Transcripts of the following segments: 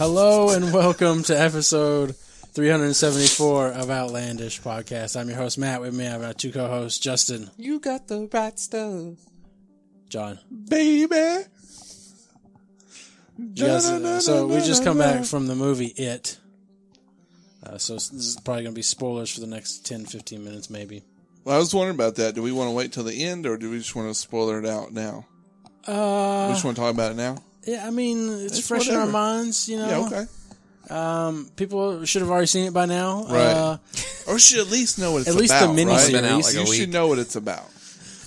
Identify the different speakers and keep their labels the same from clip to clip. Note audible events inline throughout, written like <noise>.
Speaker 1: and welcome to episode 374 of Outlandish Podcast. I'm your host, Matt. With me, I have my two co hosts, Justin,
Speaker 2: You got the right stuff,
Speaker 1: John.
Speaker 2: baby.
Speaker 1: Yes, uh, so we just come back from the movie It. Uh, so s- this is probably going to be spoilers for the next 10, 15 minutes, maybe.
Speaker 2: Well, I was wondering about that. Do we want to wait till the end, or do we just want to spoiler it out now?
Speaker 1: Uh,
Speaker 2: We just want to talk about it now.
Speaker 1: yeah, I mean, it's,
Speaker 2: It's
Speaker 1: fresh in our
Speaker 2: whatever.
Speaker 1: minds, you know.
Speaker 3: Uh-huh.
Speaker 2: Yeah, okay.
Speaker 1: Um, people should have already seen it by now.
Speaker 2: Right.
Speaker 1: Uh,
Speaker 2: Or should at least know what it's
Speaker 1: At least the
Speaker 2: about.
Speaker 1: mini
Speaker 2: right?
Speaker 1: series. Been out
Speaker 3: like a
Speaker 2: you
Speaker 3: week.
Speaker 2: should know what it's about.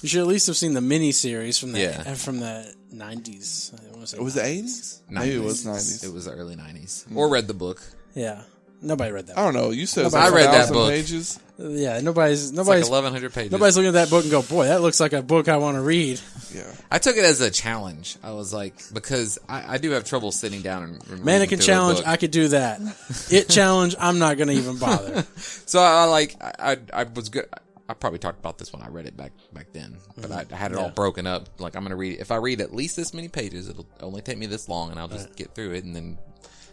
Speaker 1: you should at least have seen the mini series from the
Speaker 3: Yeah.
Speaker 1: uh, from the 90s. I wanna say
Speaker 2: It was the eighties. Maybe it was nineties.
Speaker 3: It was the early 90s.
Speaker 1: Mm.
Speaker 3: Or read the book.
Speaker 1: Yeah, nobody read that.
Speaker 2: I don't know. You said it's
Speaker 1: but
Speaker 2: like
Speaker 1: I
Speaker 3: read that
Speaker 2: 1,000
Speaker 3: book.
Speaker 2: Pages.
Speaker 1: Yeah, nobody's
Speaker 3: It's like
Speaker 1: nobody's
Speaker 3: 1,100 pages.
Speaker 1: nobody's looking at that book and go, boy, that looks like a book I want to read.
Speaker 2: Yeah.
Speaker 3: I took it as a challenge. I was like, because I, I do have trouble sitting down and, and reading
Speaker 1: Mannequin
Speaker 3: through a
Speaker 1: challenge,
Speaker 3: book.
Speaker 1: I could do that.
Speaker 3: <laughs>
Speaker 1: It challenge, I'm not gonna even bother.
Speaker 3: so I, I like, I, I, I was good. I probably talked about this when I read it back back then, but
Speaker 1: Mm.
Speaker 3: I, I had it all broken up. Like I'm gonna read it. If I read at least this many pages, it'll only take me this long, and I'll just get through it. And then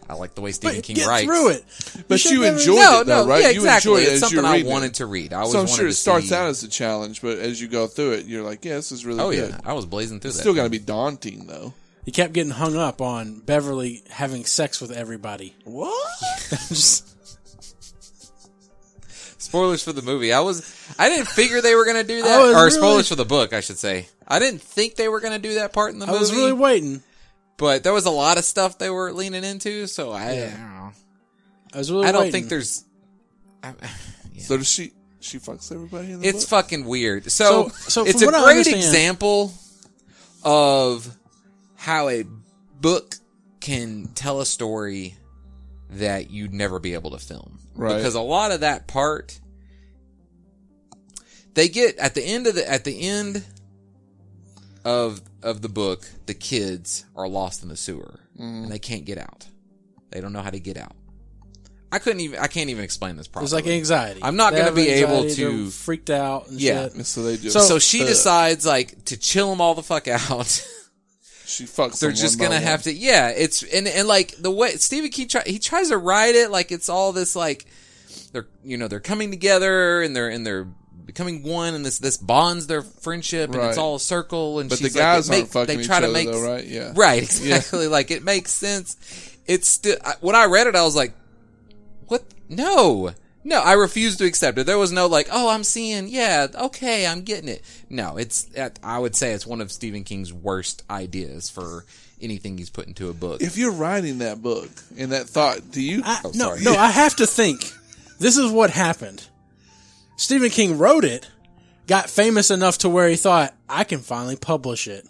Speaker 3: I like the way Stephen
Speaker 1: But
Speaker 3: King
Speaker 1: get
Speaker 3: writes.
Speaker 1: through it.
Speaker 2: But
Speaker 1: should
Speaker 2: you
Speaker 1: never-
Speaker 2: enjoyed
Speaker 3: No,
Speaker 2: it, though,
Speaker 3: no,
Speaker 2: right?
Speaker 3: yeah,
Speaker 2: you
Speaker 3: exactly.
Speaker 2: enjoyed it
Speaker 3: It's
Speaker 2: as
Speaker 3: something
Speaker 2: you're
Speaker 3: I
Speaker 2: reading
Speaker 3: wanted
Speaker 2: it.
Speaker 3: to read. I always
Speaker 2: So I'm
Speaker 3: wanted
Speaker 2: sure
Speaker 3: to
Speaker 2: it starts
Speaker 3: see-
Speaker 2: out as a challenge, but as you go through it, you're like, yeah, this is really
Speaker 3: Oh
Speaker 2: good.
Speaker 3: yeah, I was blazing through
Speaker 2: It's
Speaker 3: that.
Speaker 2: still got to be daunting, though.
Speaker 1: He kept getting hung up on Beverly having sex with
Speaker 3: <laughs>
Speaker 1: everybody.
Speaker 2: What?
Speaker 1: Just
Speaker 3: Spoilers for the movie. I was I didn't figure they were gonna do that.
Speaker 1: I was
Speaker 3: Or
Speaker 1: really-
Speaker 3: spoilers for the book, I should say. I didn't think they were gonna do that part in the
Speaker 1: I
Speaker 3: movie.
Speaker 1: was really waiting.
Speaker 3: but there was a lot of stuff they were leaning into, so I I don't know.
Speaker 1: I was really
Speaker 3: I don't
Speaker 1: waiting.
Speaker 3: think there's I- <sighs>
Speaker 2: So does she? She fucks everybody in the
Speaker 3: it's
Speaker 2: book?
Speaker 3: fucking weird. So,
Speaker 1: So- so
Speaker 3: it's a
Speaker 1: from what I
Speaker 3: great
Speaker 1: understand-
Speaker 3: example of how a book can tell a story that you'd never be able to film.
Speaker 2: Right.
Speaker 3: Because a lot of that part they get at the end of the at the end of of the book, the kids are lost in the sewer
Speaker 1: Mm-hmm.
Speaker 3: and they can't get out. They don't know how to get out. I couldn't even I can't even explain this properly.
Speaker 1: there's like anxiety.
Speaker 3: I'm not
Speaker 1: They
Speaker 3: gonna
Speaker 1: have
Speaker 3: be able
Speaker 1: anxiety,
Speaker 3: to-
Speaker 1: they're freaked out. And
Speaker 3: Yeah. Oh,
Speaker 1: shit.
Speaker 2: So they do. Uh,
Speaker 1: So-
Speaker 3: so she
Speaker 2: Ugh.
Speaker 3: decides like to chill them all the
Speaker 2: <laughs>
Speaker 3: fuck out.
Speaker 2: she fucks.
Speaker 3: They're
Speaker 2: them
Speaker 3: just
Speaker 2: one by
Speaker 3: gonna
Speaker 2: one.
Speaker 3: have to, yeah. It's and and like the way Stephen King try, he tries to write it like it's all this like they're you know they're coming together and they're and they're becoming one and this this bonds their friendship and
Speaker 2: Right.
Speaker 3: it's all a circle and
Speaker 2: But the
Speaker 3: she's
Speaker 2: guys
Speaker 3: like, it
Speaker 2: aren't
Speaker 3: make-
Speaker 2: fucking
Speaker 3: they
Speaker 2: each
Speaker 3: try
Speaker 2: other,
Speaker 3: to make
Speaker 2: though, right? Yeah.
Speaker 1: <laughs>
Speaker 3: right exactly like it makes sense. It's still I- when I read it I was like what no no i refuse to accept it there was no like oh i'm seeing yeah okay i'm getting it no it's i would say it's one of stephen king's worst ideas for anything he's put into a book
Speaker 2: If you're writing that book and that thought, do you?
Speaker 1: I,
Speaker 3: Oh,
Speaker 1: no,
Speaker 3: sorry. <laughs>
Speaker 1: no, I have to think. This is what happened. Stephen King wrote it, got famous enough to where he thought, I can finally publish it.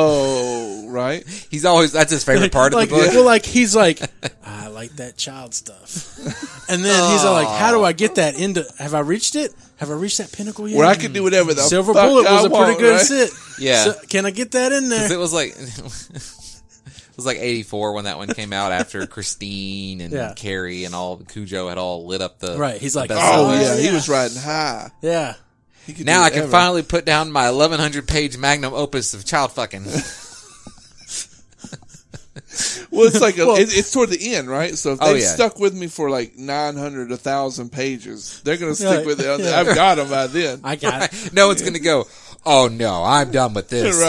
Speaker 2: Oh, right.
Speaker 3: he's always that's
Speaker 1: <laughs>
Speaker 3: his favorite part of
Speaker 1: like,
Speaker 3: the book
Speaker 1: Well, like, he's like, I like that child stuff. <laughs> And then he's all like, how do I get that into, have I reached it? Have I reached that pinnacle yet?
Speaker 2: Where I could do whatever the
Speaker 1: Silver
Speaker 2: fuck
Speaker 1: Bullet
Speaker 2: I
Speaker 1: was a
Speaker 2: want,
Speaker 1: pretty good
Speaker 2: right?
Speaker 1: sit.
Speaker 3: Yeah.
Speaker 1: So, can I get that in
Speaker 3: <laughs>
Speaker 1: there?
Speaker 3: it was like it was like 84 when that one came out after christine and
Speaker 1: Yeah.
Speaker 3: carrie and all cujo had all lit up the
Speaker 1: Right, he's
Speaker 3: the
Speaker 1: like,
Speaker 2: Oh
Speaker 3: bestsellers.
Speaker 2: yeah,
Speaker 1: Yeah.
Speaker 2: he
Speaker 3: <laughs>
Speaker 2: was riding high.
Speaker 1: yeah.
Speaker 2: He could
Speaker 3: now
Speaker 2: do
Speaker 3: i can
Speaker 2: whatever.
Speaker 3: finally put down my 1100 page magnum opus of child fucking <laughs>
Speaker 2: Well, it's like a, it, it's toward the end, right? So if they
Speaker 3: Oh,
Speaker 2: have
Speaker 3: yeah.
Speaker 2: stuck with me for like nine hundred, a thousand pages, they're gonna stick
Speaker 1: Right.
Speaker 2: with it.
Speaker 1: Yeah.
Speaker 2: I've got them by then.
Speaker 1: I got it.
Speaker 3: no one's gonna go oh no i'm done with this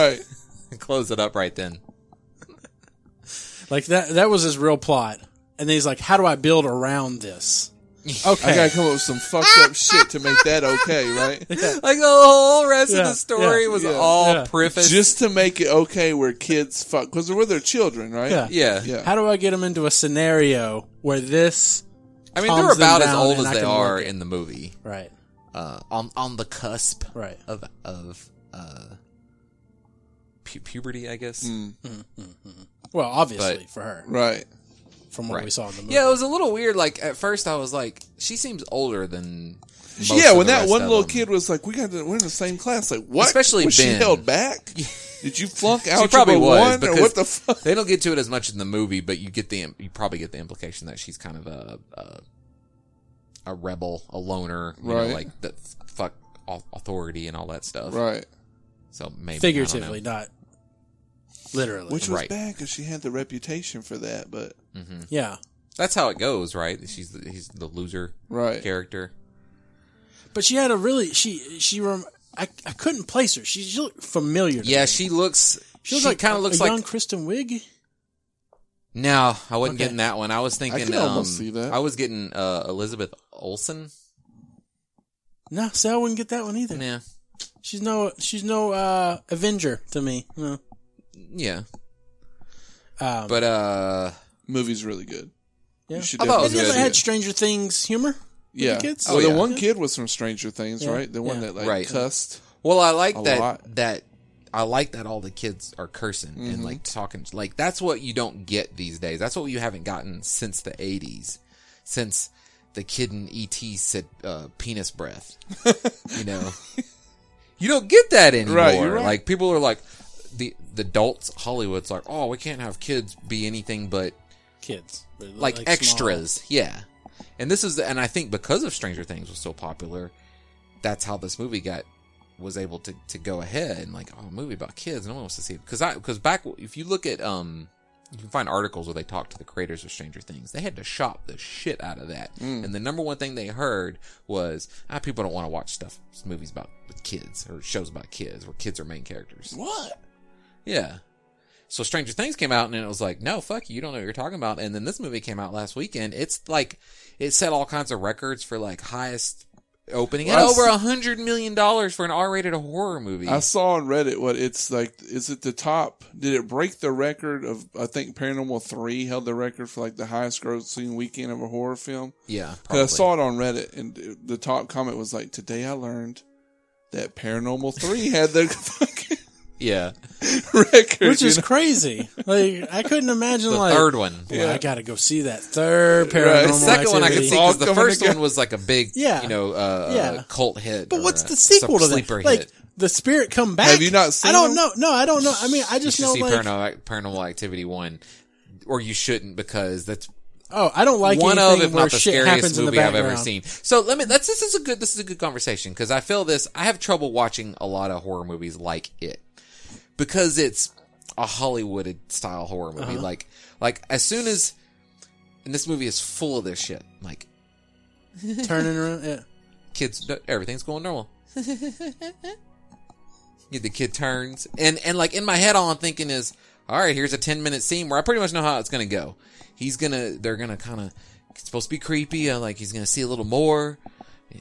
Speaker 2: <laughs> right.
Speaker 3: close it up right then.
Speaker 1: Like that that was his real plot. And then he's like, How do I build around this? Okay.
Speaker 2: I gotta come up with some fucked up shit to make that okay,
Speaker 3: <laughs>
Speaker 2: right?
Speaker 3: Like the whole rest
Speaker 1: Yeah,
Speaker 3: of the story
Speaker 1: yeah,
Speaker 3: was
Speaker 2: yeah,
Speaker 3: all
Speaker 1: yeah.
Speaker 3: preface.
Speaker 2: Just to make it okay where kids fuck because they're with their children, right?
Speaker 1: Yeah.
Speaker 3: yeah.
Speaker 2: Yeah.
Speaker 1: How do I get them into a scenario where this
Speaker 3: I mean, they're
Speaker 1: Calms them
Speaker 3: about as
Speaker 1: down
Speaker 3: old
Speaker 1: and
Speaker 3: as
Speaker 1: I
Speaker 3: they
Speaker 1: can
Speaker 3: are
Speaker 1: work it.
Speaker 3: in the movie.
Speaker 1: right?
Speaker 3: Uh, on on the cusp
Speaker 1: Right.
Speaker 3: of of uh, pu- puberty, I guess.
Speaker 2: Mm,
Speaker 1: Well, obviously for her
Speaker 2: Right.
Speaker 1: from what
Speaker 3: right.
Speaker 1: we saw in the movie.
Speaker 3: Yeah, it was a little weird. Like at first, I was like, she seems older than. most
Speaker 2: yeah,
Speaker 3: of
Speaker 2: when
Speaker 3: the
Speaker 2: that
Speaker 3: rest
Speaker 2: one
Speaker 3: of
Speaker 2: little
Speaker 3: them.
Speaker 2: kid was like, "We got to, we're in the same class," like what?
Speaker 3: Especially
Speaker 2: was she
Speaker 3: Ben.
Speaker 2: held
Speaker 3: <laughs>
Speaker 2: back? Did you flunk out?
Speaker 3: She probably was
Speaker 2: one,
Speaker 3: because
Speaker 2: or what the fuck?
Speaker 3: they don't get to it as much in the movie, but you get the im- you probably get the implication that she's kind of a a, a rebel, a loner, you know,
Speaker 2: Right.
Speaker 3: like the fuck au- authority and all that stuff.
Speaker 2: Right,
Speaker 3: So maybe
Speaker 1: figuratively,
Speaker 3: I
Speaker 1: not literally.
Speaker 2: which was
Speaker 3: Right.
Speaker 2: bad because she had the reputation for that, but
Speaker 3: don't know. Mhm.
Speaker 1: yeah,
Speaker 3: That's how it goes, right? She's the, he's the loser
Speaker 2: Right.
Speaker 3: character.
Speaker 1: But she had a really she she rem- I I couldn't place her. She's she looked familiar. To
Speaker 3: Yeah,
Speaker 1: me.
Speaker 3: she looks.
Speaker 1: she,
Speaker 3: She,
Speaker 1: looks like
Speaker 3: kind
Speaker 1: a-
Speaker 3: of looks
Speaker 1: a
Speaker 3: like.
Speaker 1: young Kristen Wiig.
Speaker 3: No, I wasn't
Speaker 1: Okay.
Speaker 3: getting that one. I was thinking.
Speaker 2: can
Speaker 3: um,
Speaker 2: almost see that.
Speaker 3: I was getting uh, Elizabeth Olsen.
Speaker 1: No, see, I wouldn't get that one either.
Speaker 3: Yeah,
Speaker 1: She's no she's no uh Avenger to me. No.
Speaker 3: yeah.
Speaker 1: Um,
Speaker 3: But uh,
Speaker 2: Movie's really good.
Speaker 1: Yeah.
Speaker 2: You should
Speaker 3: I thought it
Speaker 1: Has
Speaker 2: definitely
Speaker 1: it ever
Speaker 2: see
Speaker 1: had
Speaker 2: it.
Speaker 1: Stranger Things humor?
Speaker 2: yeah.
Speaker 1: the kids?
Speaker 2: Well,
Speaker 3: Oh,
Speaker 2: the
Speaker 3: yeah.
Speaker 2: one kid was from Stranger Things,
Speaker 1: Yeah.
Speaker 2: right? The one
Speaker 1: Yeah.
Speaker 2: that like
Speaker 3: Right.
Speaker 2: cussed.
Speaker 3: well, I like
Speaker 2: A
Speaker 3: that
Speaker 2: lot. Mm-hmm.
Speaker 3: that I like that all the kids are cursing and like talking. Like that's what you don't get these days. That's what you haven't gotten since the '80s, since the kid in ET said uh, penis breath.
Speaker 2: <laughs>
Speaker 3: you know, you don't get that anymore.
Speaker 2: Right, you're right.
Speaker 3: Like people are like the the adults Hollywood's like, oh, we can't have kids be anything but
Speaker 1: Kids. They're
Speaker 3: like,
Speaker 1: small.
Speaker 3: extras. Yeah. And this is, and I think because of Stranger Things was so popular, that's how this movie got was able to to go ahead and like oh a movie about kids no one wants to see it because I because back if you look at um you can find articles where they talk to the creators of Stranger Things they had to shop the shit out of that and the number one thing they heard was ah people don't want to watch stuff movies about with kids or shows about kids where kids are main characters
Speaker 1: What?
Speaker 3: yeah. So Stranger Things came out and it was like, no, fuck you, you don't know what you're talking about. And then this movie came out last weekend. It's like, it set all kinds of records for like highest opening and
Speaker 2: Well, I
Speaker 3: over
Speaker 2: s-
Speaker 3: a hundred million dollars for an R-rated horror movie.
Speaker 2: I saw on Reddit what it's like. Is it the top? Did it break the record of? I think Paranormal Three held the record for like the highest grossing weekend of a horror film.
Speaker 3: yeah,
Speaker 2: 'Cause
Speaker 3: probably.
Speaker 2: I saw it on Reddit, and it- the top comment was like, "Today I learned that Paranormal Three had the <laughs> fucking
Speaker 3: yeah,
Speaker 2: record."
Speaker 1: Which
Speaker 2: <laughs> you
Speaker 1: is
Speaker 2: know?
Speaker 1: crazy. Like I couldn't imagine
Speaker 3: the
Speaker 1: like
Speaker 3: third one.
Speaker 1: Boy,
Speaker 2: Yeah.
Speaker 1: I gotta go see that third
Speaker 2: Right.
Speaker 1: paranormal.
Speaker 2: The
Speaker 3: Second one I could see
Speaker 1: Activity.
Speaker 2: All
Speaker 3: because the
Speaker 2: coming
Speaker 3: first
Speaker 2: together.
Speaker 3: one was like a big,
Speaker 1: Yeah.
Speaker 3: you know, uh,
Speaker 1: Yeah.
Speaker 3: cult hit.
Speaker 1: But
Speaker 3: or
Speaker 1: what's
Speaker 3: a
Speaker 1: the sequel to
Speaker 3: sub-
Speaker 1: that?
Speaker 3: Sleeper
Speaker 1: Like
Speaker 3: hit.
Speaker 1: the spirit come back.
Speaker 2: Have you not seen
Speaker 1: I don't
Speaker 2: them?
Speaker 1: know. No, I don't know. I mean, I
Speaker 3: You
Speaker 1: just
Speaker 3: should
Speaker 1: know
Speaker 3: see
Speaker 1: like
Speaker 3: Paranormal, Paranormal Activity one, or you shouldn't because that's
Speaker 1: oh, I don't like
Speaker 3: one of,
Speaker 1: anything
Speaker 3: if
Speaker 1: where
Speaker 3: not the
Speaker 1: shit happens
Speaker 3: scariest
Speaker 1: in the
Speaker 3: movie I've
Speaker 1: <laughs>
Speaker 3: ever
Speaker 1: background.
Speaker 3: seen. So let me. That's this is a good. This is a good conversation because I feel this. I have trouble watching a lot of horror movies like it because it's a Hollywooded style horror movie.
Speaker 1: Uh-huh.
Speaker 3: Like, like as soon as, and this movie is full of this shit. Like
Speaker 1: Turning around. Yeah.
Speaker 3: kids, everything's going normal. <laughs> Yeah, the kid turns and and like in my head all i'm thinking is all right here's a 10 minute scene where i pretty much know how it's gonna go he's gonna they're gonna kind of it's supposed to be creepy uh, like he's gonna see a little more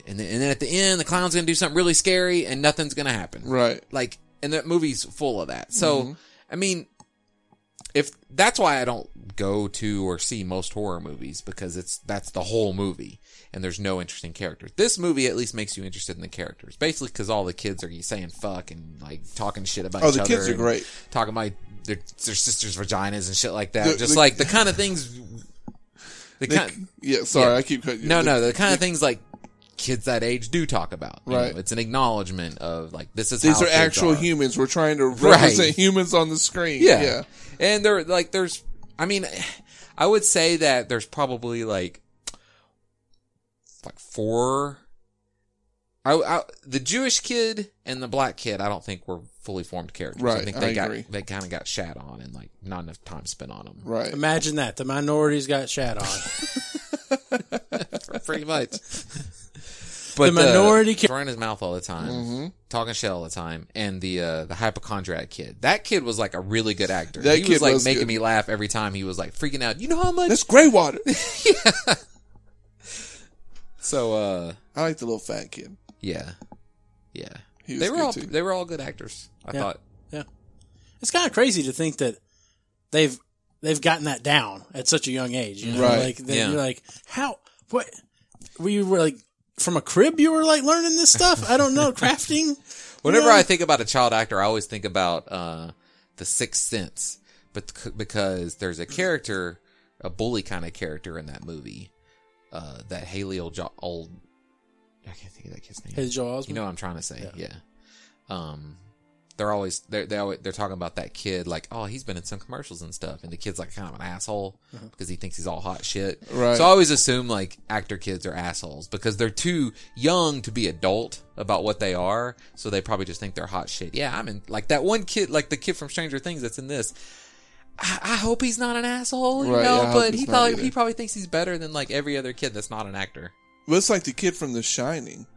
Speaker 3: and then, and then at the end the clown's gonna do something really scary and nothing's gonna happen
Speaker 2: Right.
Speaker 3: like and that movie's full of that so
Speaker 2: Mm-hmm.
Speaker 3: i mean if that's why i don't go to or see most horror movies because it's that's the whole movie and there's no interesting characters this movie at least makes you interested in the characters basically because all the kids are saying fuck and like talking shit about
Speaker 2: Oh,
Speaker 3: each
Speaker 2: the
Speaker 3: other
Speaker 2: kids are
Speaker 3: and
Speaker 2: great.
Speaker 3: talking about their, their sisters vaginas and shit like that
Speaker 2: The-
Speaker 3: just
Speaker 2: the-
Speaker 3: like the kind of things the
Speaker 2: They-
Speaker 3: kind,
Speaker 2: yeah. Sorry,
Speaker 3: yeah.
Speaker 2: I keep cutting you.
Speaker 3: no,
Speaker 2: The-
Speaker 3: no, the kind of things like kids that age do talk about. you
Speaker 2: Right.
Speaker 3: know, it's an acknowledgement of like this is
Speaker 2: These
Speaker 3: how
Speaker 2: are
Speaker 3: kids
Speaker 2: actual
Speaker 3: are.
Speaker 2: humans. We're trying to
Speaker 3: Right.
Speaker 2: represent humans on the screen.
Speaker 3: Yeah.
Speaker 2: yeah.
Speaker 3: and there like there's. I mean, I would say that there's probably like like four. I, I the Jewish kid and the black kid. I don't think were fully formed characters. I
Speaker 2: Right,
Speaker 3: think they
Speaker 2: I
Speaker 3: got
Speaker 2: agree.
Speaker 3: they kind of got shat on and like not enough time spent on them.
Speaker 2: Right.
Speaker 1: Imagine that. The minorities got shat on.
Speaker 3: <laughs>
Speaker 2: <laughs>
Speaker 3: pretty much. But
Speaker 1: The minority kid-
Speaker 3: throwing his mouth all the time,
Speaker 2: Mm-hmm.
Speaker 3: talking shit all the time, and the uh, the hypochondriac kid. That kid was like a really good actor.
Speaker 2: That
Speaker 3: he was
Speaker 2: kid
Speaker 3: like
Speaker 2: was
Speaker 3: making
Speaker 2: good.
Speaker 3: me laugh every time he was like freaking out. You know how much?
Speaker 2: That's gray
Speaker 3: <laughs>
Speaker 2: water.
Speaker 3: So uh,
Speaker 2: I like the little fat kid.
Speaker 3: yeah, yeah.
Speaker 2: He was
Speaker 3: They were
Speaker 2: good
Speaker 3: all
Speaker 2: too.
Speaker 3: they were all good actors. I
Speaker 1: Yeah.
Speaker 3: thought.
Speaker 1: It's kind of crazy to think that they've they've gotten that down at such a young age. You know,
Speaker 2: Right.
Speaker 1: like they,
Speaker 3: Yeah.
Speaker 1: you're like how what were you were like from a crib? You were like learning this stuff. I don't know crafting.
Speaker 3: Whenever
Speaker 1: Yeah.
Speaker 3: I think about a child actor, I always think about uh, the Sixth Sense, but c- because there's a character, a bully kind of character in that movie, uh, that Haley old, old, I can't think of that kid's
Speaker 1: <laughs>
Speaker 3: name.
Speaker 1: Hey, Joel
Speaker 3: you
Speaker 1: Osment.
Speaker 3: know what I'm trying to say? Yeah. Um, they're always they're they always, they're talking about that kid like oh he's been in some commercials and stuff and the kid's like kind of an asshole because he thinks he's all hot shit.
Speaker 2: Uh-huh. Right.
Speaker 3: So I always assume like actor kids are assholes because they're too young to be adult about what they are, so they probably just think they're hot shit. Yeah, I'm in like that one kid like the kid from Stranger Things that's in this. I, I hope he's not an asshole, you
Speaker 2: Right,
Speaker 3: know.
Speaker 2: yeah, I hope
Speaker 3: but
Speaker 2: he's
Speaker 3: he
Speaker 2: not
Speaker 3: probably
Speaker 2: either.
Speaker 3: he probably thinks he's better than like every other kid that's not an actor.
Speaker 2: But it's like the kid from The Shining.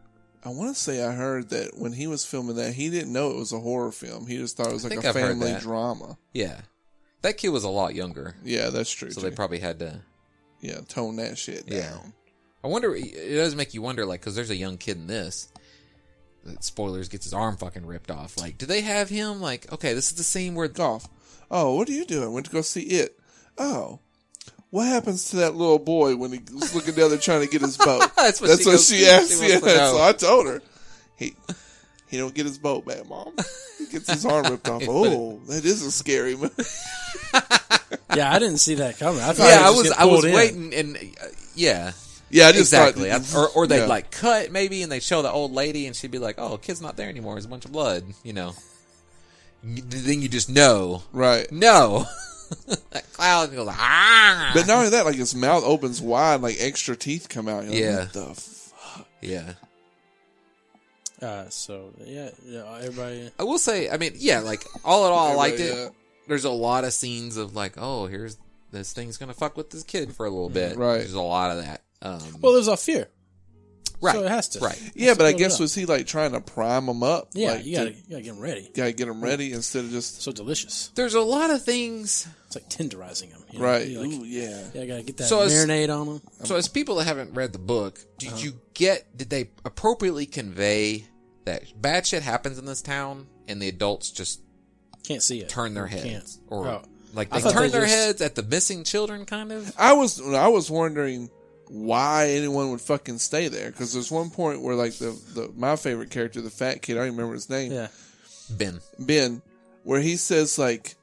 Speaker 2: I want to say I heard that when he was filming that, he didn't know it was a horror film. He just thought it was like
Speaker 3: think
Speaker 2: a
Speaker 3: I've heard
Speaker 2: family
Speaker 3: that.
Speaker 2: drama.
Speaker 3: Yeah, that kid was a lot younger,
Speaker 2: Yeah, that's true.
Speaker 3: so
Speaker 2: too.
Speaker 3: they probably had to.
Speaker 2: yeah, tone that shit down.
Speaker 3: Yeah. I wonder. It does make you wonder, like, because there's a young kid in this. That spoilers gets his arm fucking ripped off. Like, do they have him? Like, okay, this is the scene where
Speaker 2: Golf. Oh, what are you doing? Went to go see it. Oh, what happens to that little boy when he's looking down there trying to get his boat?
Speaker 3: <laughs> That's what she
Speaker 2: what
Speaker 3: goes-
Speaker 2: she
Speaker 3: she
Speaker 2: asked.
Speaker 3: wants
Speaker 2: yeah,
Speaker 3: to know.
Speaker 2: <laughs> so I told her he he don't get his boat back, mom. He gets his arm ripped
Speaker 3: <laughs>
Speaker 2: off. Oh, that is a scary movie.
Speaker 1: Yeah, I didn't see that coming. I thought
Speaker 3: yeah,
Speaker 1: he'd
Speaker 3: I
Speaker 1: just
Speaker 3: was
Speaker 1: get
Speaker 3: I was
Speaker 1: pulled in.
Speaker 3: waiting and uh, yeah,
Speaker 2: Yeah, I just
Speaker 3: exactly. I,
Speaker 2: Thought,
Speaker 3: or or they
Speaker 2: Yeah.
Speaker 3: would like cut maybe and they show the old lady and she'd be like, "Oh, kid's not there anymore. It's a bunch of blood," you know. You- Then you just know,
Speaker 2: right.
Speaker 3: no, <laughs> that cloud goes ah,
Speaker 2: But not only that, like his mouth opens wide, like extra teeth come out. You're like,
Speaker 3: Yeah.
Speaker 2: what the f-
Speaker 3: yeah.
Speaker 1: Uh, so yeah, yeah, everybody.
Speaker 3: I will say, I mean, yeah, like all in all, I liked
Speaker 2: Everybody,
Speaker 3: it. There's a lot of scenes of like, oh, here's this thing's gonna fuck with this kid for a little bit.
Speaker 2: Mm, Right.
Speaker 3: There's a lot of that. Um,
Speaker 1: Well, it was off fear,
Speaker 3: right.
Speaker 1: so it has to.
Speaker 3: Right.
Speaker 2: Yeah, but I
Speaker 1: build it
Speaker 2: guess
Speaker 1: up.
Speaker 2: was he like trying to prime him up?
Speaker 1: Yeah,
Speaker 2: like,
Speaker 1: you gotta,
Speaker 2: to-
Speaker 1: you gotta get them ready.
Speaker 2: gotta get him ready instead of just
Speaker 1: So delicious.
Speaker 3: There's a lot of things
Speaker 1: It's like tenderizing them. You know?
Speaker 2: right.
Speaker 1: You like,
Speaker 2: Ooh, yeah.
Speaker 1: yeah, I gotta get that
Speaker 3: So it's-
Speaker 1: marinade on them.
Speaker 2: Um,
Speaker 3: So, as people that haven't read the book,
Speaker 2: uh-huh.
Speaker 3: did you get? Did they appropriately convey that bad shit happens in this town, and the adults just
Speaker 1: Can't see it.
Speaker 3: turn their
Speaker 1: Can't.
Speaker 3: heads, or
Speaker 1: Oh.
Speaker 3: like
Speaker 1: I
Speaker 3: they
Speaker 1: thought
Speaker 3: turn
Speaker 1: they
Speaker 3: their
Speaker 1: just-
Speaker 3: heads at the missing children, kind of?
Speaker 2: I was I was wondering why anyone would fucking stay there because there's one point where like the, the my favorite character, the fat kid, I don't even remember his name,
Speaker 1: Yeah.
Speaker 3: Ben,
Speaker 2: Ben, where he says like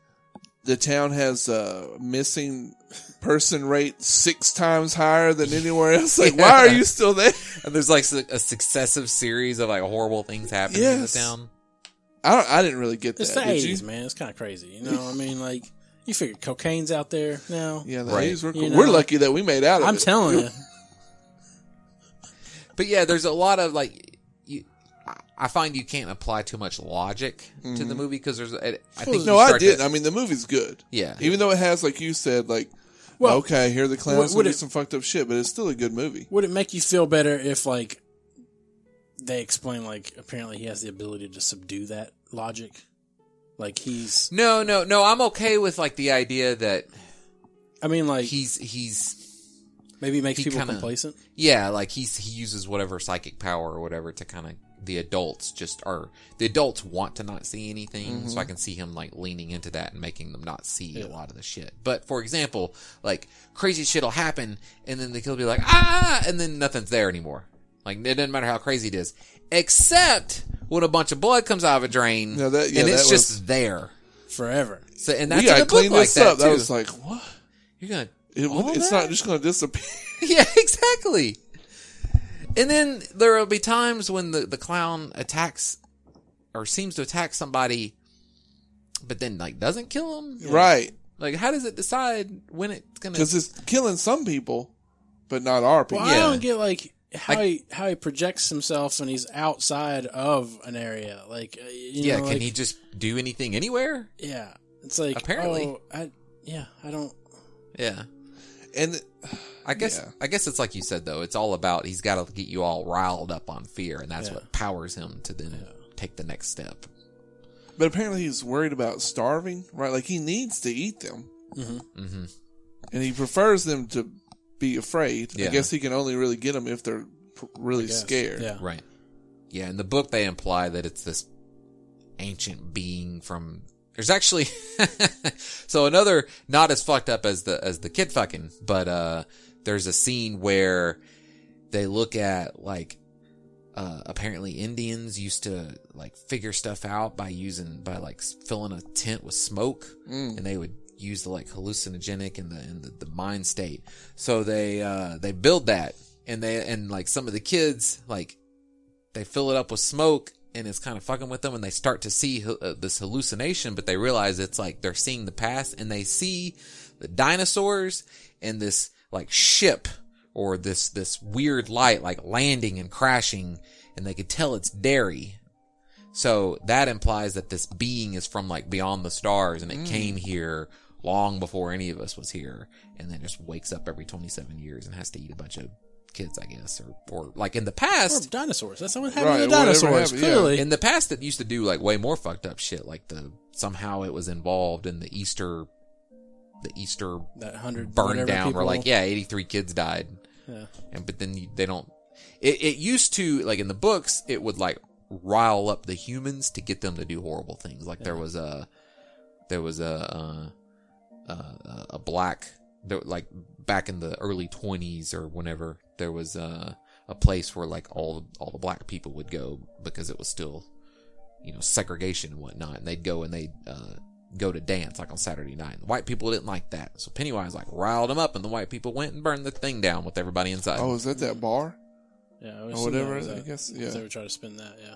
Speaker 2: the town has a missing person rate six times higher than
Speaker 1: <laughs>
Speaker 2: anywhere else. <laughs> Like, why are you still there?
Speaker 3: <laughs> and there's like su- a successive series of like horrible things happening in the
Speaker 2: Yes.
Speaker 3: town.
Speaker 2: I don't, I didn't really get that.
Speaker 1: It's the
Speaker 2: did you?
Speaker 1: eighties, man. It's kind of crazy. You know, I mean, like you figure cocaine's out there now.
Speaker 2: Yeah, the
Speaker 3: Right.
Speaker 2: 80s were cool.
Speaker 1: You know.
Speaker 2: We're lucky that we made out of
Speaker 1: I'm
Speaker 2: it.
Speaker 1: telling you.
Speaker 3: But yeah, there's a lot of like you. I- I find you can't apply too much logic to the movie because there's. I I think
Speaker 2: Mm-hmm. no,
Speaker 3: you
Speaker 2: I
Speaker 3: start to-
Speaker 2: didn't. I mean, the movie's good.
Speaker 3: Yeah.
Speaker 2: Even though it has, like you said, like,
Speaker 1: Well,
Speaker 2: okay, here the
Speaker 1: would-
Speaker 2: clowns
Speaker 1: would
Speaker 2: would do
Speaker 1: it-
Speaker 2: some fucked up shit, but it's still a good movie.
Speaker 1: Would it make you feel better if like they explain like apparently he has the ability to subdue that logic? Like he's,
Speaker 3: No, no, no. I'm okay with like the idea that
Speaker 1: I mean, like
Speaker 3: he's he's
Speaker 1: maybe it makes
Speaker 3: he
Speaker 1: people
Speaker 3: kinda-
Speaker 1: complacent.
Speaker 3: Yeah, like he's he uses whatever psychic power or whatever to kind of the adults just are the adults want to not see anything, so I
Speaker 2: Mm-hmm.
Speaker 3: can see him like leaning into that and making them not see a lot of the shit. But for example, like crazy shit'll happen, and then the kid'll be like ah, and then nothing's there anymore. Like it doesn't matter how crazy it is, except when a bunch of blood comes out of a drain,
Speaker 2: Yeah, that- yeah,
Speaker 3: and it's
Speaker 2: that
Speaker 3: just
Speaker 2: was-
Speaker 3: there.
Speaker 1: forever.
Speaker 3: So
Speaker 2: We
Speaker 3: and that's in
Speaker 2: gotta
Speaker 3: a book
Speaker 2: clean
Speaker 3: like
Speaker 2: this
Speaker 3: that
Speaker 2: up.
Speaker 3: too.
Speaker 2: That was like, what?
Speaker 3: You're gonna
Speaker 2: It,
Speaker 3: All
Speaker 2: it's
Speaker 3: that?
Speaker 2: not just going to disappear. <laughs>
Speaker 3: <laughs> Yeah, exactly. And then there will be times when the, the clown attacks or seems to attack somebody, but then like doesn't kill him.
Speaker 2: Right.
Speaker 3: Like, how does it decide when it's gonna?
Speaker 2: Because it's killing some people, but not our people.
Speaker 1: Well,
Speaker 3: Yeah.
Speaker 1: I don't get like how
Speaker 3: I-
Speaker 1: he how he projects himself when he's outside of an area. Like, uh, you
Speaker 3: yeah,
Speaker 1: know,
Speaker 3: can
Speaker 1: like-
Speaker 3: he just do anything anywhere?
Speaker 1: Yeah, it's like
Speaker 3: Apparently.
Speaker 1: Oh, I yeah, I don't.
Speaker 3: Yeah,
Speaker 2: And
Speaker 3: I guess
Speaker 2: Yeah.
Speaker 3: I guess it's like you said though. It's all about he's got to get you all riled up on fear, and that's
Speaker 1: Yeah.
Speaker 3: what powers him to then take the next step.
Speaker 2: But apparently he's worried about starving, right? Like, he needs to eat them.
Speaker 3: hmm
Speaker 2: And he prefers them to be afraid.
Speaker 3: Yeah.
Speaker 2: I guess he can only really get them if they're p- really
Speaker 1: guess.
Speaker 2: scared.
Speaker 1: Yeah.
Speaker 3: Right. Yeah, in the book they imply that it's this ancient being from there's actually <laughs> so another not as fucked up as the as the kid fucking, but uh there's a scene where they look at like uh, apparently Indians used to like figure stuff out by using by like s- filling a tent with smoke,
Speaker 2: Mm.
Speaker 3: and they would use the like hallucinogenic and the and the, the mind state. So they uh, they build that, and they and like some of the kids like they fill it up with smoke. And it's kind of fucking with them, and they start to see hu- uh, this hallucination, but they realize it's like they're seeing the past, and they see the dinosaurs and this like ship or this this weird light like landing and crashing and they could tell it's dairy so that implies that this being is from like beyond the stars and it came here long before any of us was here, and then just wakes up every 27 years and has to eat a bunch of kids, I guess, or or like in the
Speaker 1: Or
Speaker 3: past,
Speaker 1: dinosaurs. That's what happened
Speaker 2: Right,
Speaker 1: to the
Speaker 2: whatever
Speaker 1: dinosaurs.
Speaker 2: happened, yeah.
Speaker 1: clearly,
Speaker 3: in the past it used to do like way more fucked up shit, like the somehow it was involved in the Easter, the Easter
Speaker 1: that hundred
Speaker 3: burned
Speaker 1: whatever
Speaker 3: down. We're
Speaker 1: people-
Speaker 3: like, yeah, 83 kids died.
Speaker 1: Yeah.
Speaker 3: And, but then you, they don't, it, it used to, like in the books, it would like rile up the humans to get them to do horrible things. Like there was a, there was a, uh, uh, a black, there, like back in the early 20s or whenever, there was uh, a, a place where like all, all the black people would go because it was still, you know, segregation and whatnot. And they'd go and they'd, uh, go to dance like on Saturday night. And the white people didn't like that. So Pennywise like riled them up and the white people went and burned the thing down with everybody inside.
Speaker 2: Oh, is that that bar?
Speaker 1: yeah,
Speaker 2: Or whatever, I guess. Yeah.
Speaker 1: They would try to spin that. Yeah,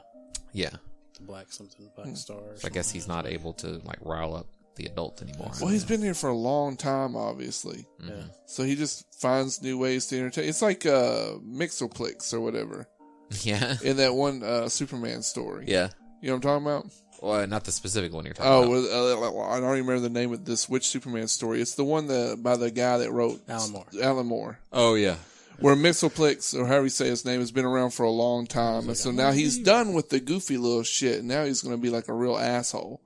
Speaker 3: Yeah.
Speaker 1: the black something, black star. or
Speaker 3: Hmm. So I guess
Speaker 1: something.
Speaker 3: he's not able to like rile up the adults anymore. Mm-hmm.
Speaker 2: Well, he's been here for a long time, obviously.
Speaker 1: Yeah.
Speaker 2: So he just finds new ways to entertain. It's like uh, Mixoplex or whatever
Speaker 3: <laughs> Yeah.
Speaker 2: in that one uh, Superman story.
Speaker 3: Yeah.
Speaker 2: You know what I'm talking about?
Speaker 3: Well, not the specific one you're talking
Speaker 2: Oh,
Speaker 3: about.
Speaker 2: well, uh, I don't even remember the name of this which Superman story. It's the one that by the guy that wrote
Speaker 1: Alan Moore.
Speaker 2: Alan Moore.
Speaker 3: Oh, yeah.
Speaker 2: Where Mixoplex, or however you say his name, has been around for a long time. And so now he's done with the goofy little shit. And now he's going to be like a real asshole.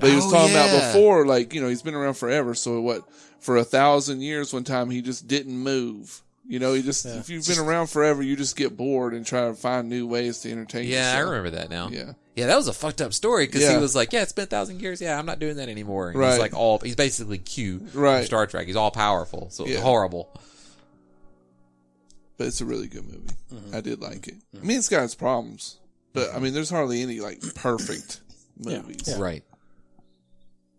Speaker 2: But he was
Speaker 3: Oh,
Speaker 2: talking
Speaker 3: yeah.
Speaker 2: about before, like, you know, he's been around forever. So what, for a thousand years, one time he just didn't move. You know, he just, if you've been around forever, you just get bored and try to find new ways to entertain
Speaker 3: Yeah, I
Speaker 2: yourself.
Speaker 3: remember that now.
Speaker 2: Yeah.
Speaker 3: Yeah, that was a fucked up story because he
Speaker 2: Yeah.
Speaker 3: was like, "Yeah, it's been a thousand years. Yeah, I'm not doing that anymore." And He's
Speaker 2: Right.
Speaker 3: like all. He's basically Q from
Speaker 2: Right.
Speaker 3: Star Trek. He's all powerful, so it's
Speaker 2: Yeah.
Speaker 3: horrible.
Speaker 2: But it's a really good movie.
Speaker 3: Mm-hmm.
Speaker 2: I did like it. I mean, it's got its problems. But, I mean, there's hardly any, like, perfect movies.
Speaker 1: Yeah.
Speaker 3: Right.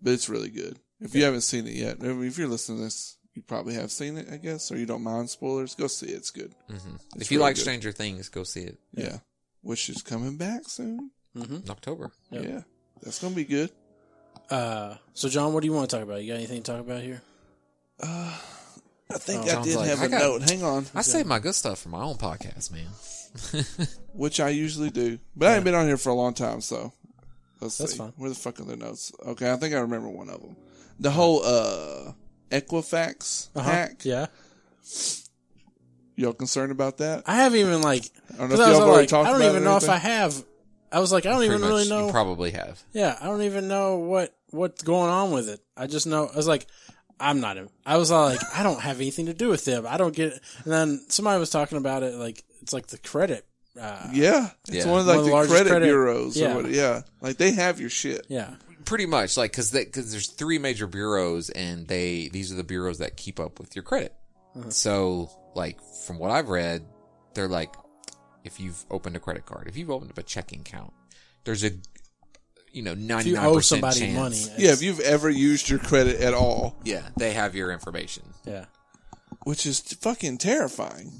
Speaker 2: but it's really good. If you haven't seen it yet, I mean, if you're listening to this, you probably have seen it, I guess, or you don't mind spoilers. Go see it; it's good.
Speaker 3: hmm
Speaker 2: It's
Speaker 3: If you
Speaker 2: really
Speaker 3: like
Speaker 2: good.
Speaker 3: Stranger Things, go see it
Speaker 2: Yeah, which is coming back soon.
Speaker 1: Mm-hmm.
Speaker 3: in October.
Speaker 1: Yep.
Speaker 2: Yeah, that's gonna be good.
Speaker 1: Uh, so John, what do you want to talk about? You got anything to talk about here?
Speaker 2: I think
Speaker 1: Oh,
Speaker 2: I
Speaker 3: sounds
Speaker 2: did
Speaker 3: like-
Speaker 2: have
Speaker 3: I
Speaker 2: a
Speaker 3: got-
Speaker 2: note. Hang on,
Speaker 3: I save my good stuff for my own podcast, man.
Speaker 2: which I usually do, but I ain't been on here for a long time, so let's
Speaker 1: That's
Speaker 2: see.
Speaker 1: fine.
Speaker 2: Where the fuck are the notes? Okay, I think I remember one of them. The whole uh Equifax
Speaker 1: Uh-huh.
Speaker 2: hack.
Speaker 1: Yeah,
Speaker 2: Y'all concerned about that?
Speaker 1: I haven't even like.
Speaker 2: I don't know
Speaker 1: 'cause I was
Speaker 2: if y'all have
Speaker 1: all
Speaker 2: already
Speaker 1: like,
Speaker 2: talked
Speaker 1: I don't
Speaker 2: about
Speaker 1: even
Speaker 2: it or
Speaker 1: know if I
Speaker 2: anything.
Speaker 1: have. I was like, I don't even
Speaker 3: Pretty
Speaker 1: really
Speaker 3: much,
Speaker 1: know.
Speaker 3: You probably have.
Speaker 1: Yeah, I don't even know what what's going on with it. I just know I was like, I'm not. in- I was all like, I don't have anything to do with them. I don't get. And then somebody was talking about it, like it's like the credit. Uh,
Speaker 2: Yeah, it's
Speaker 3: Yeah.
Speaker 2: one of
Speaker 1: One
Speaker 2: like
Speaker 1: of the
Speaker 2: the
Speaker 1: largest
Speaker 2: credit,
Speaker 1: credit-
Speaker 2: bureaus.
Speaker 1: yeah.
Speaker 2: Or what, yeah, like they have your shit.
Speaker 1: yeah,
Speaker 3: pretty much like because because there's three major bureaus and they these are the bureaus that keep up with your credit
Speaker 2: Uh-huh.
Speaker 3: so like from what i've read they're like if you've opened a credit card if you've opened up a checking account there's a you know 99%
Speaker 1: if you owe somebody
Speaker 3: chance,
Speaker 1: money,
Speaker 2: Yeah,
Speaker 1: it's-
Speaker 2: if you've ever used your credit at all,
Speaker 3: yeah they have your information
Speaker 1: yeah.
Speaker 2: which is t- fucking terrifying.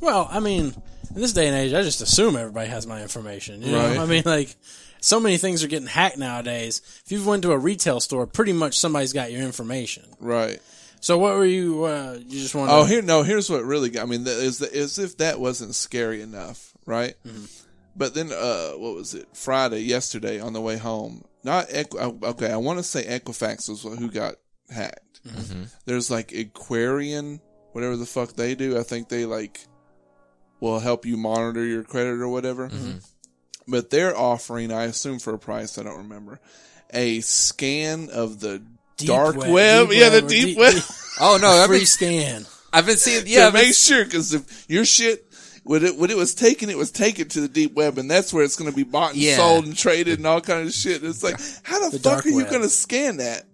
Speaker 1: Well, I mean, in this day and age, I just assume everybody has my information. You know?
Speaker 2: Right.
Speaker 1: I mean, like, so many things are getting hacked nowadays. If you've went to a retail store, pretty much somebody's got your information.
Speaker 2: Right.
Speaker 1: So what were you? Uh, you just want?
Speaker 2: Oh, here no. Here's what really. Got, I mean, that is the, as if that wasn't scary enough, right?
Speaker 1: Mm-hmm.
Speaker 2: But then, uh, what was it? Friday, yesterday, on the way home. Not Equ- uh, okay. I want to say Equifax was who got hacked.
Speaker 3: Mm-hmm.
Speaker 2: There's like Aquarian, whatever the fuck they do. I think they like will help you monitor your credit or whatever.
Speaker 1: Mm-hmm.
Speaker 2: But they're offering, I assume for a price, I don't remember, a scan of the
Speaker 1: Deep
Speaker 2: dark
Speaker 1: web,
Speaker 2: web.
Speaker 1: deep
Speaker 2: yeah,
Speaker 1: web,
Speaker 2: the
Speaker 1: or
Speaker 2: deep,
Speaker 1: deep- <laughs>
Speaker 2: web.
Speaker 3: oh no I've
Speaker 1: free
Speaker 3: been,
Speaker 1: scan.
Speaker 3: I've been seeing
Speaker 2: yeah,
Speaker 3: yeah
Speaker 2: <laughs> to
Speaker 3: I've been-
Speaker 2: make sure because if your shit when it when it was taken, it was taken to the deep web, and that's where it's going to be bought and
Speaker 3: Yeah.
Speaker 2: sold and traded and all kind of shit. It's like, how the,
Speaker 1: The
Speaker 2: fuck
Speaker 1: dark
Speaker 2: are you
Speaker 1: web.
Speaker 2: going to scan that?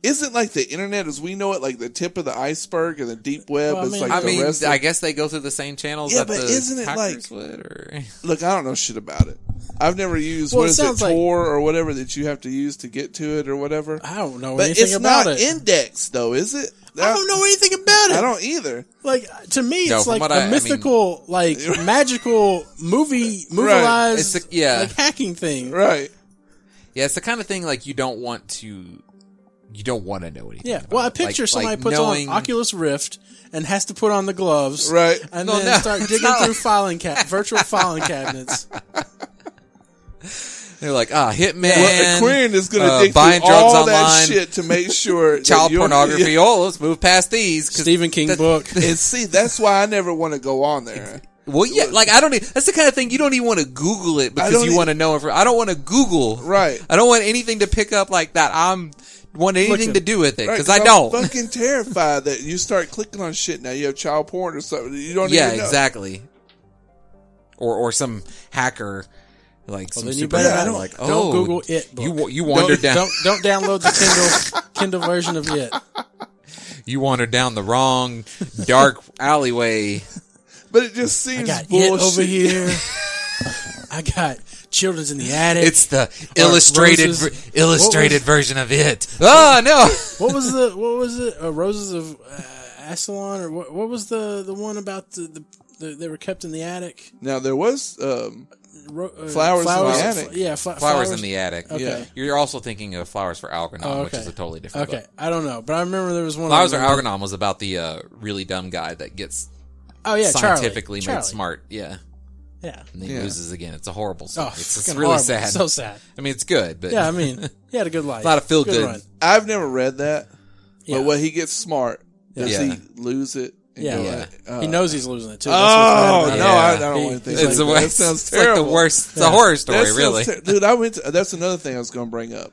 Speaker 2: Isn't like the internet as we know it, like the tip of the iceberg, and the deep web
Speaker 1: Well, I
Speaker 2: is
Speaker 1: mean-
Speaker 2: like
Speaker 3: I
Speaker 2: the
Speaker 3: mean,
Speaker 2: rest. Of,
Speaker 3: I guess they go through the same channels.
Speaker 2: Yeah,
Speaker 3: that
Speaker 2: but
Speaker 3: the
Speaker 2: isn't it
Speaker 3: hackers
Speaker 2: like-
Speaker 3: would, or
Speaker 2: look, I don't know shit about it. I've never used
Speaker 1: Well,
Speaker 2: what
Speaker 1: it
Speaker 2: is it
Speaker 1: sounds like-
Speaker 2: Tor or whatever that you have to use to get to it or whatever.
Speaker 1: I don't know
Speaker 2: But
Speaker 1: anything
Speaker 2: it's
Speaker 1: about
Speaker 2: not
Speaker 1: it.
Speaker 2: indexed though, is it?
Speaker 1: I don't know anything about it.
Speaker 2: I don't either.
Speaker 1: like to me,
Speaker 3: No,
Speaker 1: it's
Speaker 3: from
Speaker 1: like
Speaker 3: what
Speaker 1: a
Speaker 3: I- I mean-
Speaker 1: mythical,
Speaker 3: <laughs>
Speaker 1: like magical movie, movieized,
Speaker 3: It's a- yeah.
Speaker 1: like hacking thing.
Speaker 2: Right.
Speaker 3: Yeah, it's the kind of thing like you don't want to, you don't want to know anything.
Speaker 1: Yeah.
Speaker 3: about
Speaker 1: Well, I
Speaker 3: it. Like-
Speaker 1: picture
Speaker 3: like
Speaker 1: somebody puts
Speaker 3: knowing-
Speaker 1: on Oculus Rift and has to put on the gloves,
Speaker 2: Right.
Speaker 1: And
Speaker 3: No,
Speaker 1: then
Speaker 3: no,
Speaker 1: start
Speaker 3: it's
Speaker 1: digging
Speaker 3: <laughs> not
Speaker 1: through
Speaker 3: like- <laughs>
Speaker 1: filing ca- virtual filing cabinets.
Speaker 3: They're like, ah, hitman.
Speaker 2: Well, Aquarian is going to
Speaker 3: uh,
Speaker 2: dig
Speaker 3: buying
Speaker 2: through
Speaker 3: drugs
Speaker 2: all
Speaker 3: online,
Speaker 2: that shit to make sure
Speaker 3: <laughs>
Speaker 2: that
Speaker 3: child
Speaker 2: you're-
Speaker 3: pornography. Oh, let's move past these. 'cause
Speaker 1: Stephen King
Speaker 3: that- <laughs>
Speaker 1: book.
Speaker 2: And see, that's why I never want to go on there.
Speaker 3: Well, yeah, like I don't. e- That's the kind of thing you don't even want to Google it because
Speaker 2: don't
Speaker 3: you
Speaker 2: e-
Speaker 3: want to know. Infor- I don't want to Google.
Speaker 2: Right.
Speaker 3: I don't want anything to pick up like that. I'm want anything
Speaker 1: at-
Speaker 3: to do with it
Speaker 2: Right,
Speaker 3: because
Speaker 2: 'cause
Speaker 3: I
Speaker 2: I'm
Speaker 3: don't.
Speaker 2: fucking terrified that you start clicking on shit now. You have child porn or something. You don't
Speaker 3: yeah,
Speaker 2: even know.
Speaker 3: exactly. Or or some hacker, like some
Speaker 1: then you
Speaker 3: super
Speaker 1: better
Speaker 3: hacker,
Speaker 1: not-
Speaker 3: like
Speaker 1: don't
Speaker 3: oh,
Speaker 1: Google it
Speaker 3: You
Speaker 1: book.
Speaker 3: wa- you wandered down
Speaker 1: Don't don't download the Kindle Kindle version of
Speaker 3: <laughs>
Speaker 1: it.
Speaker 3: you wandered down the wrong dark
Speaker 1: <laughs>
Speaker 3: alleyway.
Speaker 2: But it just
Speaker 1: I
Speaker 2: seems
Speaker 1: got
Speaker 2: bullshit.
Speaker 1: it over here. <laughs> I got children's in the attic.
Speaker 3: It's the illustrated
Speaker 1: roses.
Speaker 3: ver-
Speaker 1: What
Speaker 3: illustrated
Speaker 1: was-
Speaker 3: version
Speaker 1: <laughs>
Speaker 3: of it. Oh no.
Speaker 1: what was the what was it? Uh, Roses of uh, Asalon or what? What was the the one about the, the, the they were kept in the attic?
Speaker 2: Now there was um,
Speaker 1: Ro- uh,
Speaker 2: Flowers in the attic.
Speaker 1: Yeah, fl-
Speaker 3: <laughs> Flowers in the attic.
Speaker 1: Okay.
Speaker 2: Yeah.
Speaker 3: You're also thinking of Flowers for Algernon,
Speaker 1: Oh,
Speaker 3: which
Speaker 1: okay.
Speaker 3: is a totally different
Speaker 1: Okay,
Speaker 3: book.
Speaker 1: I don't know, but I remember there was one.
Speaker 3: Flowers for
Speaker 1: I remember-
Speaker 3: Algernon was about the uh, really dumb guy that gets
Speaker 1: Oh yeah, Charlie.
Speaker 3: scientifically
Speaker 1: Charlie.
Speaker 3: made smart. Yeah.
Speaker 1: Yeah.
Speaker 3: And then he
Speaker 2: Yeah.
Speaker 3: loses again. It's a horrible story.
Speaker 1: Oh,
Speaker 3: it's, it's
Speaker 1: fucking
Speaker 3: really
Speaker 1: horrible.
Speaker 3: sad.
Speaker 1: So sad.
Speaker 3: I mean, it's good, but
Speaker 1: Yeah, I mean, he had a good life.
Speaker 3: A lot of feel good.
Speaker 1: run.
Speaker 2: I've never read that,
Speaker 1: Yeah.
Speaker 2: but when he gets smart, does
Speaker 3: Yeah.
Speaker 2: he lose it? and
Speaker 1: Yeah.
Speaker 2: go
Speaker 1: Yeah.
Speaker 2: like, uh,
Speaker 1: he knows he's losing it too. That's
Speaker 2: Oh
Speaker 1: what's bad
Speaker 2: no,
Speaker 1: about it.
Speaker 2: I, I
Speaker 3: Yeah.
Speaker 2: don't
Speaker 1: He-
Speaker 2: want to think.
Speaker 1: he's
Speaker 3: it's the
Speaker 2: like that.
Speaker 3: worst.
Speaker 2: That sounds
Speaker 3: It's like
Speaker 2: terrible.
Speaker 3: the worst. It's a horror story,
Speaker 2: That sounds
Speaker 3: really.
Speaker 2: ter- dude. I went. To, that's another thing I was going to bring up.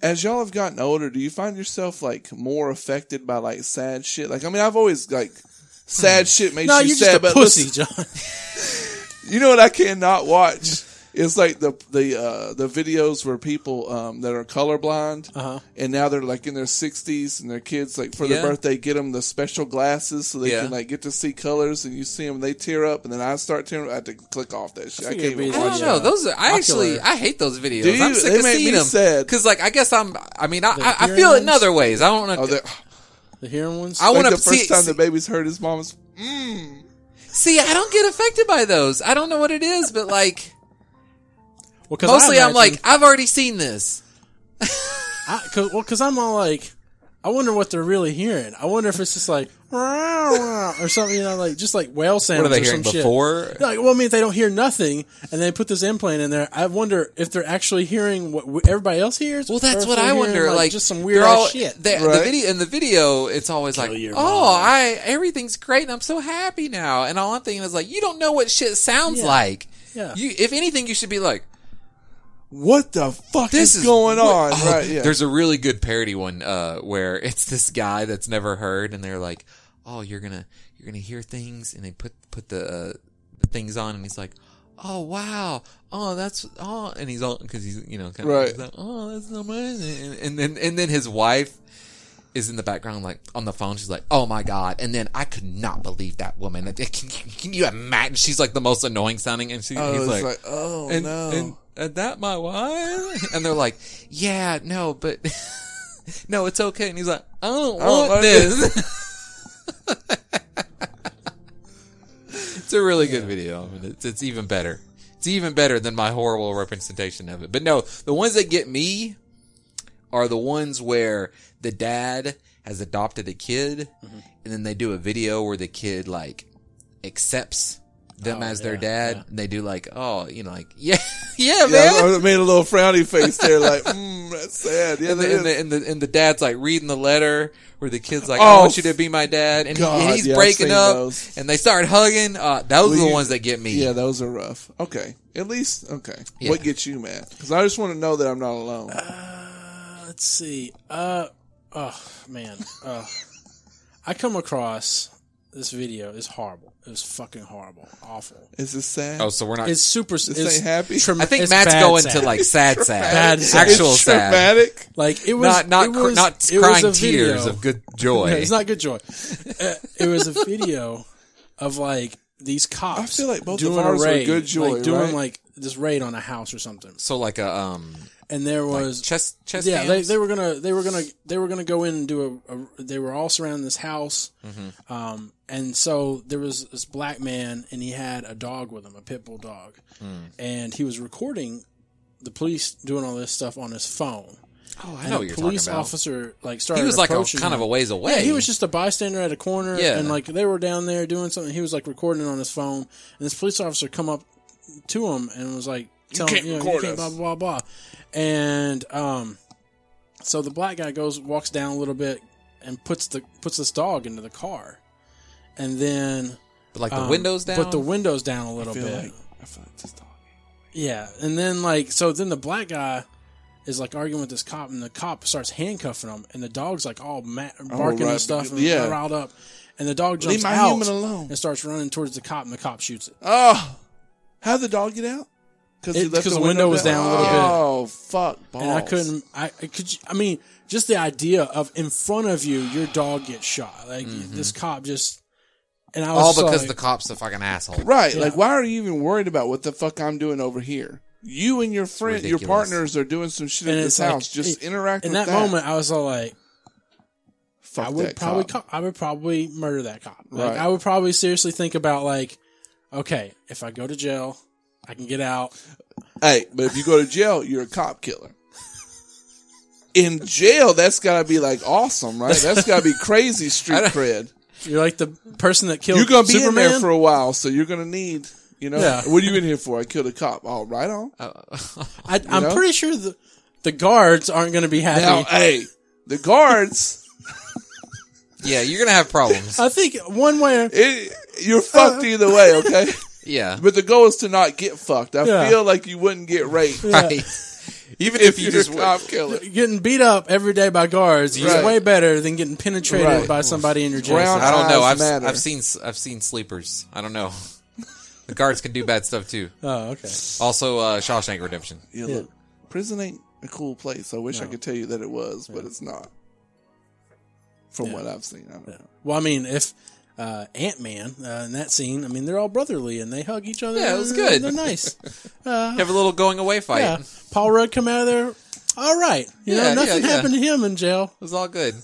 Speaker 2: As y'all have gotten older, do you find yourself like more affected by like sad shit? Like, I mean, I've always like sad shit makes
Speaker 1: No,
Speaker 2: you
Speaker 1: you're
Speaker 2: sad,
Speaker 1: just a
Speaker 2: but
Speaker 1: pussy,
Speaker 2: listen,
Speaker 1: John.
Speaker 2: you know what I cannot watch. It's like the the uh, the videos where people um, that are colorblind
Speaker 1: Uh-huh.
Speaker 2: and now they're like in their sixties and their kids like for
Speaker 3: Yeah.
Speaker 2: their birthday get them the special glasses so they
Speaker 3: Yeah.
Speaker 2: can like get to see colors and you see them they tear up and then I start tearing up. I have to click off that shit. I,
Speaker 1: think
Speaker 2: can't
Speaker 1: it'd
Speaker 2: even
Speaker 1: be
Speaker 3: I
Speaker 2: watch.
Speaker 1: like-
Speaker 3: don't
Speaker 1: Yeah.
Speaker 3: know. Those are, I
Speaker 1: Ocular.
Speaker 3: actually I hate those videos.
Speaker 2: Do
Speaker 3: I'm
Speaker 2: you?
Speaker 3: sick
Speaker 2: They
Speaker 3: of
Speaker 2: make
Speaker 3: seeing
Speaker 2: me
Speaker 3: them
Speaker 2: sad.
Speaker 3: because like I guess I'm. I mean I, I, I
Speaker 1: hearing
Speaker 3: feel it in
Speaker 1: ones?
Speaker 3: other ways. I don't
Speaker 2: Oh,
Speaker 3: want to.
Speaker 2: they're-
Speaker 1: The hearing ones.
Speaker 3: I
Speaker 2: like
Speaker 3: want
Speaker 2: the
Speaker 3: to
Speaker 2: first
Speaker 3: see,
Speaker 2: time
Speaker 3: see,
Speaker 2: the baby's heard his mom's.
Speaker 3: see. I don't get affected by those. I don't know what it is, but like
Speaker 1: well, 'cause I
Speaker 3: mostly I'm
Speaker 1: imagine-
Speaker 3: like I've already seen this.
Speaker 1: I, cause, well, because I'm all like, I wonder what they're really hearing. I wonder if it's just like "Wow, wow," or something, you know, like just like whale sounds. or some shit. They're Like, well, I mean, if they don't hear nothing, and they put this implant in there, I wonder if they're actually hearing what w- everybody else hears.
Speaker 3: Well,
Speaker 1: or
Speaker 3: that's
Speaker 1: if
Speaker 3: what
Speaker 1: they're
Speaker 3: I
Speaker 1: hearing,
Speaker 3: wonder. Like,
Speaker 1: just some
Speaker 3: they're
Speaker 1: weird
Speaker 3: all-
Speaker 1: ass shit.
Speaker 3: they- the
Speaker 2: Right.
Speaker 3: video in the video, it's always like,
Speaker 1: your
Speaker 3: oh,
Speaker 1: mom."
Speaker 3: I everything's great and I'm so happy now. And all I'm thinking is like, you don't know what shit sounds
Speaker 1: Yeah.
Speaker 3: like.
Speaker 1: Yeah.
Speaker 3: You, if anything, you should be like,
Speaker 2: What the fuck is
Speaker 3: this is
Speaker 2: going
Speaker 3: what-
Speaker 2: on?
Speaker 3: Oh,
Speaker 2: right? Yeah.
Speaker 3: There's a really good parody one uh, where it's this guy that's never heard, and they're like, "Oh, you're gonna you're gonna hear things," and they put put the, uh, the things on, and he's like, "Oh wow, oh that's oh," and he's all because he's you know kind of
Speaker 2: Right.
Speaker 3: he's like, "Oh, that's amazing," and, and then and then his wife. Is in the background, like on the phone. She's like, "Oh my god!" And then I could not believe that woman. Can, can, can you imagine? She's like the most annoying sounding, and she,
Speaker 2: Oh,
Speaker 3: he's
Speaker 2: it's
Speaker 3: like,
Speaker 2: oh
Speaker 3: and,
Speaker 2: no.
Speaker 3: and, and that my wife? And they're like, yeah, no, but <laughs> no, it's okay. And he's like, I don't,
Speaker 2: don't
Speaker 3: want
Speaker 2: like
Speaker 3: this. <laughs> it's a really good video. I mean, it's, it's even better. It's even better than my horrible representation of it. But no, the ones that get me are the ones where the dad has adopted a kid
Speaker 1: Mm-hmm.
Speaker 3: and then they do a video where the kid like accepts them
Speaker 1: Oh,
Speaker 3: as their
Speaker 1: yeah,
Speaker 3: dad.
Speaker 1: yeah.
Speaker 3: And they do like, oh, you know, like, <laughs> yeah,
Speaker 2: yeah,
Speaker 3: yeah, man.
Speaker 2: I made a little frowny face there, like, mm, that's sad. Yeah,
Speaker 3: and
Speaker 2: that
Speaker 3: the, and,
Speaker 2: is.
Speaker 3: the, and, the, and the dad's like reading the letter where the kid's like, I
Speaker 2: Oh,
Speaker 3: want you to be my dad. And, he- and
Speaker 2: God,
Speaker 3: he's
Speaker 2: yeah, I've
Speaker 3: breaking
Speaker 2: seen
Speaker 3: up
Speaker 2: those.
Speaker 3: and they start hugging. Uh, those are
Speaker 2: Will
Speaker 3: the
Speaker 2: you-
Speaker 3: ones that get me.
Speaker 2: yeah, those are rough. Okay, at least okay.
Speaker 3: Yeah.
Speaker 2: What gets you mad? Because I just want to know that I'm not alone.
Speaker 1: Uh, let's see. Uh, oh man. Oh, I come across this video. It's horrible. It was fucking horrible. Awful.
Speaker 2: Is this sad?
Speaker 3: Oh, so we're not.
Speaker 1: It's super. It's
Speaker 2: ain't happy.
Speaker 1: trauma-
Speaker 3: I think
Speaker 1: it's
Speaker 3: Matt's
Speaker 1: bad
Speaker 3: going
Speaker 1: sad.
Speaker 3: to like sad, sad,
Speaker 1: Bad sad.
Speaker 3: actual
Speaker 2: it's
Speaker 3: sad.
Speaker 2: traumatic.
Speaker 1: Like it was
Speaker 3: Not not
Speaker 1: it
Speaker 3: cr-
Speaker 1: was,
Speaker 3: not
Speaker 1: it was
Speaker 3: crying
Speaker 1: a video.
Speaker 3: tears of good
Speaker 1: Yeah,
Speaker 3: joy.
Speaker 1: it's not good joy. Uh, it was a video of like these cops.
Speaker 2: I feel like both of
Speaker 1: doing a
Speaker 2: ours were
Speaker 1: raid,
Speaker 2: good joy,
Speaker 1: like, doing
Speaker 2: right?
Speaker 1: like this raid on a house or something.
Speaker 3: so like a um
Speaker 1: And there was
Speaker 3: chest chest.
Speaker 1: yeah, they,
Speaker 3: cams?
Speaker 1: they were gonna they were gonna they were gonna go in and do a, a they were all surrounding this house,
Speaker 3: Mm-hmm.
Speaker 1: um, and so there was this black man and he had a dog with him, a pit bull dog,
Speaker 3: Hmm.
Speaker 1: and he was recording the police doing all this stuff on his phone.
Speaker 3: Oh, I
Speaker 1: And
Speaker 3: know
Speaker 1: a
Speaker 3: what you're
Speaker 1: police
Speaker 3: talking about.
Speaker 1: officer like started.
Speaker 3: he was like a,
Speaker 1: approaching
Speaker 3: kind
Speaker 1: him.
Speaker 3: of a ways away.
Speaker 1: Yeah, he was just a bystander at a corner,
Speaker 3: Yeah.
Speaker 1: and like they were down there doing something. He was like recording it on his phone, and this police officer come up to him and was like, tell
Speaker 2: can't
Speaker 1: him, you know,
Speaker 2: record
Speaker 1: you can't
Speaker 2: us.
Speaker 1: blah blah blah. And um, so the black guy goes, walks down a little bit, and puts the puts this dog into the car, and then
Speaker 3: But like the
Speaker 1: um,
Speaker 3: windows down.
Speaker 1: Put the windows down a little
Speaker 2: I feel
Speaker 1: bit.
Speaker 2: like I feel like this dog.
Speaker 1: Yeah, and then like so, then the black guy is like arguing with this cop, and the cop starts handcuffing him, and the dog's like all ma- barking
Speaker 2: Oh, right,
Speaker 1: and stuff, and
Speaker 2: yeah.
Speaker 1: riled up, and the dog jumps
Speaker 2: Leave my
Speaker 1: out
Speaker 2: human alone.
Speaker 1: and starts running towards the cop, and the cop shoots it.
Speaker 2: Oh, how would the dog get out? Because
Speaker 1: It- 'cause the window was down a little bit.
Speaker 2: Oh fuck! Balls.
Speaker 1: And I couldn't. I I could. you- I mean, just the idea of in front of you, your dog gets shot. Like
Speaker 2: Mm-hmm.
Speaker 1: this cop just. And I was
Speaker 3: all
Speaker 1: just
Speaker 3: because
Speaker 1: like,
Speaker 3: the cop's a fucking asshole.
Speaker 1: <laughs>
Speaker 2: Right. Like,
Speaker 1: Yeah.
Speaker 2: why are you even worried about what the fuck I'm doing over here? You and your friend, your
Speaker 3: ridiculous.
Speaker 2: partners are doing some shit at
Speaker 1: And
Speaker 2: this
Speaker 1: it's like,
Speaker 2: house. Just
Speaker 1: it-
Speaker 2: interact
Speaker 1: in
Speaker 2: with
Speaker 1: that,
Speaker 2: that,
Speaker 1: moment, I was all like,
Speaker 2: Fuck
Speaker 1: I would
Speaker 2: that
Speaker 1: probably
Speaker 2: cop.
Speaker 1: co- I would probably murder that cop. Like
Speaker 2: Right.
Speaker 1: I would probably seriously think about like, okay, if I go to jail, I can get out.
Speaker 2: Hey, but if you go to jail, you're a cop killer. In jail, that's gotta be like awesome, right? That's gotta be
Speaker 1: <laughs>
Speaker 2: crazy street cred.
Speaker 1: You're like the person that killed
Speaker 2: You're gonna be
Speaker 1: Superman.
Speaker 2: in there for a while, so you're gonna need, you know,
Speaker 1: Yeah.
Speaker 2: what are you in here for? I killed a cop. Oh, right on.
Speaker 3: Oh,
Speaker 1: I, I'm
Speaker 2: know?
Speaker 1: pretty sure the the guards aren't going to be happy.
Speaker 2: Now, hey, the guards,
Speaker 3: <laughs> yeah, you're gonna
Speaker 1: <laughs>
Speaker 3: have problems.
Speaker 1: I think one way. or-
Speaker 2: it, you're fucked either way, okay?
Speaker 1: <laughs>
Speaker 3: Yeah,
Speaker 2: But the goal is to not get fucked. I
Speaker 1: Yeah.
Speaker 2: feel like you wouldn't get raped
Speaker 3: <laughs> right. Even if, you
Speaker 2: you're
Speaker 3: just
Speaker 2: a cop killer.
Speaker 1: Getting beat up every day by guards is
Speaker 2: Right.
Speaker 1: way better than getting penetrated
Speaker 2: Right.
Speaker 1: by somebody in your jail.
Speaker 2: Ground-
Speaker 1: cell.
Speaker 3: I don't know.
Speaker 2: Eyes
Speaker 3: I've
Speaker 2: matter.
Speaker 3: I've seen I've seen sleepers. I don't know. <laughs> The guards can do bad stuff too.
Speaker 1: Oh, okay.
Speaker 3: Also, uh, Shawshank Redemption.
Speaker 2: Yeah, look, prison ain't a cool place. I wish I could tell you that it was, but it's not. From what I've seen, I don't know.
Speaker 1: Well, I mean, if uh, Ant Man uh, in that scene, I mean, they're all brotherly and they hug each other.
Speaker 3: Yeah, it was
Speaker 1: and
Speaker 3: good.
Speaker 1: They're nice. Uh,
Speaker 3: You have a little going away fight.
Speaker 1: Yeah.
Speaker 3: It
Speaker 1: Paul Rudd come out of there. All right. You
Speaker 3: Yeah,
Speaker 1: know, nothing
Speaker 3: yeah, yeah.
Speaker 1: happened to him in jail.
Speaker 3: was all good.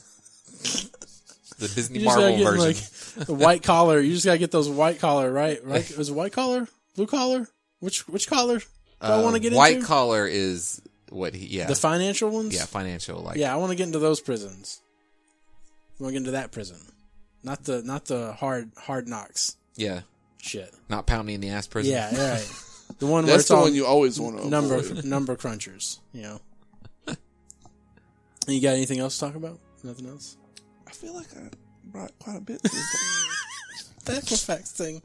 Speaker 3: The Disney
Speaker 1: You just gotta
Speaker 3: Marvel
Speaker 1: get
Speaker 3: version.
Speaker 1: like <laughs> the white collar. You just gotta get those white collar, right? Right? Is it white collar? Blue collar? Which which collar do I
Speaker 3: Uh,
Speaker 1: want to get
Speaker 3: white
Speaker 1: into?
Speaker 3: collar is what he yeah
Speaker 1: the financial ones?
Speaker 3: yeah financial like
Speaker 1: Yeah, I want to get into those prisons. I want to get into that prison. Not the not the hard hard knocks
Speaker 3: yeah
Speaker 1: shit.
Speaker 3: not pound me in the ass prison
Speaker 1: Yeah, all right. The
Speaker 3: <laughs>
Speaker 1: one where
Speaker 2: That's
Speaker 1: it's
Speaker 2: the
Speaker 1: all
Speaker 2: one you always want to
Speaker 1: number
Speaker 2: avoid.
Speaker 1: number crunchers, you
Speaker 3: <laughs>
Speaker 1: know. you got anything else to talk about? Nothing else?
Speaker 2: I feel like I brought quite a bit.
Speaker 1: <laughs>
Speaker 2: To this.
Speaker 1: the Equifax thing.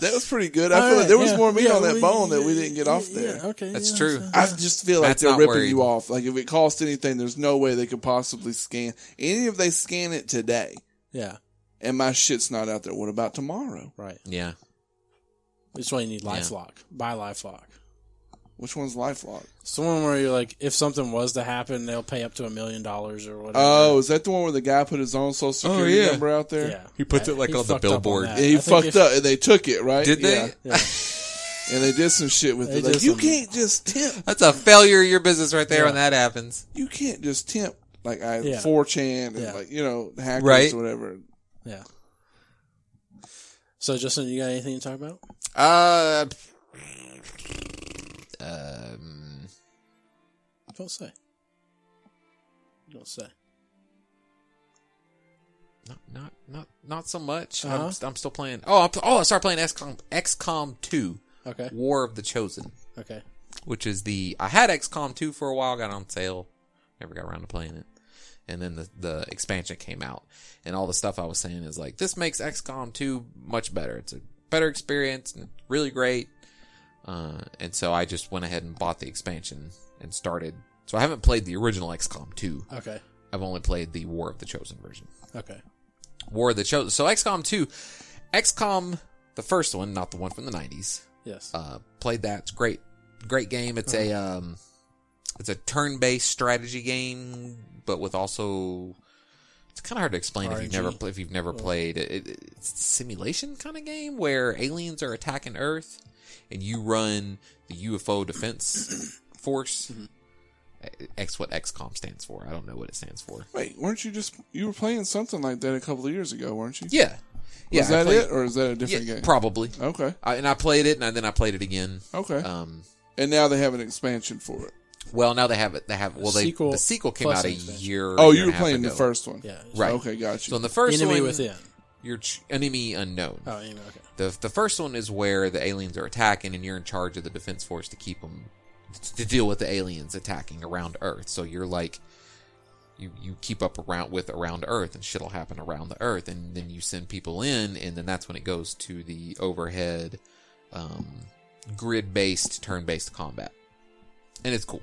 Speaker 2: that was pretty good. I feel like there was more meat on that bone that we didn't get off there.
Speaker 1: okay,
Speaker 3: That's
Speaker 1: yeah,
Speaker 3: true.
Speaker 2: I just feel like
Speaker 3: That's
Speaker 2: they're
Speaker 3: not
Speaker 2: ripping
Speaker 3: worried.
Speaker 2: you off. Like if it costs anything, there's no way they could possibly scan any if they scan it today.
Speaker 1: Yeah,
Speaker 2: And my shit's not out there. What about tomorrow?
Speaker 1: right.
Speaker 3: yeah
Speaker 1: That's why you need LifeLock. Buy LifeLock.
Speaker 2: Which one's LifeLock?
Speaker 1: It's the one where you're like, if something was to happen, they'll pay up to a million dollars or whatever.
Speaker 2: Oh, is that the one where the guy put his own social security
Speaker 3: Oh, yeah.
Speaker 2: number out there?
Speaker 1: yeah.
Speaker 3: He puts it, like, on the
Speaker 1: fucked up
Speaker 3: billboard.
Speaker 1: that.
Speaker 2: And he
Speaker 1: I think
Speaker 2: fucked
Speaker 1: if-
Speaker 2: up and they took it, right?
Speaker 3: <laughs> did
Speaker 2: Yeah.
Speaker 3: they
Speaker 1: Yeah.
Speaker 2: And they did some shit with
Speaker 1: They
Speaker 2: it. Like,
Speaker 1: did
Speaker 2: you
Speaker 1: something.
Speaker 2: can't just temp.
Speaker 3: that's a failure of your business right there when that happens
Speaker 2: You can't just temp like I
Speaker 1: Yeah.
Speaker 2: 4chan and
Speaker 1: Yeah.
Speaker 2: like you know hackers
Speaker 3: Right.
Speaker 2: or whatever.
Speaker 1: Yeah. So, Justin, you got anything to talk about?
Speaker 3: uh um
Speaker 1: Don't say. Don't say.
Speaker 3: not not not, not so much
Speaker 1: Uh-huh.
Speaker 3: I'm, I'm still playing oh I'm, oh I started playing XCOM XCOM 2
Speaker 1: Okay.
Speaker 3: War of the Chosen
Speaker 1: Okay.
Speaker 3: which is the I had XCOM 2 for a while, got on sale, never got around to playing it. And then the the expansion came out, and all the stuff I was saying is like this makes XCOM 2 much better. It's a better experience, and it's really great. Uh, and so I just went ahead and bought the expansion and started. So I haven't played the original XCOM 2.
Speaker 1: Okay.
Speaker 3: I've only played the War of the Chosen version.
Speaker 1: Okay.
Speaker 3: War of the Chosen. So XCOM 2, XCOM the first one, not the one from the 90s
Speaker 1: Yes.
Speaker 3: uh, played that. It's great, great game. It's a um, it's a turn-based strategy game, but with also it's kind of hard to explain if you've
Speaker 1: RNG.
Speaker 3: never pl- if you've never played. It, it, it's a simulation kind of game where aliens are attacking Earth, and you run the
Speaker 2: <clears throat>
Speaker 3: UFO defense force.
Speaker 2: Mm-hmm.
Speaker 3: X what XCOM stands for. I don't know what it stands for.
Speaker 2: Wait, weren't you just you were playing something like that a couple of years ago, weren't you?
Speaker 3: Yeah, yeah.
Speaker 2: Is
Speaker 3: I
Speaker 2: that
Speaker 3: played-
Speaker 2: it, or is that a different
Speaker 3: Yeah,
Speaker 2: game?
Speaker 3: probably.
Speaker 2: okay,
Speaker 3: I, and I played it, and I, then I played it again.
Speaker 2: okay.
Speaker 3: Um,
Speaker 2: and now they have an expansion for it.
Speaker 3: Well, now they have it. They have well, they
Speaker 1: Sequel
Speaker 3: the sequel came
Speaker 1: plus
Speaker 3: out a
Speaker 1: expansion.
Speaker 3: year.
Speaker 2: Oh, you
Speaker 3: year and
Speaker 2: were
Speaker 3: a half
Speaker 2: playing the
Speaker 3: ago.
Speaker 2: first one,
Speaker 1: yeah.
Speaker 3: right.
Speaker 2: Okay, got you.
Speaker 3: So in the first
Speaker 1: Enemy
Speaker 3: one,
Speaker 1: within.
Speaker 3: your tr- enemy unknown.
Speaker 1: Oh, you know, okay.
Speaker 3: The the first one is where the aliens are attacking, and you're in charge of the defense force to keep them to deal with the aliens attacking around Earth. So you're like, you you keep up around with around Earth, and shit'll happen around the Earth, and then you send people in, and then that's when it goes to the overhead, um, grid based turn based combat, and it's cool.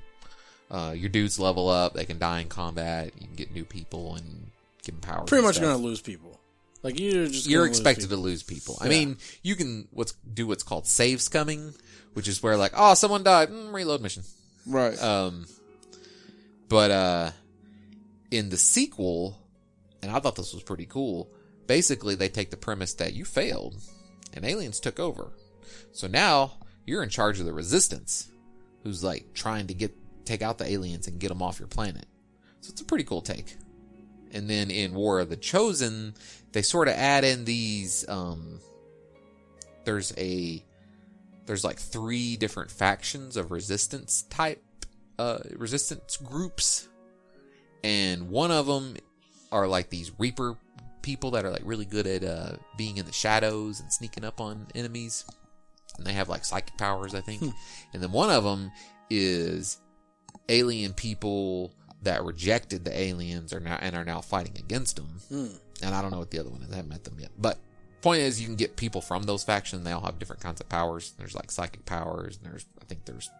Speaker 3: Uh, your dudes level up; they can die in combat. You can get new people and give them powers.
Speaker 1: Pretty
Speaker 3: and
Speaker 1: much
Speaker 3: stuff
Speaker 1: gonna lose people. Like you're just
Speaker 3: you're
Speaker 1: gonna lose
Speaker 3: expected
Speaker 1: people.
Speaker 3: to lose people. I
Speaker 1: Yeah.
Speaker 3: mean, you can what's do what's called save scumming, which is where like, oh, someone died, mm, reload mission.
Speaker 2: Right.
Speaker 3: Um, but uh, in the sequel, and I thought this was pretty cool. Basically, they take the premise that you failed, and aliens took over. So now you're in charge of the resistance, who's like trying to get take out the aliens and get them off your planet. So it's a pretty cool take. And then in War of the Chosen, they sort of add in these. Um, there's a there's like three different factions of resistance type uh, resistance groups, and one of them are like these Reaper people that are like really good at uh, being in the shadows and sneaking up on enemies, and they have like psychic powers, I think. and then one of them is alien people that rejected the aliens are now and are now fighting against them. And I don't know what the other one is. I haven't met them yet. But point is, you can get people from those factions. They all have different kinds of powers. There's like psychic powers, and there's I think there's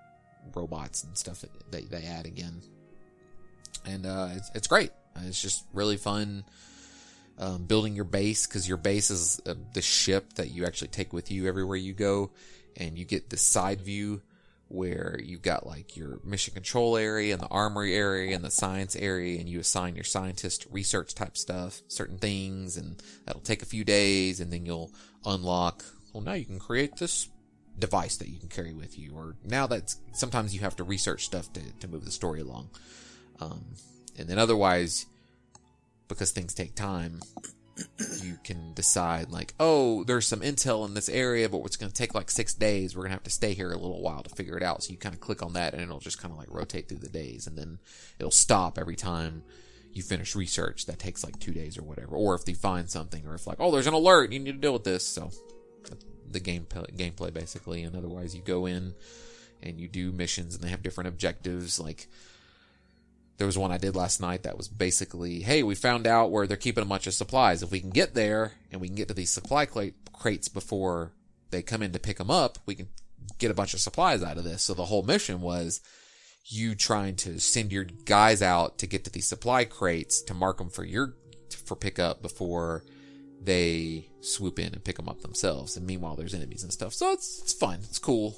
Speaker 3: robots and stuff that they, they add again. And uh, it's it's great. Uh, It's just really fun. Um, building your base because your base is uh, the ship that you actually take with you everywhere you go, and you get this side view where you've got like your mission control area and the armory area and the science area and you assign your scientist research type stuff certain things and that'll take a few days and then you'll unlock well now you can create this device that you can carry with you or now that's sometimes you have to research stuff to, to move the story along um, and then otherwise because things take time you can decide like, oh, there's some intel in this area, but it's going to take like six days. We're going to have to stay here a little while to figure it out. So you kind of click on that, and it'll just kind of like rotate through the days, and then it'll stop every time you finish research. That takes like two days or whatever. Or if they find something, or if like, oh, there's an alert, you need to deal with this. So the game gameplay basically, and otherwise you go in and you do missions, and they have different objectives like there was one I did last night that was basically, hey, we found out where they're keeping a bunch of supplies. If we can get there and we can get to these supply cla- crates before they come in to pick them up, we can get a bunch of supplies out of this. So the whole mission was you trying to send your guys out to get to these supply crates to mark them for your for pickup before they swoop in and pick them up themselves. And meanwhile, there's enemies and stuff. So it's it's fun. It's cool.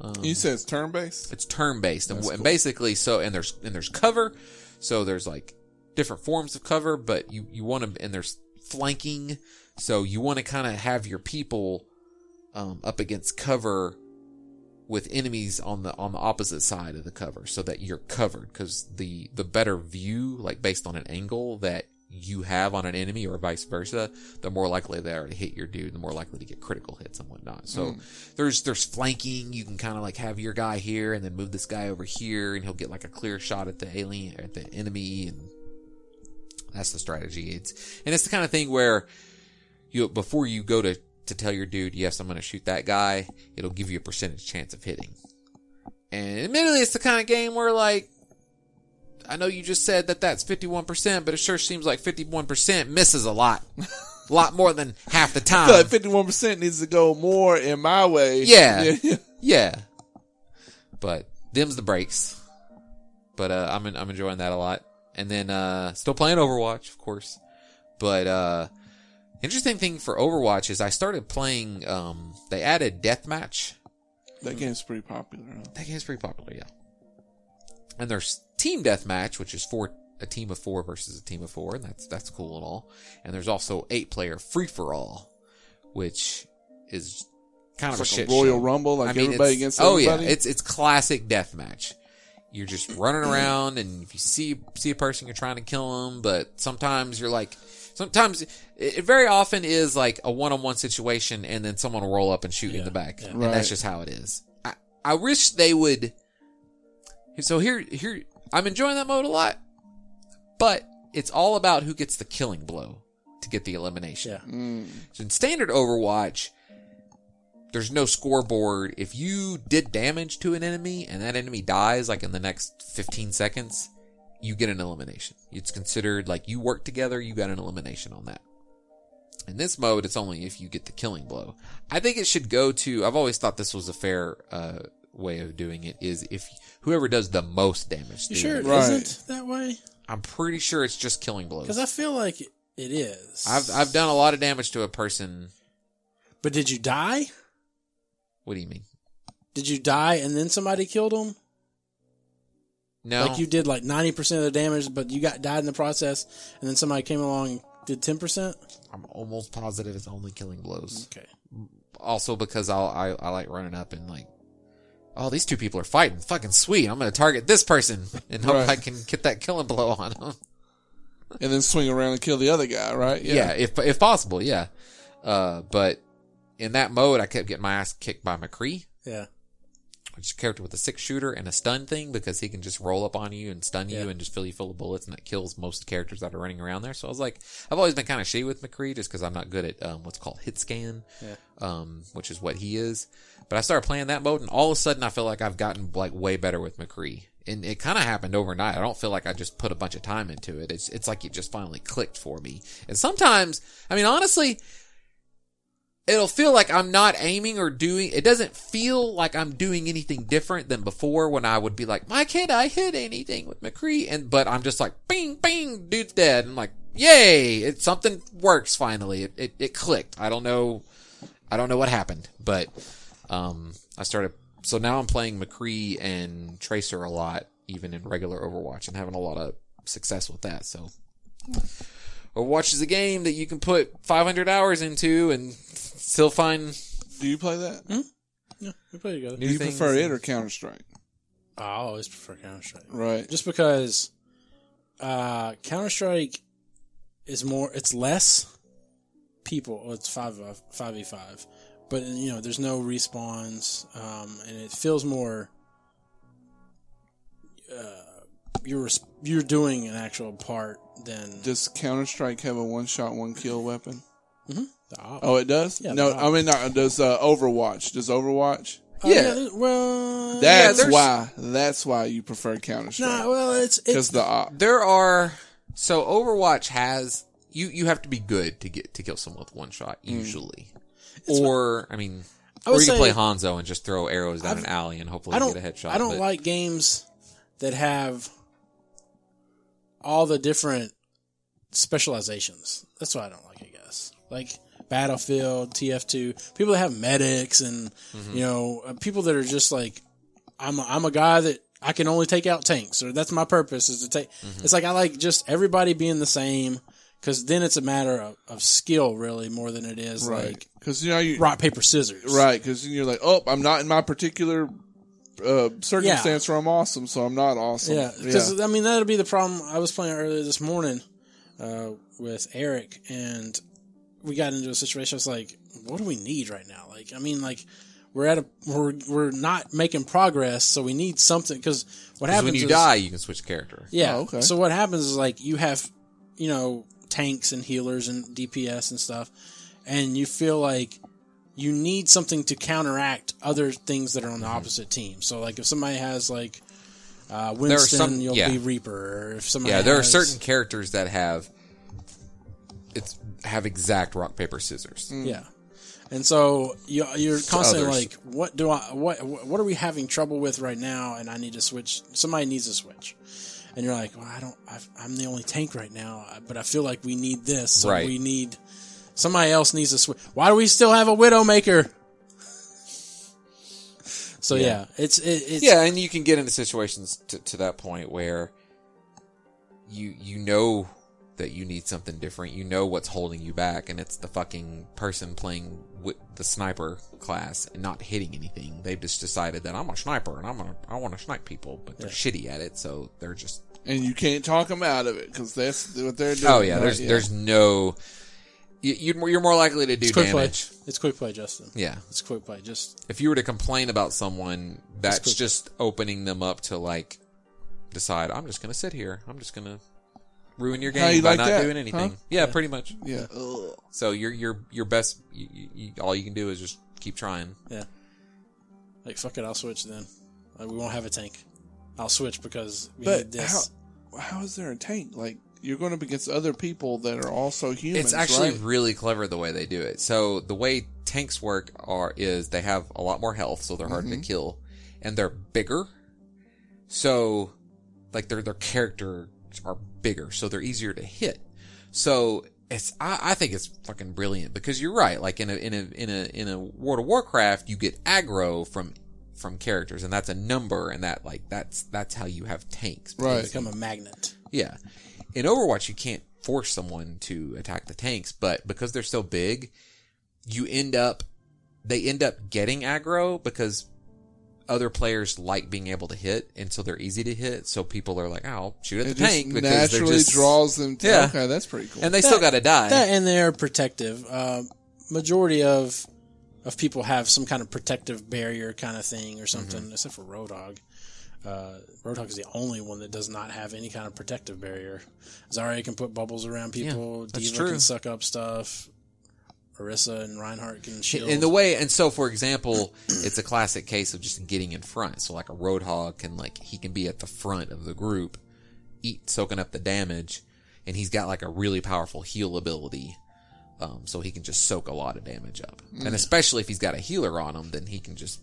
Speaker 3: Um,
Speaker 2: you said it's turn based.
Speaker 3: It's turn based, and, and basically, so and there's and there's cover, so there's like different forms of cover, but you you want to and there's flanking, so you want to kind of have your people um, up against cover with enemies on the on the opposite side of the cover, so that you're covered. Because the the better view, like based on an angle that you have on an enemy or vice versa, the more likely they are to hit your dude, the more likely to get critical hits and whatnot. So there's there's flanking. You can kind of like have your guy here and then move this guy over here, and he'll get like a clear shot at the alien at the enemy, and that's the strategy. It's and it's the kind of thing where you before you go to to tell your dude, yes, I'm going to shoot that guy. It'll give you a percentage chance of hitting. And admittedly, it's the kind of game where like I know you just said that that's 51%, but it sure seems like 51% misses a lot. <laughs> a lot more than half the time.
Speaker 2: But fifty one percent needs to go more in my way. <laughs>
Speaker 3: Yeah. Yeah. But them's the breaks. But uh, I'm I'm enjoying that a lot. And then uh, still playing Overwatch, of course. But uh, interesting thing for Overwatch is I started playing. Um, they added deathmatch.
Speaker 2: that game's pretty popular. Huh?
Speaker 3: That game's pretty popular, yeah. And there's team deathmatch, which is four a team of four versus a team of four, and that's that's cool and all. And there's also eight player free for all, which is kind of
Speaker 2: It's
Speaker 3: a
Speaker 2: like
Speaker 3: shit
Speaker 2: a Royal
Speaker 3: show.
Speaker 2: Rumble, like
Speaker 3: I mean,
Speaker 2: everybody
Speaker 3: it's-
Speaker 2: against
Speaker 3: oh
Speaker 2: everybody.
Speaker 3: yeah, it's it's classic deathmatch. You're just running around, and if you see see a person, you're trying to kill them. But sometimes you're like, sometimes it, it very often is like a one on one situation, and then someone will roll up and shoot you in the back, and
Speaker 2: Right.
Speaker 3: that's just how it is. I I wish they would. So here here I'm enjoying that mode a lot, but it's all about who gets the killing blow. to get the elimination.
Speaker 1: Yeah.
Speaker 2: Mm.
Speaker 3: So in standard Overwatch, there's no scoreboard. If you did damage to an enemy and that enemy dies like in the next 15 seconds, you get an elimination. It's considered like you work together, you got an elimination on that. In this mode, it's only if you get the killing blow. I think it should go to, I've always thought this was a fair, uh, way of doing it is if whoever does the most damage. to
Speaker 1: You
Speaker 3: the
Speaker 1: sure it
Speaker 3: enemy.
Speaker 2: Right.
Speaker 1: not that way?
Speaker 3: I'm pretty sure it's just killing blows.
Speaker 1: Because I feel like it is.
Speaker 3: I've, I've done a lot of damage to a person.
Speaker 1: But did you die?
Speaker 3: What do you mean?
Speaker 1: Did you die and then somebody killed him?
Speaker 3: No.
Speaker 1: Like you did like ninety percent of the damage, but you got died in the process, and then somebody came along and did ten percent.
Speaker 3: I'm almost positive it's only killing blows.
Speaker 1: Okay.
Speaker 3: Also because I'll, I I like running up and like, oh these two people are fighting, fucking sweet. I'm gonna target this person <laughs> and hope
Speaker 2: Right.
Speaker 3: I can get that killing blow on them.
Speaker 2: and then swing around and kill the other guy, right?
Speaker 3: Yeah. if if possible, yeah. Uh, but in that mode, I kept getting my ass kicked by McCree,
Speaker 1: Yeah.
Speaker 3: which is a character with a six shooter and a stun thing because he can just roll up on you and stun
Speaker 1: Yeah.
Speaker 3: you and just fill you full of bullets and that kills most characters that are running around there. So I was like, I've always been kind of shitty with McCree just because I'm not good at um, what's called hit scan,
Speaker 1: Yeah.
Speaker 3: um, which is what he is. But I started playing that mode and all of a sudden I feel like I've gotten like way better with McCree. And it kind of happened overnight. I don't feel like I just put a bunch of time into it. It's, it's like it just finally clicked for me. And sometimes, I mean, honestly, it'll feel like I'm not aiming or doing, it doesn't feel like I'm doing anything different than before when I would be like, my kid, I hit anything with McCree. And, but I'm just like, bing, bing, dude's dead. I'm like, yay, it, something works finally. It, it, it clicked. I don't know. I don't know what happened, but, um, I started, so now I'm playing McCree and Tracer a lot, even in regular Overwatch and having a lot of success with that. So Overwatch is a game that you can put 500 hours into and <laughs> still find
Speaker 2: Do you play that?
Speaker 1: Yeah. We play together.
Speaker 2: Do
Speaker 3: Mm. new
Speaker 2: you
Speaker 3: things.
Speaker 2: prefer it or Counter Strike?
Speaker 1: I always prefer Counter Strike.
Speaker 2: Right.
Speaker 1: just because uh Counter Strike is more it's less people well, it's 5 5 v 5 but you know there's no respawns um and it feels more uh you're res- you're doing an actual part than
Speaker 2: Does Counter Strike have a one shot, one kill weapon?
Speaker 1: the op.
Speaker 2: Oh, it does.
Speaker 1: Yeah,
Speaker 2: no,
Speaker 1: but-
Speaker 2: I mean, not, does uh, Overwatch? Does Overwatch?
Speaker 1: Oh,
Speaker 3: yeah.
Speaker 1: there- well
Speaker 2: That's
Speaker 3: there's-
Speaker 2: why. That's why you prefer Counter
Speaker 1: nah,
Speaker 2: Strike
Speaker 1: well it's
Speaker 2: because
Speaker 1: it's
Speaker 2: the op.
Speaker 3: There are so Overwatch has you you have to be good to get to kill someone with one shot usually. Or I mean
Speaker 1: Hmm. I
Speaker 3: or
Speaker 1: would
Speaker 3: you can
Speaker 1: say-
Speaker 3: play Hanzo and just throw arrows down an alley and hopefully
Speaker 1: I don't
Speaker 3: get a headshot.
Speaker 1: I don't
Speaker 3: but
Speaker 1: like games that have all the different specializations. That's what I don't like, I guess. Like Battlefield, TF2, people that have medics and
Speaker 3: Mm-hmm.
Speaker 1: you know, uh, people that are just like I'm a, I'm a guy that I can only take out tanks or that's my purpose is to take
Speaker 3: Mm-hmm.
Speaker 1: It's like I like just everybody being the same cuz then it's a matter of, of skill really more than it is
Speaker 2: Right.
Speaker 1: like
Speaker 2: Because you know you.
Speaker 1: rock paper scissors.
Speaker 2: Right. Because you're like, oh, I'm not in my particular uh, circumstance where I'm awesome, so I'm not awesome.
Speaker 1: Yeah, because I mean that'll be the problem. I was playing earlier this morning uh, with Eric, and we got into a situation. I was like, "What do we need right now?" Like, I mean, like we're at a we're we're not making progress, so we need something. Because what
Speaker 3: 'cause
Speaker 1: happens
Speaker 3: when you
Speaker 1: is-
Speaker 3: die you can switch character.
Speaker 1: yeah.
Speaker 2: Oh, okay.
Speaker 1: So what happens is like you have, you know, tanks and healers and DPS and stuff, and you feel like you need something to counteract other things that are on
Speaker 3: Mm-hmm.
Speaker 1: the opposite team. So like if somebody has like uh, Winston,
Speaker 3: some-
Speaker 1: you'll
Speaker 3: yeah.
Speaker 1: be Reaper. Or if somebody
Speaker 3: Yeah, there are
Speaker 1: has-
Speaker 3: certain characters that have it's have exact rock paper scissors.
Speaker 1: yeah. And so you, you're constantly
Speaker 3: Mm. others.
Speaker 1: like, what do I, what, what are we having trouble with right now? And I need to switch. Somebody needs to switch. And you're like, well, I don't, I've, I'm the only tank right now, but I feel like we need this. So
Speaker 3: Right.
Speaker 1: we need, somebody else needs to switch. Why do we still have a Widowmaker? So yeah, it's, it, it's,
Speaker 3: Yeah, and you can get into situations to, to that point where you you know that you need something different. You know what's holding you back, and it's the fucking person playing with the sniper class and not hitting anything. They've just decided that I'm a sniper and I'm gonna I want to snipe people, but they're shitty at it, so they're just
Speaker 2: And you can't talk them out of it because that's what they're doing.
Speaker 3: oh yeah.
Speaker 2: right?
Speaker 3: There's there's no you, you'd more- you're more likely to do
Speaker 1: it's quick
Speaker 3: damage.
Speaker 1: play. It's quick play, Justin.
Speaker 3: Yeah,
Speaker 1: It's quick play. Just,
Speaker 3: if you were to complain about someone, that's
Speaker 1: cool.
Speaker 3: just opening them up to like decide, I'm just gonna sit here. I'm just gonna ruin your
Speaker 2: How
Speaker 3: game
Speaker 2: you
Speaker 3: by
Speaker 2: like
Speaker 3: not
Speaker 2: that,
Speaker 3: doing anything.
Speaker 2: huh?
Speaker 3: Yeah, pretty much.
Speaker 2: Yeah.
Speaker 3: So your your your best, you, you, you- all you can do is just keep trying.
Speaker 1: Yeah. Like fuck it, I'll switch then. Like, we won't have a tank. I'll switch because we
Speaker 2: But
Speaker 1: need this.
Speaker 2: how how is there a tank? Like you're going up against other people that are also humans.
Speaker 3: it's actually
Speaker 2: right?
Speaker 3: really clever the way they do it. So the way tanks work are is they have a lot more health, so they're harder
Speaker 2: Mm-hmm.
Speaker 3: to kill, and they're bigger. So, like their their characters are bigger, so they're easier to hit. So it's I, I think it's fucking brilliant because you're right. Like in a in a in a in a World of Warcraft, you get aggro from from characters, and that's a number, and that like that's that's how you have tanks.
Speaker 2: Right.
Speaker 3: because
Speaker 1: Become a magnet.
Speaker 3: yeah. In Overwatch, you can't force someone to attack the tanks, but because they're so big, you end up, they end up getting aggro because other players like being able to hit, and so they're easy to hit. So people are like, "Oh, I'll shoot at
Speaker 2: It
Speaker 3: the tank
Speaker 2: just
Speaker 3: because they're
Speaker 2: naturally
Speaker 3: just
Speaker 2: draws them. To,
Speaker 3: Yeah.
Speaker 2: Okay, that's pretty cool.
Speaker 3: and they still got to die."
Speaker 1: That and they're protective. Um, majority of of people have some kind of protective barrier kind of thing or something,
Speaker 3: Mm-hmm.
Speaker 1: except for Roadhog. Uh, Roadhog is the only one that does not have any kind of protective barrier. Zarya can put bubbles around people.
Speaker 3: that's
Speaker 1: Diva
Speaker 3: true.
Speaker 1: can suck up stuff. Orisa and Reinhardt can shield.
Speaker 3: in the way and so for example it's a classic case of just getting in front so like a roadhog can like he can be at the front of the group eat soaking up the damage and he's got like a really powerful heal ability um, so he can just soak a lot of damage up and especially if he's got a healer on him then he can just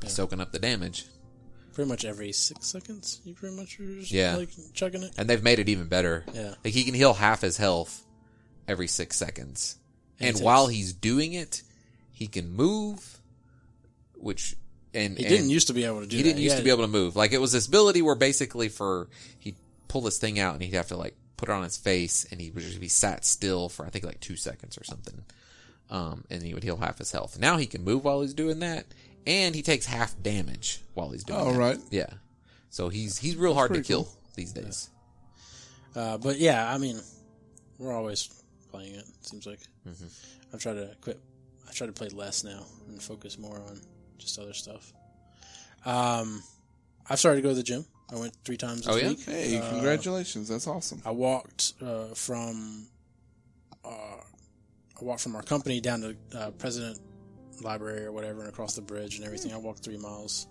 Speaker 3: be soaking up the damage
Speaker 1: pretty much every six seconds, you pretty much are just
Speaker 3: Yeah.
Speaker 1: like chugging it.
Speaker 3: and they've made it even better
Speaker 1: Yeah.
Speaker 3: like he can heal half his health every six seconds and while he's doing it he can move which and
Speaker 1: He
Speaker 3: and-
Speaker 1: didn't used to be able to do
Speaker 3: he
Speaker 1: that.
Speaker 3: didn't used to be able to move. Like it was this ability where basically for he'd pull this thing out and he'd have to like put it on his face and he would just be sat still for I think like two seconds or something. Um, and he would heal half his health. Now he can move while he's doing that, and he takes half damage while he's doing.
Speaker 2: Oh,
Speaker 3: that.
Speaker 2: right.
Speaker 3: Yeah. So he's he's real hard to
Speaker 2: pretty
Speaker 3: kill
Speaker 2: cool.
Speaker 3: these days.
Speaker 1: Uh, but yeah, I mean, we're always playing it. it seems like
Speaker 3: Mm-hmm.
Speaker 1: I've tried to quit. I try to play less now and focus more on just other stuff. Um, I've started to go to the gym. I went three times this
Speaker 3: Oh, yeah?
Speaker 1: week.
Speaker 2: Hey,
Speaker 1: Uh,
Speaker 2: congratulations! That's awesome.
Speaker 1: I walked uh, from uh, I walked from our company down to uh, President Library or whatever, and across the bridge and everything. I walked three miles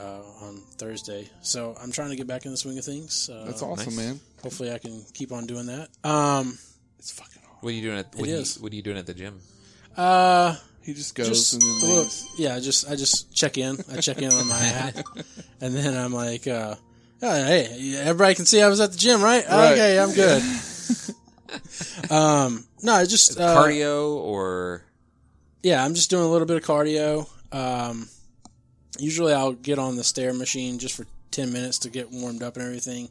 Speaker 1: uh, on Thursday, so I'm trying to get back in the swing of things. Uh,
Speaker 2: That's awesome,
Speaker 3: nice.
Speaker 2: man.
Speaker 1: Hopefully, I can keep on doing that. Um,
Speaker 2: It's fucking hard.
Speaker 3: What are you doing at what,
Speaker 1: It
Speaker 3: are you,
Speaker 1: is.
Speaker 3: what are you doing at the gym?
Speaker 1: uh,
Speaker 2: He just goes
Speaker 1: just
Speaker 2: and then
Speaker 1: look,
Speaker 2: leaves.
Speaker 1: yeah, I just I just check in. I check in on
Speaker 2: <laughs>
Speaker 1: my hat, and then I'm like, uh, oh, hey, everybody can see I was at the gym, right?
Speaker 2: Right.
Speaker 1: Okay, I'm
Speaker 2: <laughs>
Speaker 1: good. um, no, I just uh,
Speaker 3: Cardio or
Speaker 1: yeah, I'm just doing a little bit of cardio. Um, usually I'll get on the stair machine just for 10 minutes to get warmed up and everything.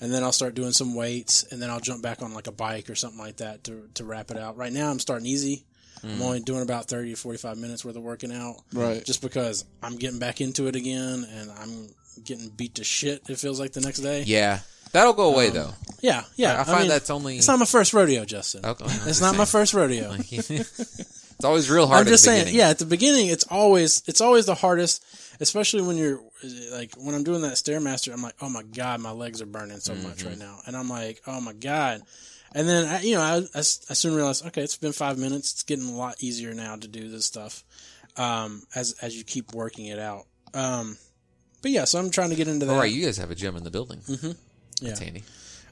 Speaker 1: And then I'll start doing some weights and then I'll jump back on like a bike or something like that to, to wrap it out. Right now I'm starting easy.
Speaker 3: Mm.
Speaker 1: I'm only doing about 30 to 45 minutes worth of working out.
Speaker 2: Right.
Speaker 1: Just because I'm getting back into it again and I'm getting beat to shit, it feels like the next day.
Speaker 3: yeah. That'll go away though.
Speaker 1: Yeah. Yeah.
Speaker 3: I find
Speaker 1: Um, mean,
Speaker 3: that's only
Speaker 1: It's not my first rodeo, Justin.
Speaker 3: Okay, <laughs> I'm
Speaker 1: It's
Speaker 3: just
Speaker 1: not my
Speaker 3: saying.
Speaker 1: first rodeo.
Speaker 3: <laughs> it's always real hard.
Speaker 1: I'm just
Speaker 3: at the
Speaker 1: saying,
Speaker 3: beginning.
Speaker 1: yeah. At the beginning, it's always it's always the hardest, especially when you're like when I'm doing that stairmaster. I'm like, oh my god, my legs are burning so much
Speaker 3: Mm-hmm.
Speaker 1: right now, and I'm like, oh my god. And then I, you know, I, I s- I soon realized, okay, it's been five minutes. It's getting a lot easier now to do this stuff um, as as you keep working it out. Um, but yeah, so I'm trying to get into that.
Speaker 3: All right, you guys have a gym in the building. Mm-hmm. That's
Speaker 1: Yeah.
Speaker 3: handy.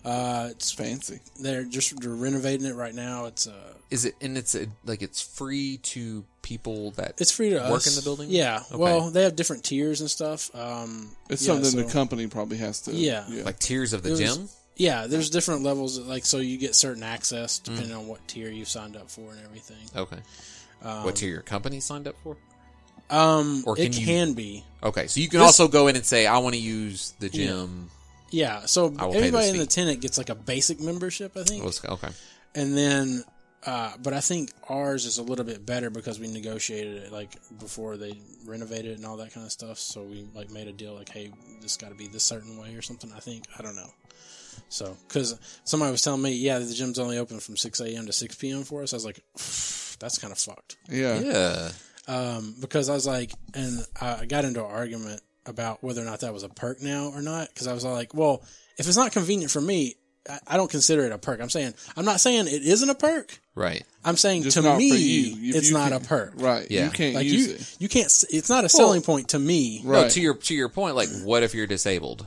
Speaker 1: Uh, it's
Speaker 2: Fancy.
Speaker 1: they're just they're renovating it right now. It's uh,
Speaker 3: Is it and it's a, like it's free to people that
Speaker 1: it's free to
Speaker 3: work
Speaker 1: us.
Speaker 3: in the building.
Speaker 1: Yeah.
Speaker 3: Okay.
Speaker 1: Well, they have different tiers and stuff. Um,
Speaker 2: It's
Speaker 1: yeah,
Speaker 2: something
Speaker 1: so-
Speaker 2: the company probably has to.
Speaker 1: Yeah.
Speaker 3: like tiers of the
Speaker 1: It was-
Speaker 3: gym.
Speaker 1: Yeah, there's different levels. Like, so you get certain access depending on what tier you signed up for and everything.
Speaker 3: Okay. what tier your company signed up for?
Speaker 1: Um,
Speaker 3: Or
Speaker 1: it
Speaker 3: can you-
Speaker 1: can be.
Speaker 3: Okay, so you can
Speaker 1: This-
Speaker 3: also go in and say, "I want to use the gym."
Speaker 1: Yeah, so
Speaker 3: I will pay this
Speaker 1: everybody in the
Speaker 3: fee.
Speaker 1: tenant gets like a basic membership, I think,
Speaker 3: Let's go- Okay,
Speaker 1: and then, uh, but I think ours is a little bit better because we negotiated it like before they renovated it and all that kind of stuff. So we like made a deal like, hey, this got to be this certain way or something. I think I don't know. So, because somebody was telling me, yeah, the gym's only open from six a.m. to six p.m. for us. I was like, that's kind of fucked.
Speaker 2: Yeah.
Speaker 3: yeah,
Speaker 1: um, because I was like, and I got into an argument about whether or not that was a perk now or not. Because I was all like, well, if it's not convenient for me, I, I don't consider it a perk. I'm saying I'm not saying it isn't a perk.
Speaker 3: Right.
Speaker 1: I'm saying
Speaker 2: Just
Speaker 1: to
Speaker 2: not
Speaker 1: me,
Speaker 2: for you. If
Speaker 1: it's
Speaker 2: you
Speaker 1: not a
Speaker 2: can-
Speaker 1: perk.
Speaker 2: Right.
Speaker 3: Yeah.
Speaker 2: You can't
Speaker 1: Like
Speaker 2: use
Speaker 1: you,
Speaker 2: it.
Speaker 1: you can't. s- It's not a selling point to me.
Speaker 2: Right.
Speaker 3: No, to your to your point, like what if you're disabled?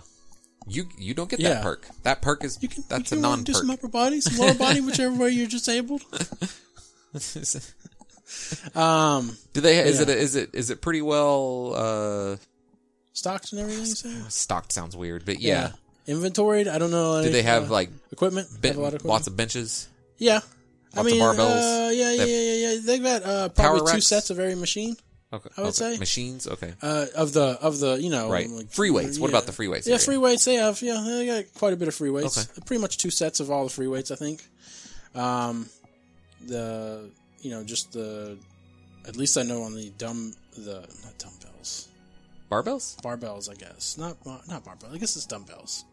Speaker 3: You you don't get that
Speaker 1: Yeah.
Speaker 3: perk. That perk is
Speaker 1: You can.
Speaker 3: that's
Speaker 1: you can
Speaker 3: a non
Speaker 1: Do some
Speaker 3: perk.
Speaker 1: upper body, some lower body, whichever way you're disabled. Um,
Speaker 3: <laughs> Do they is it is it is it pretty well uh
Speaker 1: stocks and everything. So?
Speaker 3: stocked sounds weird, but yeah.
Speaker 1: Inventoried. I don't know.
Speaker 3: Do they have like
Speaker 1: equipment? They
Speaker 3: ben-
Speaker 1: have a lot of equipment.
Speaker 3: lots of benches?
Speaker 1: Yeah. I
Speaker 3: Lots of
Speaker 1: mean,
Speaker 3: barbells.
Speaker 1: Uh, yeah, yeah,
Speaker 3: They
Speaker 1: yeah, yeah. They've got uh,
Speaker 3: Power
Speaker 1: probably two
Speaker 3: racks.
Speaker 1: sets of every machine
Speaker 3: Okay.
Speaker 1: I would
Speaker 3: okay.
Speaker 1: say.
Speaker 3: machines, okay.
Speaker 1: uh, of the of the you know
Speaker 3: Right.
Speaker 1: like-
Speaker 3: Free weights. What
Speaker 1: yeah.
Speaker 3: about the free weights
Speaker 1: Yeah,
Speaker 3: area?
Speaker 1: free weights. They have yeah, they got quite a bit of free weights.
Speaker 3: Okay.
Speaker 1: Pretty much two sets of all the free weights, I think. Um, the you know just the at least I know on the dumb the not dumbbells
Speaker 3: Barbells?
Speaker 1: barbells I guess not bar- not barbells I guess it's dumbbells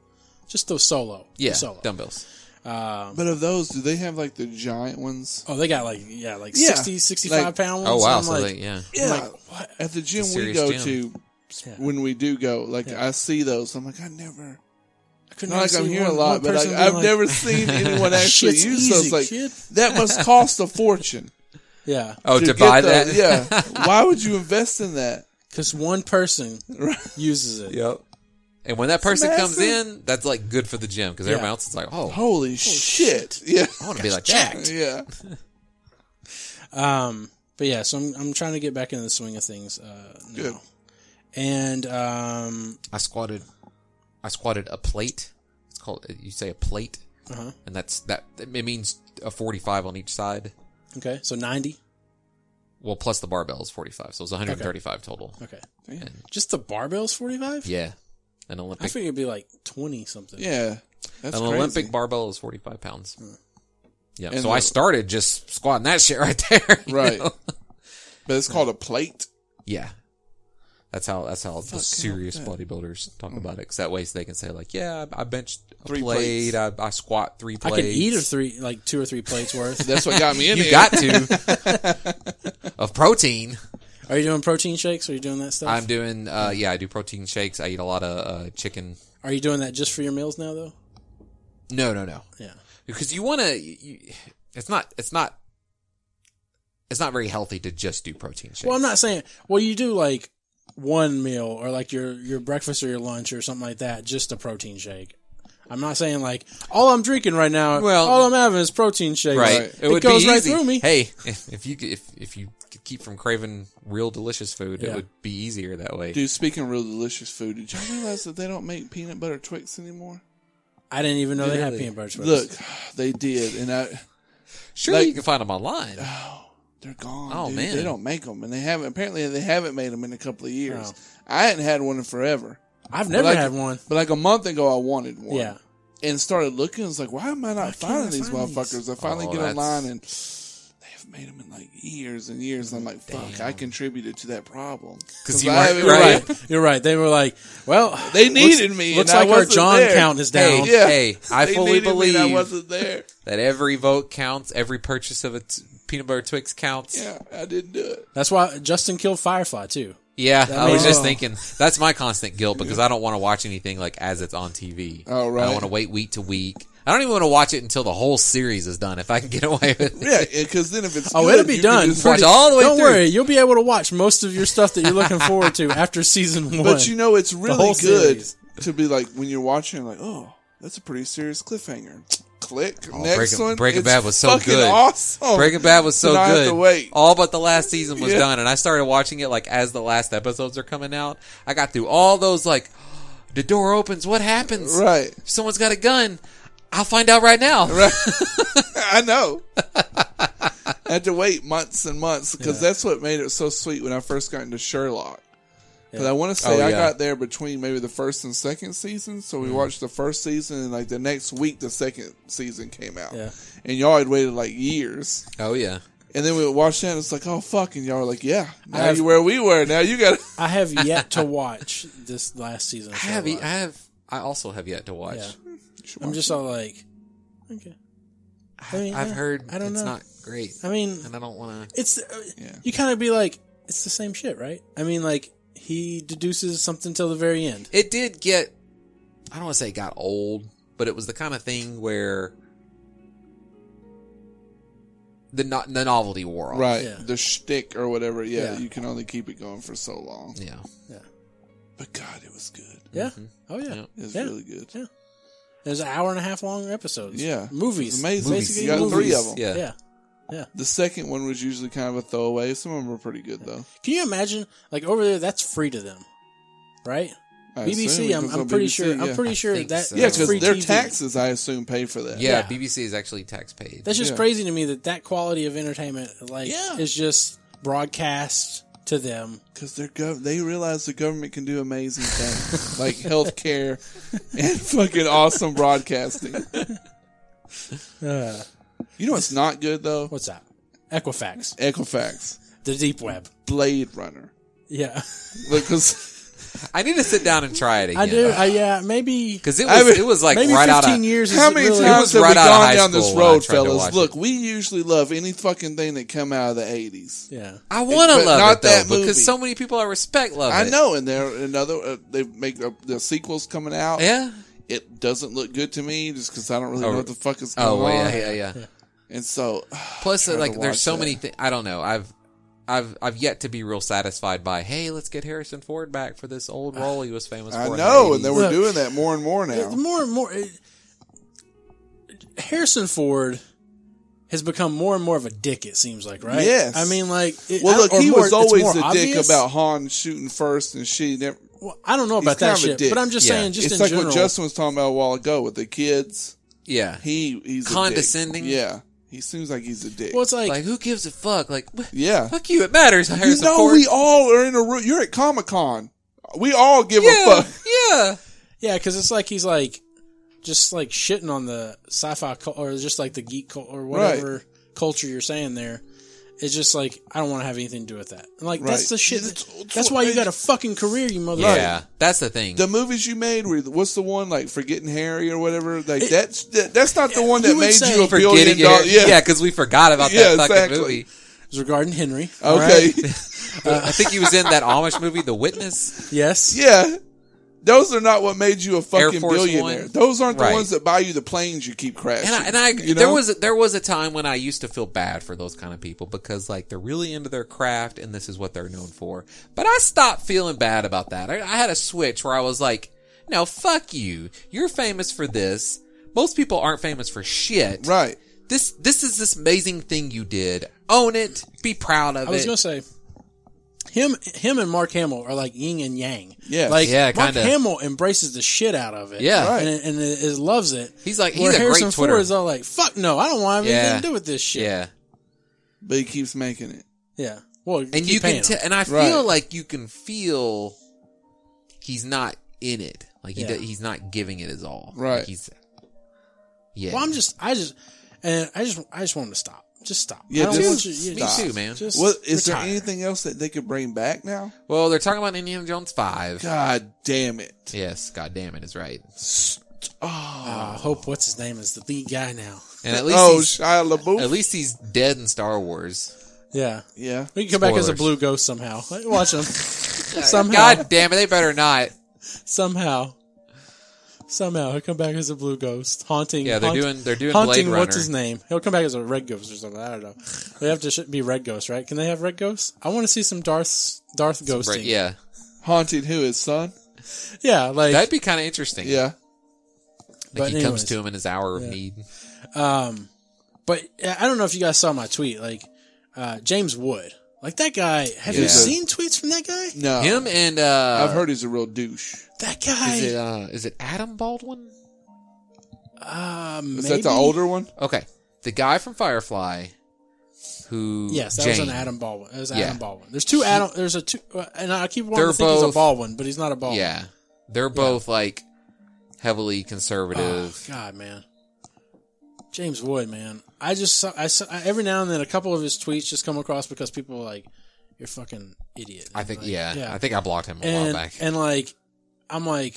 Speaker 1: just those solo
Speaker 3: Yeah.
Speaker 1: solo
Speaker 3: Dumbbells.
Speaker 1: Um,
Speaker 2: But of those, do they have like the giant ones?
Speaker 1: oh they got like yeah like
Speaker 2: Yeah.
Speaker 1: sixty sixty five
Speaker 2: Like-
Speaker 1: pound 60 65 pound ones
Speaker 3: Oh wow,
Speaker 1: I'm
Speaker 3: so
Speaker 1: like,
Speaker 3: they yeah.
Speaker 1: I'm
Speaker 2: Yeah.
Speaker 1: like what
Speaker 2: At the gym we
Speaker 3: serious
Speaker 2: go
Speaker 3: gym.
Speaker 2: to,
Speaker 1: Yeah.
Speaker 2: when we do go, like I see those, I'm like, I never.
Speaker 1: I couldn't
Speaker 2: Not like
Speaker 1: really
Speaker 2: I'm
Speaker 1: see
Speaker 2: hearing a
Speaker 1: one-
Speaker 2: lot,
Speaker 1: one
Speaker 2: but like,
Speaker 1: person being
Speaker 2: I've
Speaker 1: like,
Speaker 2: never <laughs> seen anyone actually
Speaker 1: Shit's
Speaker 2: use those.
Speaker 1: easy,
Speaker 2: Like
Speaker 1: kid.
Speaker 2: that <laughs> must cost a fortune.
Speaker 1: yeah
Speaker 3: Oh, to,
Speaker 2: get
Speaker 3: buy
Speaker 2: those.
Speaker 3: that?
Speaker 2: Yeah. Why would you invest in that?
Speaker 1: because one person
Speaker 2: <laughs> Right.
Speaker 1: uses it
Speaker 3: <laughs> Yep. And when that person comes
Speaker 2: massive.
Speaker 3: in, that's like good for the gym because
Speaker 1: Yeah.
Speaker 3: everyone else is like, oh,
Speaker 2: Holy shit. Yeah. <laughs>
Speaker 3: I want to be like
Speaker 1: jacked.
Speaker 3: that.
Speaker 2: Yeah.
Speaker 1: Um, but yeah, so I'm I'm trying to get back into the swing of things. Uh, now.
Speaker 3: Oh,
Speaker 2: Good.
Speaker 1: And um,
Speaker 3: I squatted. I squatted a plate. It's called. You say a plate,
Speaker 1: uh-huh.
Speaker 3: and that's that. It means a forty-five on each side.
Speaker 1: okay, so ninety.
Speaker 3: Well, plus the barbell is forty-five, so it's one hundred and thirty-five total.
Speaker 1: Okay,
Speaker 2: Damn.
Speaker 1: just the barbells forty five.
Speaker 3: Yeah, an
Speaker 1: I
Speaker 3: Olympic
Speaker 1: figured it'd be like twenty something.
Speaker 2: Yeah. That's
Speaker 3: an
Speaker 2: crazy.
Speaker 3: Olympic barbell is forty-five pounds. Yeah,
Speaker 2: And
Speaker 3: so I
Speaker 2: the-
Speaker 3: started just squatting that <laughs> shit right there. you
Speaker 2: Right.
Speaker 3: know?
Speaker 2: but it's called a plate.
Speaker 3: <laughs> Yeah. That's how that's how the
Speaker 2: Fuck,
Speaker 3: serious
Speaker 2: yeah.
Speaker 3: bodybuilders talk about it. Because that way they can say like, yeah, I I benched a
Speaker 2: Three
Speaker 3: plate, I, I squat three
Speaker 1: I
Speaker 3: plates.
Speaker 1: could eat a three, like two or three plates
Speaker 2: <laughs>
Speaker 1: worth.
Speaker 2: That's what
Speaker 3: <laughs>
Speaker 2: got me in
Speaker 3: You
Speaker 2: here.
Speaker 3: got to <laughs> of protein.
Speaker 1: Are you doing protein shakes? Are you doing that stuff?
Speaker 3: I'm doing uh, yeah, I do protein shakes. I eat a lot of uh, chicken.
Speaker 1: Are you doing that just for your meals now, though?
Speaker 3: No, no, no.
Speaker 1: Yeah.
Speaker 3: Because you want to. It's not. It's not. It's not very healthy to just do protein shakes.
Speaker 1: Well, I'm not saying. Well, you do like one meal or like your your breakfast or your lunch or something like that, just a protein shake. I'm not saying like all I'm drinking right now.
Speaker 3: Well-
Speaker 1: Well, all I'm having is protein shakes.
Speaker 3: right.
Speaker 2: Right.
Speaker 1: It, goes right through me.
Speaker 3: Hey, if, if you if if you could keep from craving real delicious food, it
Speaker 1: Yeah.
Speaker 3: would be easier that way.
Speaker 2: Dude, speaking of real delicious food, did y'all realize that they don't make peanut butter Twix anymore?
Speaker 1: I didn't even know they had
Speaker 3: Really?
Speaker 1: peanut butter Twix.
Speaker 2: Look, <sighs> they did, and I,
Speaker 3: Surely
Speaker 2: Like-
Speaker 3: you can find them online.
Speaker 2: they're gone.
Speaker 3: Oh,
Speaker 2: dude.
Speaker 3: man.
Speaker 2: they don't make them, and they haven't. Apparently, they haven't made them in a couple of years.
Speaker 1: Oh.
Speaker 2: I hadn't had one in forever,
Speaker 1: I've never
Speaker 2: like-
Speaker 1: had one.
Speaker 2: but like a month ago, I wanted one. <laughs>
Speaker 1: Yeah,
Speaker 2: and started looking. It's like, why am I not finding
Speaker 1: I
Speaker 2: these
Speaker 1: find these?
Speaker 2: motherfuckers? I finally
Speaker 3: Oh,
Speaker 2: get
Speaker 3: that's-
Speaker 2: online and they have made them in like years and years. And I'm like, fuck, I contributed to that problem
Speaker 3: 'Cause you
Speaker 2: I
Speaker 3: weren't-
Speaker 2: haven't-
Speaker 1: you're
Speaker 3: Right.
Speaker 1: right. <laughs> You're right. They were like, well,
Speaker 2: They
Speaker 1: looks-
Speaker 2: needed me.
Speaker 1: Looks
Speaker 2: and
Speaker 1: like
Speaker 2: I
Speaker 1: our
Speaker 2: wasn't
Speaker 1: John
Speaker 2: there.
Speaker 1: count is down.
Speaker 3: Hey, hey, I
Speaker 2: They
Speaker 3: fully
Speaker 2: needed me and I
Speaker 3: believe
Speaker 2: wasn't there.
Speaker 3: that every vote counts, every purchase of a t- peanut butter Twix counts. Yeah,
Speaker 2: Yeah, I didn't do it.
Speaker 1: That's why Justin killed Firefly too.
Speaker 3: I was
Speaker 1: means-
Speaker 3: just
Speaker 1: Oh.
Speaker 3: thinking that's my constant guilt because I don't want to watch anything like as it's on TV.
Speaker 2: Oh, right.
Speaker 3: I want to wait week to week. I don't even want to watch it until the whole series is done if I can get <laughs> away with it.
Speaker 2: Yeah, <laughs> because then if it's
Speaker 1: Oh,
Speaker 2: good,
Speaker 1: it'll be
Speaker 2: you can
Speaker 1: done.
Speaker 2: just
Speaker 3: Watch
Speaker 1: pretty-
Speaker 3: all the way
Speaker 1: Don't
Speaker 3: through.
Speaker 1: worry, you'll be able to watch most of your stuff that you're looking forward to after season one.
Speaker 2: <laughs> But you know, it's really
Speaker 1: whole
Speaker 2: good
Speaker 1: series.
Speaker 2: to be like when you're watching, like, oh, that's a pretty serious cliffhanger. Click next
Speaker 3: Oh, Breaking,
Speaker 2: one.
Speaker 3: Breaking
Speaker 2: It's
Speaker 3: Bad was so
Speaker 2: fucking
Speaker 3: good.
Speaker 2: Awesome.
Speaker 3: Breaking Bad was so
Speaker 2: Then I have
Speaker 3: good.
Speaker 2: to wait.
Speaker 3: All but the last season
Speaker 2: <laughs>
Speaker 3: was
Speaker 2: Yeah.
Speaker 3: done, and I started watching it like as the last episodes are coming out. I got through all those like, <gasps> the door opens, what happens?
Speaker 2: Right.
Speaker 3: Someone's got a gun. I'll find out right now.
Speaker 2: I
Speaker 1: <laughs>
Speaker 2: know. I had to wait months and months because that's what made it so sweet when I first got into Sherlock. Because I want to say
Speaker 3: Oh,
Speaker 2: I
Speaker 3: yeah.
Speaker 2: got there between maybe the first and second season. So
Speaker 1: Mm-hmm.
Speaker 2: we watched the first season, and like the next week, the second season came out.
Speaker 1: Yeah.
Speaker 2: And y'all had waited like years.
Speaker 3: Oh yeah.
Speaker 2: And then we would watch that, and it's like, oh, fuck. And y'all were like, yeah, now
Speaker 1: have-
Speaker 2: you where we were. Now you <laughs> got to.
Speaker 1: I have yet
Speaker 3: <laughs>
Speaker 1: to watch this last season. of
Speaker 3: I have. e, I
Speaker 1: Sherlock.
Speaker 3: have. I also have yet to watch.
Speaker 1: Yeah. I'm just all like, okay. I mean,
Speaker 3: I've
Speaker 1: yeah,
Speaker 3: heard
Speaker 1: I don't
Speaker 3: it's
Speaker 1: know.
Speaker 3: not great,
Speaker 1: I mean,
Speaker 3: and I don't want to.
Speaker 1: it's uh,
Speaker 2: Yeah.
Speaker 1: you kind of be like, it's the same shit, right? I mean, like he deduces something till the very end.
Speaker 3: It did get. I don't want to say it got old, but it was the kind of thing where the no- the novelty wore off.
Speaker 2: Right.
Speaker 1: Yeah.
Speaker 2: The shtick or whatever. Yeah,
Speaker 1: Yeah.
Speaker 2: You can only keep it going for so long.
Speaker 3: Yeah.
Speaker 2: But God, it was good.
Speaker 1: Yeah.
Speaker 3: Mm-hmm.
Speaker 1: Oh yeah.
Speaker 3: Yeah.
Speaker 2: It was
Speaker 1: Yeah.
Speaker 2: really good.
Speaker 1: Yeah. There's an hour and a half long episodes.
Speaker 2: Yeah.
Speaker 1: Movies.
Speaker 2: It was amazing.
Speaker 1: Basically
Speaker 2: You got
Speaker 1: movies.
Speaker 2: three of them.
Speaker 3: Yeah.
Speaker 1: Yeah.
Speaker 2: The second one was usually kind of a throwaway. Some of them were pretty good though.
Speaker 1: Can you imagine? Like over there, that's free to them, right?
Speaker 2: I assume,
Speaker 1: BBC. I'm,
Speaker 2: because
Speaker 1: I'm
Speaker 2: on
Speaker 1: pretty
Speaker 2: BBC,
Speaker 1: sure.
Speaker 2: yeah.
Speaker 1: I'm pretty sure
Speaker 3: think
Speaker 1: that
Speaker 3: so.
Speaker 2: Yeah,
Speaker 1: that's
Speaker 2: because
Speaker 1: free
Speaker 2: their
Speaker 1: TV.
Speaker 2: taxes, I assume, pay for that.
Speaker 3: yeah.
Speaker 1: Yeah.
Speaker 3: BBC is actually tax paid.
Speaker 1: That's just
Speaker 2: Yeah.
Speaker 1: crazy to me that that quality of entertainment, like,
Speaker 2: Yeah.
Speaker 1: is just broadcast to them.
Speaker 2: because they're gov- they realize the government can do amazing things <laughs> like healthcare and fucking awesome broadcasting.
Speaker 1: Uh.
Speaker 2: You know what's not good though?
Speaker 1: What's that? Equifax,
Speaker 2: Equifax,
Speaker 1: the deep web.
Speaker 2: Blade Runner,
Speaker 1: Yeah, <laughs>
Speaker 3: <laughs>
Speaker 2: because
Speaker 3: I need to sit down and try it again.
Speaker 1: I do. I, yeah, maybe
Speaker 3: Because it was,
Speaker 2: I would-
Speaker 3: it was like
Speaker 1: maybe
Speaker 3: right out
Speaker 1: 15
Speaker 3: of.
Speaker 1: years.
Speaker 2: how
Speaker 1: is
Speaker 2: many
Speaker 1: really,
Speaker 2: times
Speaker 3: was
Speaker 2: have
Speaker 3: right
Speaker 2: we
Speaker 3: out of
Speaker 2: gone
Speaker 3: high
Speaker 2: down this
Speaker 3: school when I
Speaker 2: road,
Speaker 3: tried to
Speaker 2: fellas?
Speaker 3: watch
Speaker 2: Look,
Speaker 3: it.
Speaker 2: we usually love any fucking thing that come out of the eighties.
Speaker 1: Yeah,
Speaker 3: I want to
Speaker 2: But
Speaker 3: love
Speaker 2: not
Speaker 3: it though,
Speaker 2: that movie.
Speaker 3: because so many people I respect love
Speaker 2: I
Speaker 3: it.
Speaker 2: know, and there another uh, they make uh, the sequels coming out.
Speaker 3: Yeah.
Speaker 2: it doesn't look good to me just because I don't really
Speaker 3: Oh,
Speaker 2: know what the fuck is going
Speaker 3: Oh
Speaker 2: on.
Speaker 3: yeah, yeah, yeah.
Speaker 2: And so, <sighs>
Speaker 3: Plus,
Speaker 2: Trying to
Speaker 3: like,
Speaker 2: watch
Speaker 3: there's so
Speaker 2: that.
Speaker 3: many. Th- I don't know. I've, I've, I've yet to be real satisfied by. Hey, let's get Harrison Ford back for
Speaker 2: <sighs>
Speaker 3: this old role he was famous
Speaker 2: I
Speaker 3: for. in the
Speaker 2: know, and
Speaker 3: 80s.
Speaker 2: they were
Speaker 1: Look.
Speaker 2: doing that more and more
Speaker 1: It-
Speaker 2: now.
Speaker 1: more and more. It, Harrison Ford has become more and more of a dick. It seems like, right?
Speaker 2: Yes.
Speaker 1: I mean, like, it, I-
Speaker 2: Well, look,
Speaker 1: or
Speaker 2: he
Speaker 1: more-
Speaker 2: was
Speaker 1: it's
Speaker 2: always
Speaker 1: more
Speaker 2: a dick
Speaker 1: obvious.
Speaker 2: about Han shooting first, and she never.
Speaker 1: Well, I don't know about
Speaker 2: kind
Speaker 1: that
Speaker 2: of a
Speaker 1: shit,
Speaker 2: dick.
Speaker 1: but I'm just
Speaker 3: Yeah.
Speaker 1: saying, just
Speaker 2: it's
Speaker 1: in
Speaker 2: like
Speaker 1: general.
Speaker 2: what Justin was talking about a while ago with the kids. <laughs>
Speaker 3: yeah.
Speaker 2: He he's a dick.
Speaker 3: Condescending?
Speaker 2: Yeah, he seems like he's a dick.
Speaker 1: well, it's like,
Speaker 3: Like, who gives a fuck? Like,
Speaker 2: <laughs>
Speaker 3: wh-
Speaker 2: yeah,
Speaker 3: fuck you. It matters.
Speaker 2: you
Speaker 3: Harrison
Speaker 2: know
Speaker 3: Ford.
Speaker 2: we all are in a room. You're at Comic Con. We all give a
Speaker 3: yeah,
Speaker 2: fuck. <laughs>
Speaker 3: yeah.
Speaker 1: yeah, because it's like he's like just like shitting on the sci-fi cul- or just like the geek cul- or whatever culture you're saying there. It's just like I don't want to have anything to do with that. And like
Speaker 2: Right.
Speaker 1: that's the shit.
Speaker 2: It's- it's
Speaker 1: that's
Speaker 2: what
Speaker 1: why you
Speaker 2: makes-
Speaker 1: got a fucking career, you motherfucker.
Speaker 3: Yeah, that's the thing.
Speaker 2: The movies you made were what's the one like Forgetting Harry or whatever? Like that's that, that's not the one that
Speaker 1: you would
Speaker 2: made
Speaker 1: say
Speaker 2: you a billion
Speaker 3: Forgetting it.
Speaker 2: dollars. Yeah.
Speaker 3: yeah, because we forgot about
Speaker 2: Yeah,
Speaker 3: that fucking
Speaker 2: exactly.
Speaker 3: movie. Uh,
Speaker 1: It's regarding Henry. all
Speaker 2: Okay.
Speaker 1: right?
Speaker 3: <laughs> I think he was in that Amish movie, The Witness.
Speaker 1: Yes.
Speaker 2: yeah. Those are not what made you a fucking
Speaker 3: Force
Speaker 2: billionaire.
Speaker 3: One.
Speaker 2: Those aren't the
Speaker 3: Right.
Speaker 2: ones that buy you the planes you keep crashing.
Speaker 3: And I, and I
Speaker 2: you
Speaker 3: there
Speaker 2: know?
Speaker 3: was a, there was a time when I used to feel bad for those kind of people because like they're really into their craft and this is what they're known for. But I stopped feeling bad about that. I, I had a switch where I was like, no, fuck you. You're famous for this. Most people aren't famous for shit.
Speaker 2: right.
Speaker 3: This this is this amazing thing you did. Own it. Be proud of
Speaker 1: I was
Speaker 3: it.
Speaker 1: gonna say him, him and Mark Hamill are like yin and yang.
Speaker 2: Yes.
Speaker 1: like
Speaker 3: Yeah,
Speaker 1: Mark
Speaker 3: kinda.
Speaker 1: Hamill embraces the shit out of it.
Speaker 3: Yeah.
Speaker 2: Right.
Speaker 1: and it, and it, it loves it.
Speaker 3: He's like- he's
Speaker 1: Where
Speaker 3: a great
Speaker 1: Harrison
Speaker 3: Twitter.
Speaker 1: Ford is all like, "Fuck no, I don't want to have
Speaker 3: Yeah.
Speaker 1: anything to do with this shit."
Speaker 3: yeah.
Speaker 2: But he keeps making it.
Speaker 1: yeah. Well,
Speaker 3: and you can tell, and I feel
Speaker 2: Right.
Speaker 3: like you can feel he's not in it. Like he
Speaker 1: Yeah.
Speaker 3: do, he's not giving it his all.
Speaker 2: Right.
Speaker 3: Like he's yeah.
Speaker 1: Well, I'm just, I just, and I just, I just want him to stop. Just stop.
Speaker 2: Yeah,
Speaker 1: I don't
Speaker 2: just
Speaker 1: want you- you-
Speaker 3: me
Speaker 1: just-
Speaker 3: too, man.
Speaker 1: Just
Speaker 2: What is
Speaker 1: retire.
Speaker 2: there anything else that they could bring back now?
Speaker 3: well, they're talking about Indiana Jones five.
Speaker 2: God damn it.
Speaker 3: Yes, God damn it is right.
Speaker 2: Oh,
Speaker 1: I hope what's his name is the lead guy now. <laughs>
Speaker 3: And at least
Speaker 2: oh
Speaker 3: he's,
Speaker 2: Shia LaBeouf.
Speaker 3: at least he's dead in Star Wars.
Speaker 1: Yeah,
Speaker 2: yeah.
Speaker 1: we can come back as a
Speaker 3: Spoilers.
Speaker 1: blue ghost somehow. Watch
Speaker 3: <laughs>
Speaker 1: him somehow. <laughs>
Speaker 3: God damn it, they better not.
Speaker 1: somehow, somehow he'll come back as a blue ghost, haunting.
Speaker 3: Yeah, they're
Speaker 1: haunt-
Speaker 3: doing they're doing
Speaker 1: haunting.
Speaker 3: Blade Runner.
Speaker 1: What's his name? He'll come back as a red ghost or something. I don't know. They have to sh- be red ghosts, right? Can they have red ghosts? I want to see some Darth Darth ghosting.
Speaker 3: Right, yeah,
Speaker 2: Haunted who his son?
Speaker 1: yeah, like
Speaker 3: that'd be kind of interesting.
Speaker 2: Yeah.
Speaker 3: like
Speaker 1: But
Speaker 3: he
Speaker 1: anyways.
Speaker 3: comes to him in his hour of need.
Speaker 1: Um, but uh, I don't know if you guys saw my tweet. Like uh, James Wood, like that guy. Have you
Speaker 3: Yeah.
Speaker 1: seen tweets from that guy?
Speaker 2: No.
Speaker 3: Him and uh,
Speaker 2: I've heard he's a real douche.
Speaker 1: That
Speaker 3: Is it
Speaker 1: guy.
Speaker 3: uh, is it Adam Baldwin?
Speaker 1: Uh,
Speaker 2: Is
Speaker 1: maybe?
Speaker 2: that the older one?
Speaker 3: Okay, the guy from Firefly, who
Speaker 1: Yes, that was
Speaker 3: Jane.
Speaker 1: an Adam Baldwin. That was
Speaker 3: Yeah.
Speaker 1: Adam Baldwin. There's two Adam. There's a two, uh, and I keep wanting
Speaker 3: They're
Speaker 1: to think he's
Speaker 3: both-
Speaker 1: a Baldwin, but he's not a Baldwin.
Speaker 3: Yeah, they're both like heavily
Speaker 1: Oh,
Speaker 3: conservative.
Speaker 1: God, man. James Wood, man. I just saw, I saw, I- every now and then a couple of his tweets just come across because people are like, "You're a fucking idiot."
Speaker 3: I think
Speaker 1: Like,
Speaker 3: yeah, I think I blocked him a while
Speaker 1: and
Speaker 3: back.
Speaker 1: and like, I'm like,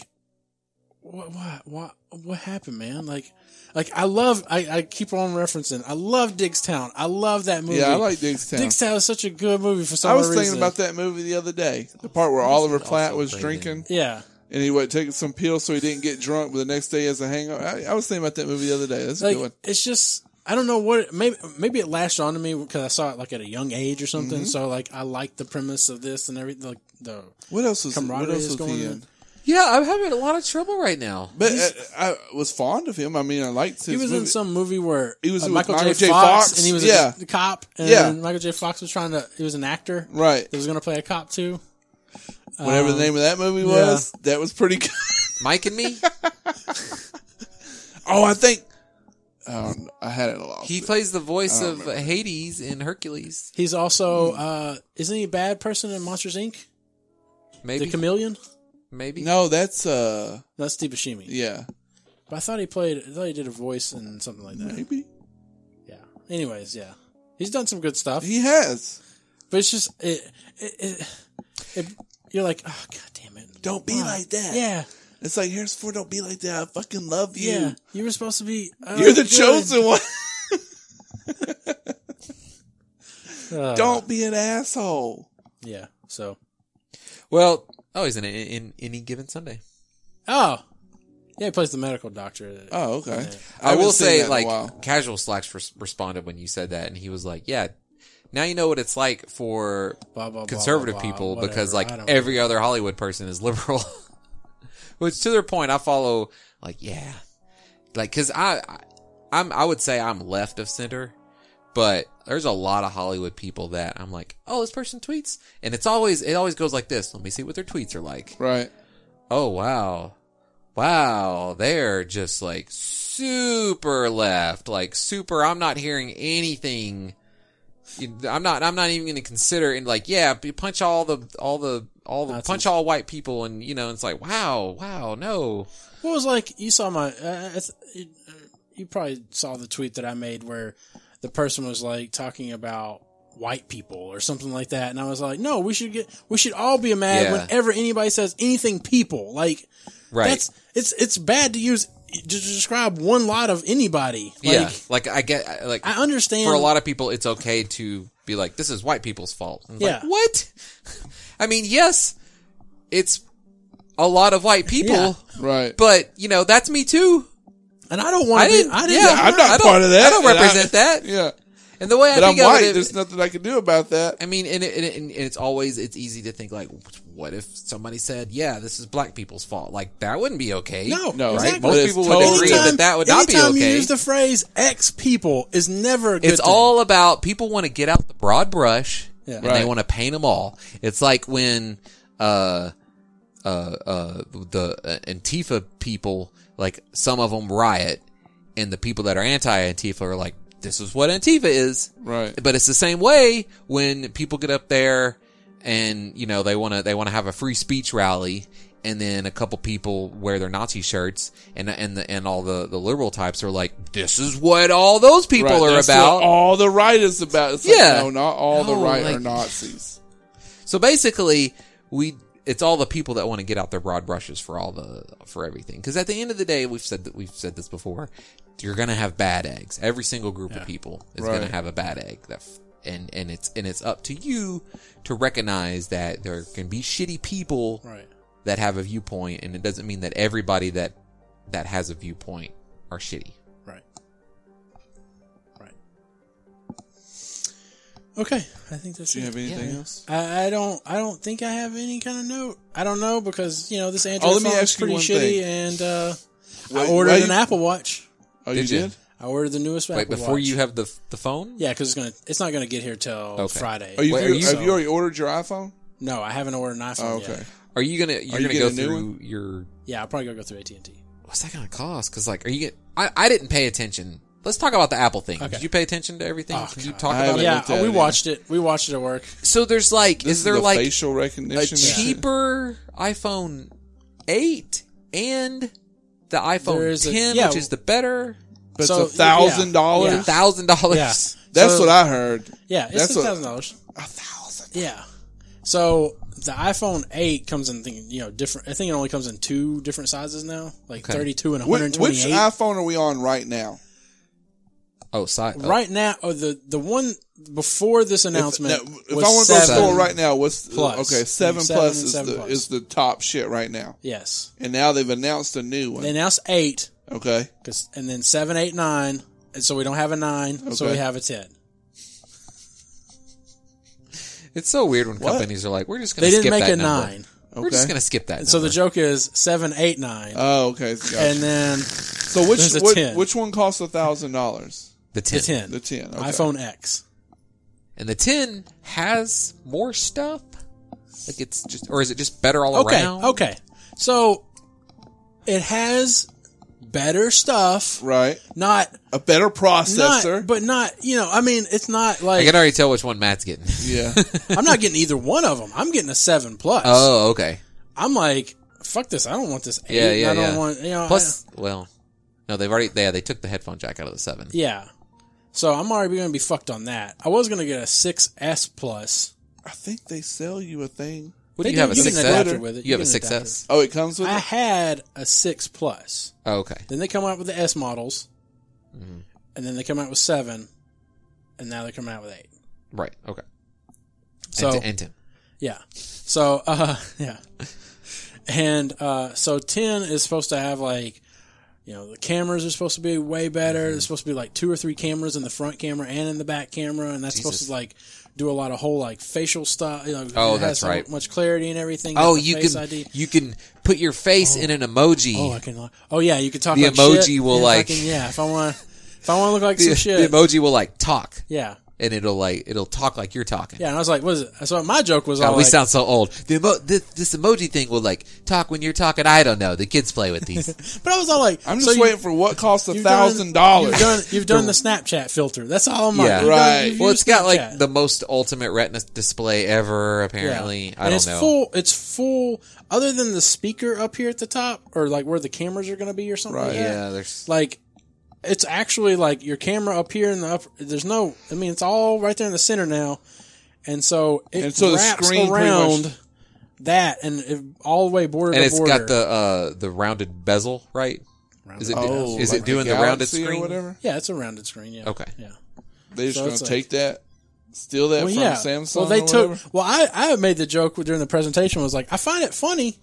Speaker 1: what what what what happened, man? Like, like I love I, I keep on referencing. I love Digstown. I love that movie.
Speaker 2: Yeah, I like Digstown.
Speaker 1: Digstown is such a good movie for some
Speaker 2: I was
Speaker 1: reason.
Speaker 2: thinking about that movie the other day. The part where Oliver
Speaker 3: also
Speaker 2: Platt was
Speaker 3: played in-
Speaker 2: drinking.
Speaker 1: Yeah,
Speaker 2: and he what taking some pills so he didn't get drunk, but the next day has a hangover. I, I was thinking about that movie the other day. That's a
Speaker 1: Like
Speaker 2: good one.
Speaker 1: it's just I don't know what it, maybe maybe it lashed onto me because I saw it like at a young age or something.
Speaker 2: Mm-hmm.
Speaker 1: So like I liked the premise of this and everything. Like the
Speaker 2: What else was what
Speaker 1: camaraderie
Speaker 2: else
Speaker 1: is
Speaker 2: was
Speaker 1: going
Speaker 2: he
Speaker 1: on.
Speaker 2: in?
Speaker 3: Yeah, I'm having a lot of trouble right now.
Speaker 2: But I, I was fond of him. I mean, I liked his.
Speaker 1: he was in
Speaker 2: movie.
Speaker 1: some movie where
Speaker 2: He was
Speaker 1: uh,
Speaker 2: with
Speaker 1: Michael,
Speaker 2: Michael
Speaker 1: J.
Speaker 2: J.
Speaker 1: Fox,
Speaker 2: Fox,
Speaker 1: and he was
Speaker 2: yeah.
Speaker 1: a cop. And
Speaker 2: Yeah.
Speaker 1: Michael J. Fox was trying to. He was an actor.
Speaker 2: right.
Speaker 1: He was going to play a cop too. um,
Speaker 2: Whatever the name of that movie was, that was pretty good. <laughs>
Speaker 3: Mike and me.
Speaker 2: Oh, I think um, I had it lost.
Speaker 3: He
Speaker 2: it.
Speaker 3: plays the voice of Hades in Hercules.
Speaker 1: He's also
Speaker 2: Hmm.
Speaker 1: uh, isn't he a bad person in Monsters Inc. The
Speaker 3: Maybe.
Speaker 1: Chameleon?
Speaker 3: maybe.
Speaker 2: no, that's uh,
Speaker 1: That's Steve Buscemi.
Speaker 2: yeah,
Speaker 1: But I thought he played. I thought he did a voice and something like that.
Speaker 2: maybe
Speaker 1: Yeah. Anyways, yeah, he's done some good stuff.
Speaker 2: Hmm. he has.
Speaker 1: But it's just it, it, it, it you're like, oh god damn it.
Speaker 2: Don't be
Speaker 1: Why?"
Speaker 2: like that.
Speaker 1: Yeah.
Speaker 2: It's like here's for don't be like that. I fucking love you.
Speaker 1: Yeah. You were supposed to be uh,
Speaker 2: You're the
Speaker 1: good.
Speaker 2: chosen one.
Speaker 1: Uh,
Speaker 2: don't be an asshole.
Speaker 1: Yeah. So
Speaker 3: Well, oh, he's in, in in any given Sunday.
Speaker 1: Oh. Yeah, he plays the medical doctor.
Speaker 2: Oh, okay.
Speaker 3: I, will
Speaker 2: haven't seen that
Speaker 3: say,
Speaker 2: in a
Speaker 3: like,
Speaker 2: while.
Speaker 3: Casual Slacks res- responded when you said that, and he was like, "Yeah, now you know what it's like for
Speaker 1: Blah, blah, blah,
Speaker 3: conservative
Speaker 1: blah, blah,
Speaker 3: people
Speaker 1: whatever.
Speaker 3: because
Speaker 1: I
Speaker 3: like
Speaker 1: don't-
Speaker 3: every other Hollywood person is liberal." <laughs> Which, to their point, I follow. Like, yeah, like because I, I, I'm I would say I'm left of center, but there's a lot of Hollywood people that I'm like, oh, this person tweets, and it's always it always goes like this. Let me see what their tweets are like.
Speaker 2: Right.
Speaker 3: Oh wow. Wow, they're just like super left, like super I'm not hearing anything. You- I'm not I'm not even going to consider and like yeah, you punch all the all the all the
Speaker 1: Nazis.
Speaker 3: punch all white people and you know, it's like wow, wow, no.
Speaker 1: What was like? You saw my. Uh, it's- you, uh, you probably saw the tweet that I made where the person was like talking about white people or something like that, and I was like, "No, we should get. We should all be mad
Speaker 3: Yeah.
Speaker 1: whenever anybody says anything people. Like
Speaker 3: Right.
Speaker 1: that's it's it's bad to use to describe one lot of anybody. Like,
Speaker 3: yeah. Like I get like
Speaker 1: I understand
Speaker 3: for a lot of people it's okay to be like this is white people's fault. And it's like,
Speaker 1: Yeah.
Speaker 3: what? <laughs> I mean, yes, it's a lot of white people,
Speaker 1: Yeah.
Speaker 2: Right.
Speaker 3: but you know, that's me too.
Speaker 1: and I don't want
Speaker 3: I
Speaker 1: to.
Speaker 3: didn't-
Speaker 1: Be, I didn't.
Speaker 3: yeah,
Speaker 2: I'm not
Speaker 3: I don't-
Speaker 2: part of that.
Speaker 3: I don't
Speaker 2: and
Speaker 3: represent
Speaker 2: <laughs>
Speaker 3: that.
Speaker 2: Yeah.
Speaker 3: And the way I
Speaker 2: But I'm
Speaker 3: think of
Speaker 2: white.
Speaker 3: it,
Speaker 2: There's
Speaker 3: it
Speaker 2: nothing I can do about that.
Speaker 3: I mean, and, it, and, it, and it's always it's easy to think like, what if somebody said, "Yeah, this is black people's fault"? Like that wouldn't be okay.
Speaker 1: No,
Speaker 2: No,
Speaker 1: Exactly.
Speaker 2: right?
Speaker 1: Most
Speaker 2: But it's
Speaker 3: people would agree
Speaker 2: totally-
Speaker 3: that that would not be
Speaker 1: anytime
Speaker 3: okay.
Speaker 1: you use the phrase "X people" is never. A good
Speaker 3: It's
Speaker 1: thing.
Speaker 3: all about people want to get out the broad brush
Speaker 1: Yeah.
Speaker 3: and they
Speaker 2: Right.
Speaker 3: want to paint them all. It's like when uh uh uh the uh, Antifa people, like some of them riot, and the people that are anti-Antifa are like, "This is what Antifa is."
Speaker 2: Right.
Speaker 3: But it's the same way when people get up there and you know they want to they want to have a free speech rally and then a couple people wear their Nazi shirts and and the, and all the the liberal types are like this is what all those people
Speaker 2: Right,
Speaker 3: are
Speaker 2: that's what
Speaker 3: about.
Speaker 2: all the right is about. It's like,
Speaker 3: Yeah.
Speaker 2: no, not all the
Speaker 3: No,
Speaker 2: right
Speaker 3: like-
Speaker 2: are
Speaker 3: <sighs>
Speaker 2: Nazis.
Speaker 3: so basically we it's all the people that want to get out their broad brushes for all the for everything cuz at the end of the day we've said that we've said this before you're going to have bad eggs. Every single group of people is going
Speaker 2: Right.
Speaker 3: to have a bad egg. That f- and and it's and it's up to you to recognize that there can be shitty people
Speaker 1: right.
Speaker 3: that have a viewpoint and it doesn't mean that everybody that that has a viewpoint are shitty
Speaker 1: Right. Right. Okay, I think that's
Speaker 2: Do you
Speaker 1: it.
Speaker 2: have anything
Speaker 3: Yeah.
Speaker 2: else?
Speaker 1: I, I don't. I don't think I have any kind of note. I don't know because you know this Android
Speaker 2: Oh, let me
Speaker 1: phone is
Speaker 2: ask you
Speaker 1: pretty
Speaker 2: one
Speaker 1: shitty,
Speaker 2: thing.
Speaker 1: and uh, I
Speaker 2: Wait,
Speaker 1: ordered
Speaker 2: wait.
Speaker 1: an Apple Watch.
Speaker 2: Oh,
Speaker 3: Did
Speaker 2: you
Speaker 3: you?
Speaker 2: did?
Speaker 1: I ordered the newest
Speaker 3: wait
Speaker 1: Apple
Speaker 3: before
Speaker 1: Watch.
Speaker 3: you have the the phone
Speaker 1: yeah, because it's gonna. It's not gonna get here till
Speaker 3: Okay.
Speaker 1: Friday.
Speaker 2: Are Oh, you,
Speaker 3: Wait, are you-
Speaker 2: have you already ordered your iPhone?
Speaker 1: No, I haven't ordered an iPhone
Speaker 2: Oh,
Speaker 1: yet.
Speaker 2: okay.
Speaker 3: are you gonna you're
Speaker 2: Are you
Speaker 3: gonna go
Speaker 2: getting a new
Speaker 3: through your
Speaker 1: Yeah, I'll probably go go through AT and T.
Speaker 3: what's that gonna cost because like are you get I, I didn't pay attention let's talk about the apple thing
Speaker 1: Okay.
Speaker 3: did you pay attention to everything
Speaker 1: Oh,
Speaker 3: did you
Speaker 1: God.
Speaker 3: talk
Speaker 2: I
Speaker 3: about
Speaker 2: haven't
Speaker 3: it
Speaker 1: Yeah,
Speaker 2: looked at
Speaker 1: oh, we
Speaker 2: it yet.
Speaker 1: watched it. We watched it at work.
Speaker 3: so there's like
Speaker 2: This
Speaker 3: is there
Speaker 2: the
Speaker 3: like
Speaker 2: facial
Speaker 3: a
Speaker 2: recognition? shit?
Speaker 3: cheaper iphone 8 and the
Speaker 1: There
Speaker 3: iphone
Speaker 1: is a-
Speaker 3: 10
Speaker 1: yeah.
Speaker 3: which is the better
Speaker 2: But it's
Speaker 1: So,
Speaker 2: a thousand
Speaker 1: yeah,
Speaker 2: dollars.
Speaker 1: yeah.
Speaker 3: thousand
Speaker 1: Yeah,
Speaker 3: dollars
Speaker 2: That's
Speaker 1: So-
Speaker 2: what I heard.
Speaker 1: Yeah, it's
Speaker 2: That's
Speaker 1: six
Speaker 2: what-
Speaker 1: thousand dollars.
Speaker 2: A thousand.
Speaker 1: Yeah. So the iPhone 8 comes in, thing- you know, different. I think it only comes in two different sizes now, like
Speaker 3: Okay.
Speaker 1: 32 and
Speaker 2: Which, which
Speaker 1: 128.
Speaker 2: iPhone are we on right now?
Speaker 3: Oh, side. oh,
Speaker 1: Right now, oh, the the one before this announcement
Speaker 2: Now, if I
Speaker 1: was
Speaker 2: want to go
Speaker 1: seven.
Speaker 2: score right now, what's the,
Speaker 1: plus.
Speaker 2: okay? Seven,
Speaker 1: Seven
Speaker 2: plus
Speaker 1: and
Speaker 2: is
Speaker 1: seven
Speaker 2: the
Speaker 1: plus.
Speaker 2: is the top shit right now,
Speaker 1: Yes,
Speaker 2: and now they've announced a new one.
Speaker 1: they announced eight,
Speaker 2: okay,
Speaker 1: 'cause- and then seven, eight, nine, and so we don't have a nine, so
Speaker 2: Okay.
Speaker 1: we have a ten.
Speaker 3: It's so weird when companies are like, we're just going
Speaker 1: They
Speaker 3: to skip
Speaker 1: didn't make
Speaker 3: that
Speaker 1: a
Speaker 3: number.
Speaker 1: nine,
Speaker 3: We're just
Speaker 2: Okay.
Speaker 3: going to skip that.
Speaker 1: and so the joke is seven, eight, nine,
Speaker 2: oh okay, gotcha.
Speaker 1: and then
Speaker 2: so which
Speaker 1: there's a
Speaker 2: what,
Speaker 1: 10.
Speaker 2: which one costs a thousand dollars?
Speaker 3: the
Speaker 1: the
Speaker 3: 10.
Speaker 1: ten,
Speaker 2: The ten, okay.
Speaker 1: iPhone X.
Speaker 3: And the 10 has more stuff? Like it's just, or is it just better all
Speaker 1: Okay,
Speaker 3: around?
Speaker 1: okay. So it has better stuff,
Speaker 2: right?
Speaker 1: not
Speaker 2: A better processor,
Speaker 1: not, but not you know. I mean, it's not like
Speaker 3: I can already tell which one Matt's getting.
Speaker 1: <laughs>
Speaker 2: yeah,
Speaker 1: I'm not getting either one of them. I'm getting a seven plus.
Speaker 3: Oh, okay.
Speaker 1: I'm like, fuck this. I don't want this eight.
Speaker 3: Yeah, yeah,
Speaker 1: I don't
Speaker 3: yeah.
Speaker 1: want you know. I-
Speaker 3: Plus, well, no, they've already, yeah, they took the headphone jack out of the 7.
Speaker 1: yeah. So I'm already going to be fucked on that. I was going to get a 6S plus.
Speaker 2: I think they sell you a thing.
Speaker 3: What
Speaker 1: They
Speaker 3: do you
Speaker 1: do-
Speaker 3: have a
Speaker 1: you get an
Speaker 3: 6S?
Speaker 1: adapter with it.
Speaker 3: You
Speaker 1: You
Speaker 3: have a
Speaker 1: get an
Speaker 3: 6S?
Speaker 2: Oh, it comes with.
Speaker 1: I
Speaker 2: it?
Speaker 1: had a six plus.
Speaker 3: Oh, okay.
Speaker 1: Then they come out with the S models,
Speaker 3: Mm-hmm.
Speaker 1: and then they come out with seven, and now they're coming out with eight.
Speaker 3: Right. Okay.
Speaker 1: So
Speaker 3: and, t- and 10.
Speaker 1: Yeah. So uh <laughs> yeah. And uh so 10 is supposed to have like you know, the cameras are supposed to be way better.
Speaker 3: Mm-hmm.
Speaker 1: There's supposed to be like two or three cameras in the front camera and in the back camera and that's supposed
Speaker 3: Jesus.
Speaker 1: to like do a lot of whole like facial stuff, you know,
Speaker 3: Oh,
Speaker 1: it has
Speaker 3: that's
Speaker 1: so
Speaker 3: right.
Speaker 1: much clarity and everything.
Speaker 3: Oh,
Speaker 1: Get the
Speaker 3: you
Speaker 1: face
Speaker 3: can
Speaker 1: ID.
Speaker 3: you can put your face in an emoji.
Speaker 1: Oh,
Speaker 3: <laughs>
Speaker 1: I can Oh yeah, you can talk
Speaker 3: The
Speaker 1: like
Speaker 3: emoji
Speaker 1: shit. Yeah,
Speaker 3: will,
Speaker 1: if I
Speaker 3: like-
Speaker 1: can- yeah, if I want if I want to look like
Speaker 3: <laughs> the,
Speaker 1: some
Speaker 3: the
Speaker 1: shit.
Speaker 3: emoji will like talk,
Speaker 1: yeah.
Speaker 3: and it'll like it'll talk like you're talking.
Speaker 1: Yeah, and I was like, what is it? So my joke was
Speaker 3: God,
Speaker 1: all
Speaker 3: we
Speaker 1: like,
Speaker 3: sound so old. The emo- this, this emoji thing will like talk when you're talking. I don't know. The kids play
Speaker 1: <laughs>
Speaker 3: with these.
Speaker 1: but I was all like,
Speaker 2: I'm
Speaker 1: so
Speaker 2: just
Speaker 1: you-
Speaker 2: waiting for what costs a
Speaker 1: You've done-
Speaker 2: thousand dollars.
Speaker 1: You've done, you've
Speaker 3: <laughs>
Speaker 1: done the Snapchat filter. That's all I'm like.
Speaker 3: Yeah.
Speaker 1: You've done-
Speaker 2: Right.
Speaker 1: you've
Speaker 3: well,
Speaker 1: used
Speaker 3: it's got
Speaker 1: Snapchat.
Speaker 3: like the most ultimate retina display ever. Apparently, I
Speaker 1: and
Speaker 3: don't
Speaker 1: it's
Speaker 3: know.
Speaker 1: full. It's full. Other than the speaker up here at the top, or like where the cameras are going to be, or something.
Speaker 2: Right.
Speaker 1: Like that.
Speaker 3: yeah, there's
Speaker 1: Like it's actually like your camera up here in the upper. There's no. I mean, it's all right there in the center now, and so it
Speaker 2: And so the
Speaker 1: wraps
Speaker 2: screen pretty
Speaker 1: around
Speaker 2: much-
Speaker 1: that and it, all the way border
Speaker 3: and
Speaker 1: to
Speaker 3: it's
Speaker 1: border.
Speaker 3: got the uh the rounded bezel, right? Is it
Speaker 2: Oh,
Speaker 3: is
Speaker 2: like
Speaker 3: it doing the,
Speaker 2: Galaxy
Speaker 3: rounded
Speaker 2: or
Speaker 3: screen?
Speaker 2: whatever?
Speaker 1: yeah, it's a rounded screen. Yeah.
Speaker 3: Okay.
Speaker 1: Yeah.
Speaker 2: They're just
Speaker 1: So
Speaker 2: gonna
Speaker 1: it's like-
Speaker 2: take that, steal that
Speaker 1: Well,
Speaker 2: from
Speaker 1: yeah.
Speaker 2: Samsung.
Speaker 1: Well, they
Speaker 2: or
Speaker 1: took.
Speaker 2: whatever?
Speaker 1: Well, I I made the joke during the presentation was like, I find it funny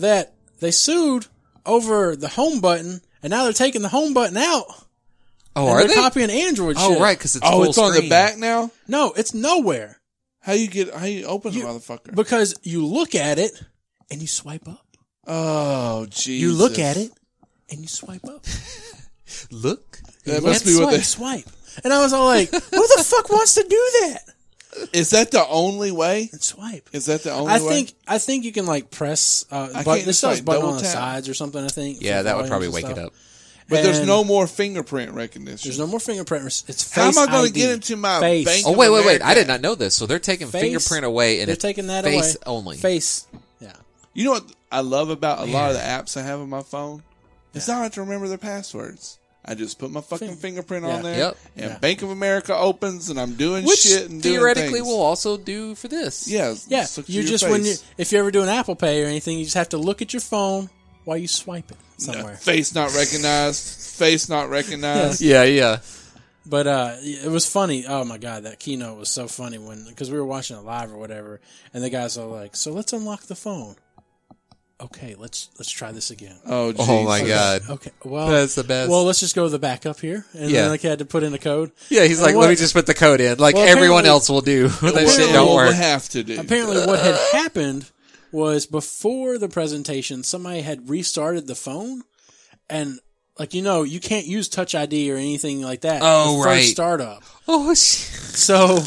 Speaker 1: that they sued over the home button, and now they're taking the home button out.
Speaker 3: Oh,
Speaker 1: and
Speaker 3: are
Speaker 1: they're
Speaker 3: they?
Speaker 1: copying Android.
Speaker 3: oh,
Speaker 1: shit.
Speaker 3: right, because it's
Speaker 2: Oh,
Speaker 3: full
Speaker 2: it's on the
Speaker 3: screen.
Speaker 2: back now.
Speaker 1: No, it's nowhere
Speaker 2: How you get? How you open the motherfucker?
Speaker 1: because you look at it and you swipe up.
Speaker 2: oh, Jesus!
Speaker 1: You look at it and you swipe up.
Speaker 3: Look,
Speaker 2: That
Speaker 1: And
Speaker 2: must be what
Speaker 1: swipe,
Speaker 2: they.
Speaker 1: swipe. And I was all like, "Who the fuck wants to do that?"
Speaker 2: Is that the only way?
Speaker 1: And swipe.
Speaker 2: Is that the only
Speaker 1: I
Speaker 2: way?
Speaker 1: think I think you can like press uh,
Speaker 2: can't
Speaker 1: button. This
Speaker 2: just,
Speaker 1: stuff's
Speaker 2: like,
Speaker 1: button
Speaker 2: double
Speaker 1: on the
Speaker 2: tap.
Speaker 1: sides or something. I think.
Speaker 3: yeah,
Speaker 1: for
Speaker 3: that would
Speaker 1: volumes
Speaker 3: probably
Speaker 1: and
Speaker 3: wake it
Speaker 1: stuff.
Speaker 3: up.
Speaker 2: but there's
Speaker 1: and-
Speaker 2: no more fingerprint recognition.
Speaker 1: There's no more fingerprint. res- It's face
Speaker 2: How am I
Speaker 1: going
Speaker 2: gonna
Speaker 1: to
Speaker 2: get into my
Speaker 1: face?
Speaker 2: bank-
Speaker 3: Oh
Speaker 2: Give
Speaker 3: wait, wait, wait!
Speaker 2: America.
Speaker 3: I did not know this. So they're taking
Speaker 1: Face.
Speaker 3: fingerprint away, and
Speaker 1: They're
Speaker 3: it's
Speaker 1: taking that
Speaker 3: face
Speaker 1: away.
Speaker 3: only.
Speaker 1: Face. Yeah.
Speaker 2: You know what I love about a lot of the apps I have on my phone? Is I don't have to remember their passwords. I just put my fucking fingerprint
Speaker 1: Yeah.
Speaker 2: on there,
Speaker 3: Yep.
Speaker 2: and
Speaker 1: Yeah.
Speaker 2: Bank of America opens, and I'm doing
Speaker 3: Which
Speaker 2: shit and
Speaker 3: theoretically
Speaker 2: doing
Speaker 3: will also do for this.
Speaker 2: Yeah,
Speaker 1: Yeah.
Speaker 2: suck to
Speaker 1: You
Speaker 2: your
Speaker 1: just when you
Speaker 2: face.
Speaker 1: if you ever do an Apple Pay or anything, you just have to look at your phone while you swipe it
Speaker 2: No,
Speaker 1: somewhere.
Speaker 2: face not recognized, face not recognized.
Speaker 3: yeah, yeah.
Speaker 1: But uh, it was funny. Oh my god, that keynote was so funny when because we were watching it live or whatever, and the guys are like, "So let's unlock the phone." Okay, let's let's try this again.
Speaker 2: Oh, geez.
Speaker 3: Oh my god.
Speaker 1: Okay, well
Speaker 3: That's the best.
Speaker 1: Well, let's just go to the backup here, and
Speaker 3: Yeah.
Speaker 1: then like I had to put in a code.
Speaker 3: Yeah, he's
Speaker 1: And
Speaker 3: like,
Speaker 1: what-
Speaker 3: let me just put the code in, like
Speaker 1: Well,
Speaker 3: everyone
Speaker 1: apparently-
Speaker 3: else will do. <laughs> that
Speaker 2: Apparently
Speaker 3: shit don't
Speaker 2: what we
Speaker 3: work.
Speaker 2: have to do.
Speaker 1: Apparently, what
Speaker 3: <laughs>
Speaker 1: had happened was before the presentation, somebody had restarted the phone, and like you know, you can't use Touch ID or anything like that.
Speaker 3: Oh,
Speaker 1: the first
Speaker 3: right.
Speaker 1: startup.
Speaker 3: Oh shit.
Speaker 1: So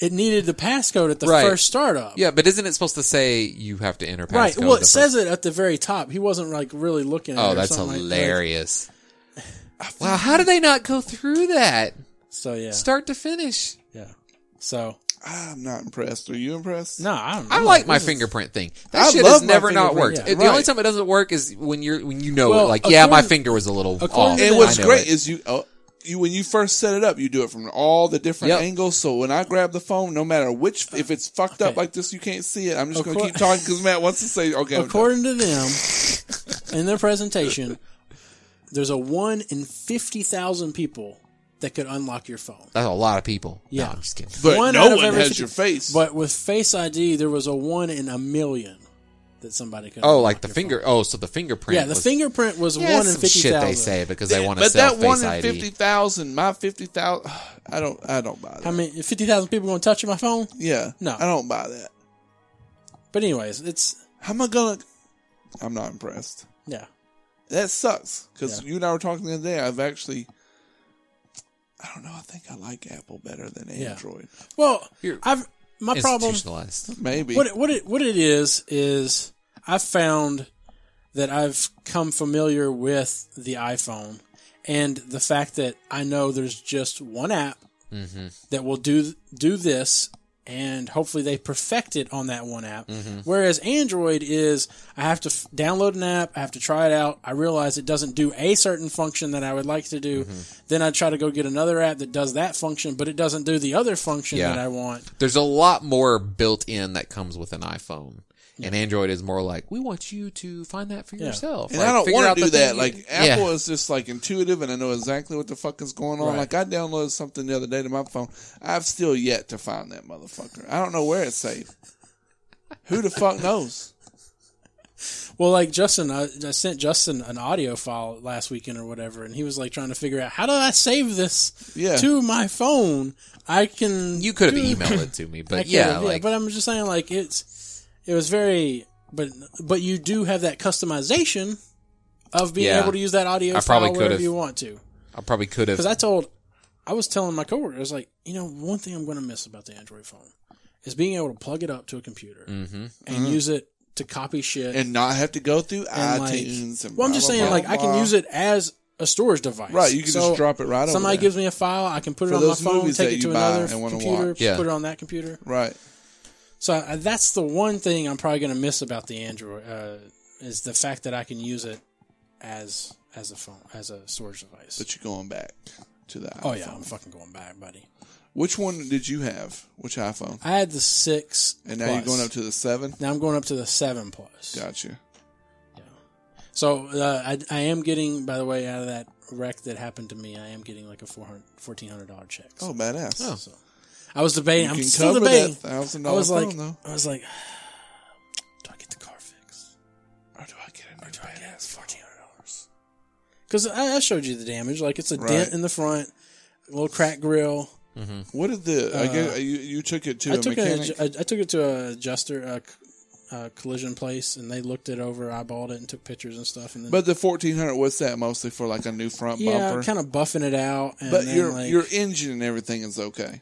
Speaker 1: it needed the passcode at the
Speaker 3: Right.
Speaker 1: first startup.
Speaker 3: Yeah, but isn't it supposed to say you have to enter passcode?
Speaker 1: Right. Well,
Speaker 3: the
Speaker 1: it
Speaker 3: first-
Speaker 1: says it at the very top. He wasn't like really looking. at it
Speaker 3: Oh,
Speaker 1: or
Speaker 3: that's
Speaker 1: something like that.
Speaker 3: hilarious. wow, how did they not go through that,
Speaker 1: So yeah,
Speaker 3: start to finish?
Speaker 1: yeah. So
Speaker 2: I'm not impressed. Are you impressed?
Speaker 1: no, I'm,
Speaker 3: I
Speaker 1: I'm
Speaker 3: like my
Speaker 1: this is-
Speaker 3: fingerprint thing. That
Speaker 2: I
Speaker 3: shit
Speaker 2: love
Speaker 3: has
Speaker 2: my
Speaker 3: never not
Speaker 2: fingerprint,
Speaker 3: worked.
Speaker 2: yeah.
Speaker 3: It- The only
Speaker 2: Right.
Speaker 3: time it doesn't work is when you're when you know
Speaker 1: Well,
Speaker 3: it. Like, yeah, my
Speaker 1: according-
Speaker 3: finger was a little
Speaker 1: according
Speaker 3: off.
Speaker 1: to
Speaker 2: And
Speaker 1: Yeah,
Speaker 2: what's
Speaker 3: I know
Speaker 2: great
Speaker 3: it.
Speaker 2: is you, oh, you when you first set it up, you do it from all the different
Speaker 3: Yep.
Speaker 2: angles. So when I grab the phone, no matter which, if it's fucked up
Speaker 1: Okay.
Speaker 2: like this, you can't see it. I'm just
Speaker 1: Of
Speaker 2: going to
Speaker 1: cour-
Speaker 2: keep talking because Matt wants to say, okay, I'm done.
Speaker 1: According to them, in their presentation, there's a one in fifty thousand people that could unlock your phone.
Speaker 3: That's a lot of people. No,
Speaker 1: Yeah.
Speaker 3: I'm just kidding.
Speaker 2: But
Speaker 1: One out of
Speaker 2: no one
Speaker 1: every
Speaker 2: has
Speaker 1: six-
Speaker 2: your face.
Speaker 1: But with Face ID, there was a one in a million that somebody could.
Speaker 3: Oh,
Speaker 1: unlock
Speaker 3: like the
Speaker 1: your
Speaker 3: finger.
Speaker 1: phone.
Speaker 3: Oh, so the fingerprint.
Speaker 1: Yeah, the
Speaker 3: was,
Speaker 1: fingerprint was
Speaker 3: Yeah,
Speaker 1: one in
Speaker 3: some
Speaker 1: fifty
Speaker 3: shit they
Speaker 1: thousand.
Speaker 3: say because they want to
Speaker 2: but
Speaker 3: sell
Speaker 2: that one
Speaker 3: Face
Speaker 2: in
Speaker 3: ID.
Speaker 2: fifty thousand, my fifty thousand, <sighs> I don't, I don't buy that.
Speaker 1: I mean, fifty thousand people gonna touch my phone.
Speaker 2: yeah,
Speaker 1: No.
Speaker 2: I don't buy that.
Speaker 1: But anyways, it's
Speaker 2: How am I gonna? I'm not impressed.
Speaker 1: yeah.
Speaker 2: That sucks because
Speaker 1: Yeah.
Speaker 2: you and I were talking the other day. I've actually, I don't know. I think I like Apple better than
Speaker 1: Yeah.
Speaker 2: Android.
Speaker 1: Well,
Speaker 3: You're
Speaker 1: I've my problem.
Speaker 3: Institutionalized.
Speaker 2: Maybe.
Speaker 1: What it, what it what it is is I've found that I've come familiar with the iPhone and the fact that I know there's just one app that will do do this and hopefully they perfect it on that one app whereas android is i have to f- download an app i have to try it out i realize it doesn't do a certain function that i would like to do then i try to go get another app that does that function but it doesn't do the other function
Speaker 3: Yeah.
Speaker 1: that i want
Speaker 3: There's a lot more built in that comes with an iPhone. And Android is more like, we want you to find that for yourself.
Speaker 2: And
Speaker 3: Like,
Speaker 2: I don't
Speaker 3: figure
Speaker 2: want
Speaker 3: out
Speaker 2: to
Speaker 3: the
Speaker 2: do
Speaker 3: thing
Speaker 2: that.
Speaker 3: you-
Speaker 2: Like
Speaker 3: Yeah.
Speaker 2: Apple is just like intuitive, and I know exactly what the fuck is going on.
Speaker 1: Right.
Speaker 2: Like I downloaded something the other day to my phone. I've still yet to find that motherfucker. I don't know where it's saved. Who the fuck knows?
Speaker 1: Well, like Justin, I, I sent Justin an audio file last weekend or whatever, and he was like trying to figure out how do I save this
Speaker 2: Yeah.
Speaker 1: to my phone. I can
Speaker 3: you
Speaker 2: <laughs>
Speaker 3: could have
Speaker 1: do-
Speaker 3: emailed it to
Speaker 1: <laughs>
Speaker 3: me,
Speaker 1: I
Speaker 3: but
Speaker 1: could've,
Speaker 3: yeah, like,
Speaker 1: but I'm just saying, like it's it was very, but but you do have that customization of being
Speaker 3: Yeah.
Speaker 1: able to use that audio
Speaker 3: I probably
Speaker 1: file wherever
Speaker 3: could've.
Speaker 1: you want to.
Speaker 3: I probably could have.
Speaker 1: Because I told, I was telling my coworker, I was like, you know, one thing I'm going to miss about the Android phone is being able to plug it up to a computer
Speaker 3: Mhm.
Speaker 1: and use it to copy shit
Speaker 2: And not have to go through
Speaker 1: and like,
Speaker 2: iTunes. and
Speaker 1: well, I'm just
Speaker 2: blah,
Speaker 1: saying,
Speaker 2: blah,
Speaker 1: like, I can
Speaker 2: blah.
Speaker 1: use it as a storage device.
Speaker 2: Right, you can just drop it right over
Speaker 1: Somebody
Speaker 2: there.
Speaker 1: gives me a file, I can put
Speaker 2: For
Speaker 1: it on my
Speaker 2: those
Speaker 1: phone,
Speaker 2: movies
Speaker 1: take
Speaker 2: that
Speaker 1: it
Speaker 2: you
Speaker 1: to
Speaker 2: buy
Speaker 1: another
Speaker 2: and wanna
Speaker 1: computer,
Speaker 2: watch.
Speaker 3: Yeah.
Speaker 1: put it on that computer.
Speaker 2: Right.
Speaker 1: So I, that's the one thing I'm probably going to miss about the Android uh, is the fact that I can use it as as a phone as a storage device.
Speaker 2: But you're going back to that.
Speaker 1: oh yeah, I'm fucking going back, buddy.
Speaker 2: Which one did you have? Which iPhone?
Speaker 1: I had the six,
Speaker 2: And now
Speaker 1: plus.
Speaker 2: you're going up to the seven.
Speaker 1: now I'm going up to the seven plus.
Speaker 2: Gotcha.
Speaker 1: So uh, I, I am getting, by the way, out of that wreck that happened to me, I am getting like a 400 $1,400 dollar check. So,
Speaker 2: Oh, badass.
Speaker 1: so I was debating.
Speaker 2: You
Speaker 1: I'm
Speaker 2: can
Speaker 1: still
Speaker 2: cover
Speaker 1: debating.
Speaker 2: that thousand
Speaker 1: I
Speaker 2: dollar
Speaker 1: was
Speaker 2: phone
Speaker 1: like,
Speaker 2: though.
Speaker 1: I was like, <sighs> do I get the car fixed?
Speaker 2: Or do I get a new
Speaker 1: Do I
Speaker 2: badass
Speaker 1: get
Speaker 2: phone?
Speaker 1: $1,400? Because I, I showed you the damage. Like it's a
Speaker 2: Right.
Speaker 1: dent in the front, a little crack grill.
Speaker 2: What did the? I guess uh, you you took it to
Speaker 1: uh, I
Speaker 2: a
Speaker 1: took uh,
Speaker 2: mechanic.
Speaker 1: it. I, I took it to a adjuster, a, c- a collision place, and they looked it over, eyeballed it, and took pictures and stuff. And then
Speaker 2: but the fourteen hundred, what's that mostly for? Like a new front
Speaker 1: yeah,
Speaker 2: bumper.
Speaker 1: kind of buffing it out. And
Speaker 2: but
Speaker 1: then,
Speaker 2: your
Speaker 1: like,
Speaker 2: your engine and everything is okay.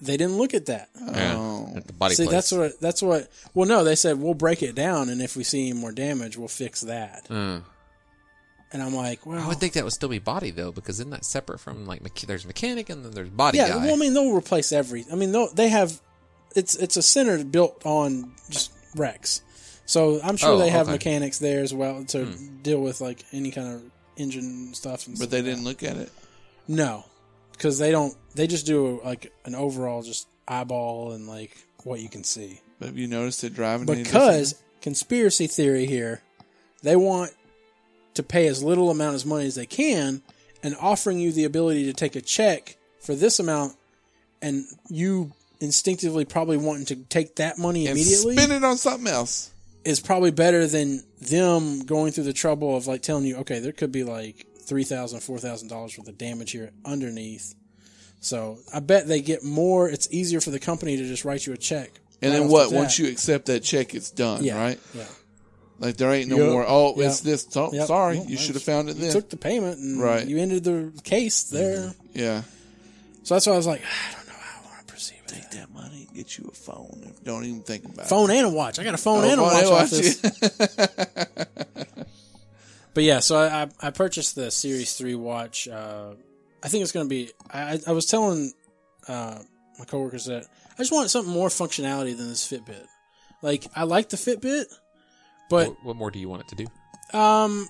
Speaker 1: they didn't look at that.
Speaker 3: yeah,
Speaker 2: Oh.
Speaker 3: at the body
Speaker 1: See,
Speaker 3: place.
Speaker 1: that's what that's what. Well, no, they said we'll break it down, and if we see any more damage, we'll fix that.
Speaker 3: Mm.
Speaker 1: And I'm like, well,
Speaker 3: I would think that would still be body though, because isn't that separate from like mecha- there's mechanic and then there's body
Speaker 1: yeah.
Speaker 3: guy.
Speaker 1: Well, I mean, they'll replace every. I mean, they'll, they have. It's it's a center built on just wrecks, so I'm sure
Speaker 3: Oh,
Speaker 1: they have
Speaker 3: okay. Hmm.
Speaker 1: mechanics there as well to deal with like any kind of engine stuff. And
Speaker 2: But
Speaker 1: stuff
Speaker 2: they
Speaker 1: like
Speaker 2: didn't look at it.
Speaker 1: that. no, because they don't. They just do like an overall just eyeball and like what you can see.
Speaker 2: But have you noticed it driving? any
Speaker 1: because conspiracy theory here they want to pay as little amount as money as they can and offering you the ability to take a check for this amount and you instinctively probably wanting to take that money
Speaker 2: different?
Speaker 1: immediately
Speaker 2: and spin it on something else.
Speaker 1: is probably better than them going through the trouble of like telling you okay there could be like three thousand four thousand dollars worth of damage here underneath so i bet they get more it's easier for the company to just write you a check
Speaker 2: And
Speaker 1: right
Speaker 2: then
Speaker 1: off
Speaker 2: what?
Speaker 1: the
Speaker 2: Once
Speaker 1: bat.
Speaker 2: you accept that check, it's done,
Speaker 1: yeah,
Speaker 2: right?
Speaker 1: yeah
Speaker 2: Like there ain't no
Speaker 1: Yep.
Speaker 2: more. Oh,
Speaker 1: Yep.
Speaker 2: it's this. Oh,
Speaker 1: Yep.
Speaker 2: Sorry,
Speaker 1: Well,
Speaker 2: you
Speaker 1: nice.
Speaker 2: should have found it
Speaker 1: you
Speaker 2: then.
Speaker 1: took the payment and
Speaker 2: Right. Mm-hmm.
Speaker 1: you ended the case there.
Speaker 2: yeah.
Speaker 1: So that's why I was like, <sighs> I don't know how I want to proceed with that.
Speaker 2: That money get you a phone. Don't even think about it.
Speaker 1: Phone and a watch. I got a phone
Speaker 2: Oh,
Speaker 1: and a
Speaker 2: phone
Speaker 1: watch,
Speaker 2: and
Speaker 1: off
Speaker 2: watch,
Speaker 1: this. But yeah, so I, I, I purchased the Series 3 watch. Uh, I think it's going to be. I, I- I was telling uh, my coworkers that I just want something more functionality than this Fitbit. Like, I like the Fitbit, but
Speaker 3: what, what more do you want it to do?
Speaker 1: um,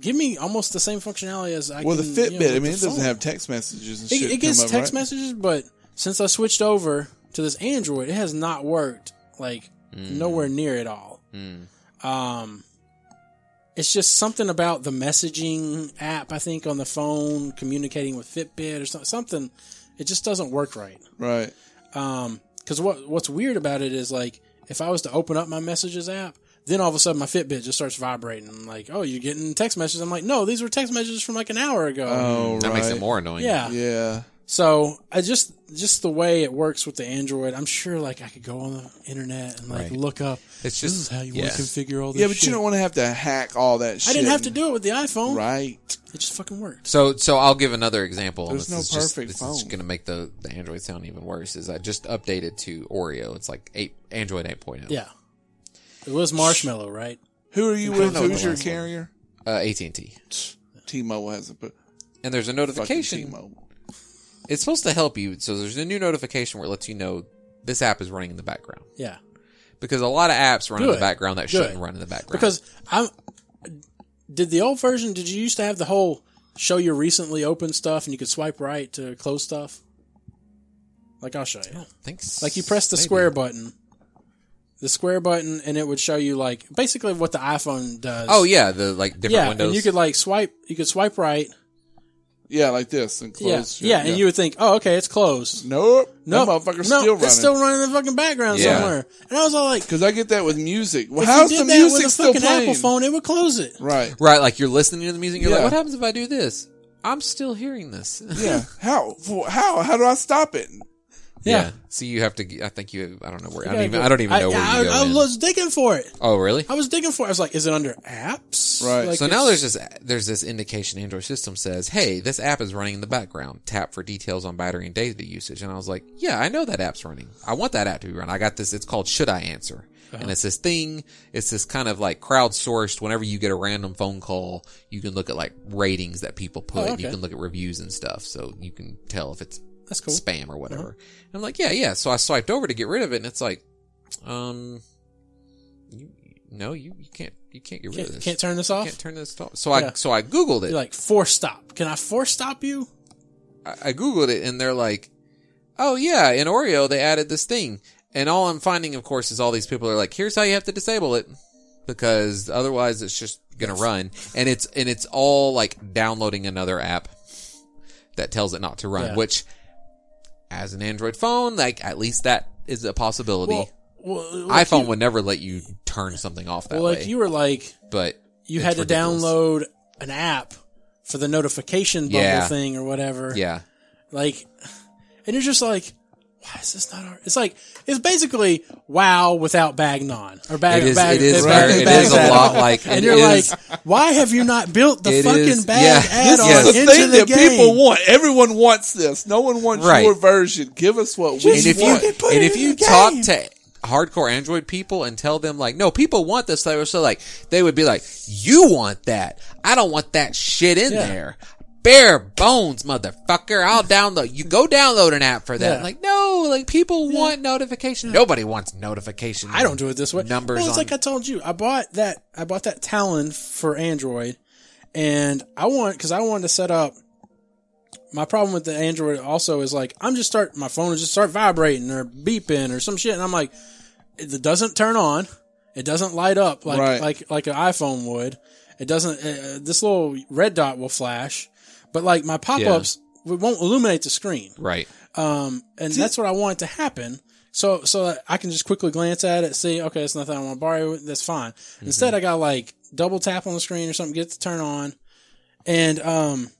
Speaker 1: give me almost the same functionality as I
Speaker 2: Well, the
Speaker 1: can,
Speaker 2: Fitbit.
Speaker 1: you know, <laughs>
Speaker 2: I
Speaker 1: with
Speaker 2: mean,
Speaker 1: the
Speaker 2: it doesn't
Speaker 1: phone.
Speaker 2: have text messages and shit.
Speaker 1: It, it gets
Speaker 2: come up,
Speaker 1: text
Speaker 2: right?
Speaker 1: messages, but since I switched over to this Android, it has
Speaker 2: Hmm.
Speaker 1: not worked like nowhere near at all. Um, it's just something about the messaging app. I think on the phone, communicating with Fitbit or something. something it just doesn't work right.
Speaker 2: Right.
Speaker 3: Mm-hmm.
Speaker 1: Because what what's weird about it is like if I was to open up my messages app, then all of a sudden my Fitbit just starts vibrating. I'm like, oh, you're getting text messages. I'm like, no, these were text messages from like an hour ago.
Speaker 2: Oh,
Speaker 3: That
Speaker 2: right.
Speaker 3: makes it more annoying.
Speaker 1: yeah.
Speaker 2: Yeah.
Speaker 1: So I just just the way it works with the Android, I'm sure like I could go on the internet and like
Speaker 3: Right.
Speaker 1: look up.
Speaker 3: It's
Speaker 1: this
Speaker 3: just-
Speaker 1: is how you
Speaker 3: yeah.
Speaker 1: want to configure all this.
Speaker 2: Yeah, but
Speaker 1: shit.
Speaker 2: you don't want to have to hack all that shit.
Speaker 1: I didn't have to do it with the iPhone.
Speaker 2: Right.
Speaker 1: It just fucking worked.
Speaker 3: So, so I'll give another example. and
Speaker 2: There's no
Speaker 3: is just,
Speaker 2: perfect
Speaker 3: this
Speaker 2: phone.
Speaker 3: is going to make the, the Android sound even worse. Is I just updated to Oreo. It's like eight oh. Android 8.0.
Speaker 1: Yeah. It was marshmallow, right?
Speaker 2: Who are you with?
Speaker 3: know
Speaker 2: Who's
Speaker 3: the
Speaker 2: your
Speaker 3: last one.
Speaker 2: carrier?
Speaker 3: Uh, AT&T.
Speaker 2: T-Mobile hasn't put
Speaker 3: And there's a
Speaker 2: fucking
Speaker 3: notification.
Speaker 2: T-Mobile.
Speaker 3: It's supposed to help you. So there's a new notification where it lets you know this app is running in the background
Speaker 1: Yeah.
Speaker 3: because a lot of apps run in
Speaker 1: Good.
Speaker 3: the background that
Speaker 1: Good.
Speaker 3: shouldn't run in the background.
Speaker 1: Because I'm did the old version did you used to have the whole show your recently open stuff and you could swipe right to close stuff? Like I'll show you.
Speaker 3: Thanks.
Speaker 1: Like you press the
Speaker 3: Maybe.
Speaker 1: square button. The square button and it would show you like basically what the iPhone does.
Speaker 3: Oh yeah, the like different
Speaker 1: yeah,
Speaker 3: windows.
Speaker 1: and you could like swipe you could swipe right.
Speaker 2: Yeah, like this and close.
Speaker 1: yeah. yeah, and you would think, "Oh, okay, it's closed."
Speaker 2: Nope.
Speaker 1: No,
Speaker 2: That motherfucker's
Speaker 1: no,
Speaker 2: still running.
Speaker 1: it's still running in the fucking background
Speaker 3: Yeah.
Speaker 1: somewhere. And I was all like,
Speaker 2: Because I get that with music. Well,
Speaker 1: If
Speaker 2: how's
Speaker 1: you
Speaker 2: the
Speaker 1: did that
Speaker 2: music
Speaker 1: with a
Speaker 2: still
Speaker 1: fucking
Speaker 2: playing?
Speaker 1: Apple phone, it would close it.
Speaker 2: Right.
Speaker 3: right, like you're listening to the music. You're
Speaker 2: Yeah.
Speaker 3: like, what happens if I do this? I'm still hearing this. <laughs>
Speaker 1: <laughs>
Speaker 2: Yeah. How? For- How? How do I stop it?
Speaker 1: Yeah.
Speaker 3: So you have to. g- I think you. I don't know where. I
Speaker 1: Yeah,
Speaker 3: don't even. I don't even know where
Speaker 1: I,
Speaker 3: you go.
Speaker 1: I
Speaker 3: in.
Speaker 1: was digging for it.
Speaker 3: oh really?
Speaker 1: I was digging for it. I was like, is it under apps?
Speaker 2: Right.
Speaker 1: Like,
Speaker 3: so now
Speaker 1: it's-
Speaker 3: there's this there's this indication Android system says, "Hey, this app is running in the background. Tap for details on battery and data usage." And I was like, "Yeah, I know that app's running. I want that app to be run. I got this. It's called Should I Answer?" And
Speaker 1: Uh-huh.
Speaker 3: it's this thing. It's this kind of like crowdsourced. Whenever you get a random phone call, you can look at like ratings that people put.
Speaker 1: Oh, okay.
Speaker 3: You can look at reviews and stuff, so you can tell if it's
Speaker 1: that's cool. Uh-huh.
Speaker 3: spam or whatever. And I'm like, yeah, yeah. So I swiped over to get rid of it, and it's like, um, you, no, you, you can't, you can't get rid of
Speaker 1: Can't,
Speaker 3: this.
Speaker 1: can't turn this off.
Speaker 3: Can't turn this off. So I,
Speaker 1: Oh. Yeah.
Speaker 3: so I googled it.
Speaker 1: You're like force stop. Can I force stop you?
Speaker 3: I, I googled it, and they're like, oh yeah, in Oreo they added this thing, and all I'm finding, of course, is all these people are like, here's how you have to disable it, because otherwise it's just gonna run, and it's and it's all like downloading another app that tells it not to run,
Speaker 1: Yeah.
Speaker 3: which, as an Android phone, like at least that is a possibility.
Speaker 1: Well, well, like
Speaker 3: iPhone
Speaker 1: you-
Speaker 3: would never let you turn something off that
Speaker 1: well,
Speaker 3: way,
Speaker 1: like you were like,
Speaker 3: but
Speaker 1: you
Speaker 3: it's
Speaker 1: had to
Speaker 3: ridiculous.
Speaker 1: download an app for the notification bubble
Speaker 3: Yeah.
Speaker 1: thing or whatever.
Speaker 3: Yeah.
Speaker 1: Like, and you're just like, why is this not? Our, it's like it's basically wow without Bagnon or bag.
Speaker 3: It is-
Speaker 1: bag
Speaker 3: it is
Speaker 1: bag-
Speaker 2: very- it
Speaker 1: bag
Speaker 2: is a
Speaker 1: add-on.
Speaker 3: lot like-
Speaker 1: and
Speaker 3: it
Speaker 1: you're
Speaker 3: is-
Speaker 1: like, why have you not built the
Speaker 3: It
Speaker 1: fucking
Speaker 3: is-
Speaker 1: bag
Speaker 3: yeah.
Speaker 1: add on
Speaker 3: Yes.
Speaker 2: This is the thing
Speaker 1: into the
Speaker 2: that
Speaker 1: game?
Speaker 2: people want. Everyone wants this. No one wants
Speaker 3: Right.
Speaker 2: your version. Give us what we
Speaker 3: and if you
Speaker 2: want.
Speaker 1: fucking put
Speaker 3: and
Speaker 1: it
Speaker 3: if
Speaker 1: in
Speaker 3: you
Speaker 1: the game.
Speaker 3: talk to hardcore Android people and tell them like, no, people want this, they were so like, they would be like, you want that? I don't want that shit in
Speaker 1: Yeah.
Speaker 3: there. Bare bones, motherfucker. I'll download. You go download an app for that.
Speaker 1: Yeah.
Speaker 3: Like, no, like people want notification. Nobody wants notification.
Speaker 1: I don't do it this way.
Speaker 3: Numbers
Speaker 1: Well, it's
Speaker 3: on-
Speaker 1: like I told you. I bought that. I bought that Talon for Android, and I want because I wanted to set up. My problem with the Android also is like I'm just start my phone will just start vibrating or beeping or some shit, and I'm like, it doesn't turn on, it doesn't light up like
Speaker 2: Right.
Speaker 1: like like an iPhone would. It doesn't. Uh, this little red dot will flash, but like my pop ups, it won't illuminate the screen.
Speaker 3: Right.
Speaker 1: Um, and that's what I want to happen. So, so that I can just quickly glance at it, see, okay, it's nothing I want to borrow. That's fine. Instead, I got like double tap on the screen or something, get it to turn on. And, um,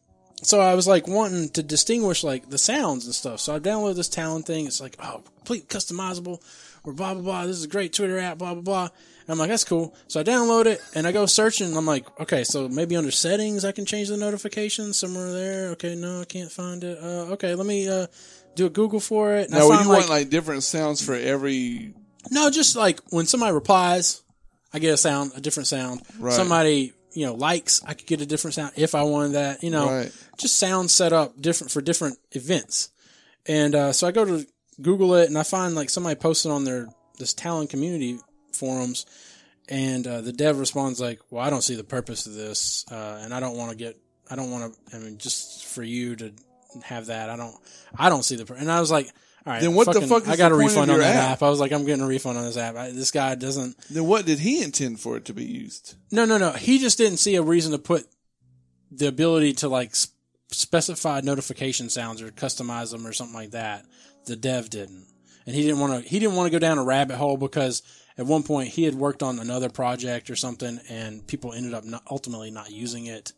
Speaker 1: so I was like wanting to distinguish like the sounds and stuff. So I downloaded this Talon thing. It's like, oh, complete customizable or blah, blah, blah. This is a great Twitter app, blah, blah, blah. And I'm like, that's cool. So I download it and I go searching. And I'm like, okay, so maybe under settings, I can change the notifications somewhere there. Okay, no, I can't find it. Uh, okay, let me, uh, do a Google for it. And
Speaker 2: No,
Speaker 1: I
Speaker 2: you
Speaker 1: find,
Speaker 2: want like different sounds for every.
Speaker 1: no, just like when somebody replies, I get a sound, a different sound.
Speaker 2: Right.
Speaker 1: Somebody, you know, likes, I could get a different sound if I wanted that. You know,
Speaker 2: Right.
Speaker 1: just sound set up different for different events. And uh, so I go to Google it, and I find like somebody posted on their this Talon community forums, and uh, the dev responds like, "Well, I don't see the purpose of this, uh, and I don't want to get, I don't want to. I mean, just for you to have that, I don't, I don't see the." Pur-. And I was like, all right.
Speaker 2: Then what the
Speaker 1: fucking-
Speaker 2: fuck is
Speaker 1: I got
Speaker 2: the
Speaker 1: a
Speaker 2: point of
Speaker 1: refund on
Speaker 2: your
Speaker 1: that
Speaker 2: app?
Speaker 1: app? I was like, I'm getting a refund on this app. I, this guy doesn't.
Speaker 2: Then what did he intend for it to be used?
Speaker 1: No, no, no. He just didn't see a reason to put the ability to like s- specify notification sounds or customize them or something like that. The dev didn't, and he didn't want to. He didn't want to go down a rabbit hole because at one point he had worked on another project or something, and people ended up not, ultimately not using it.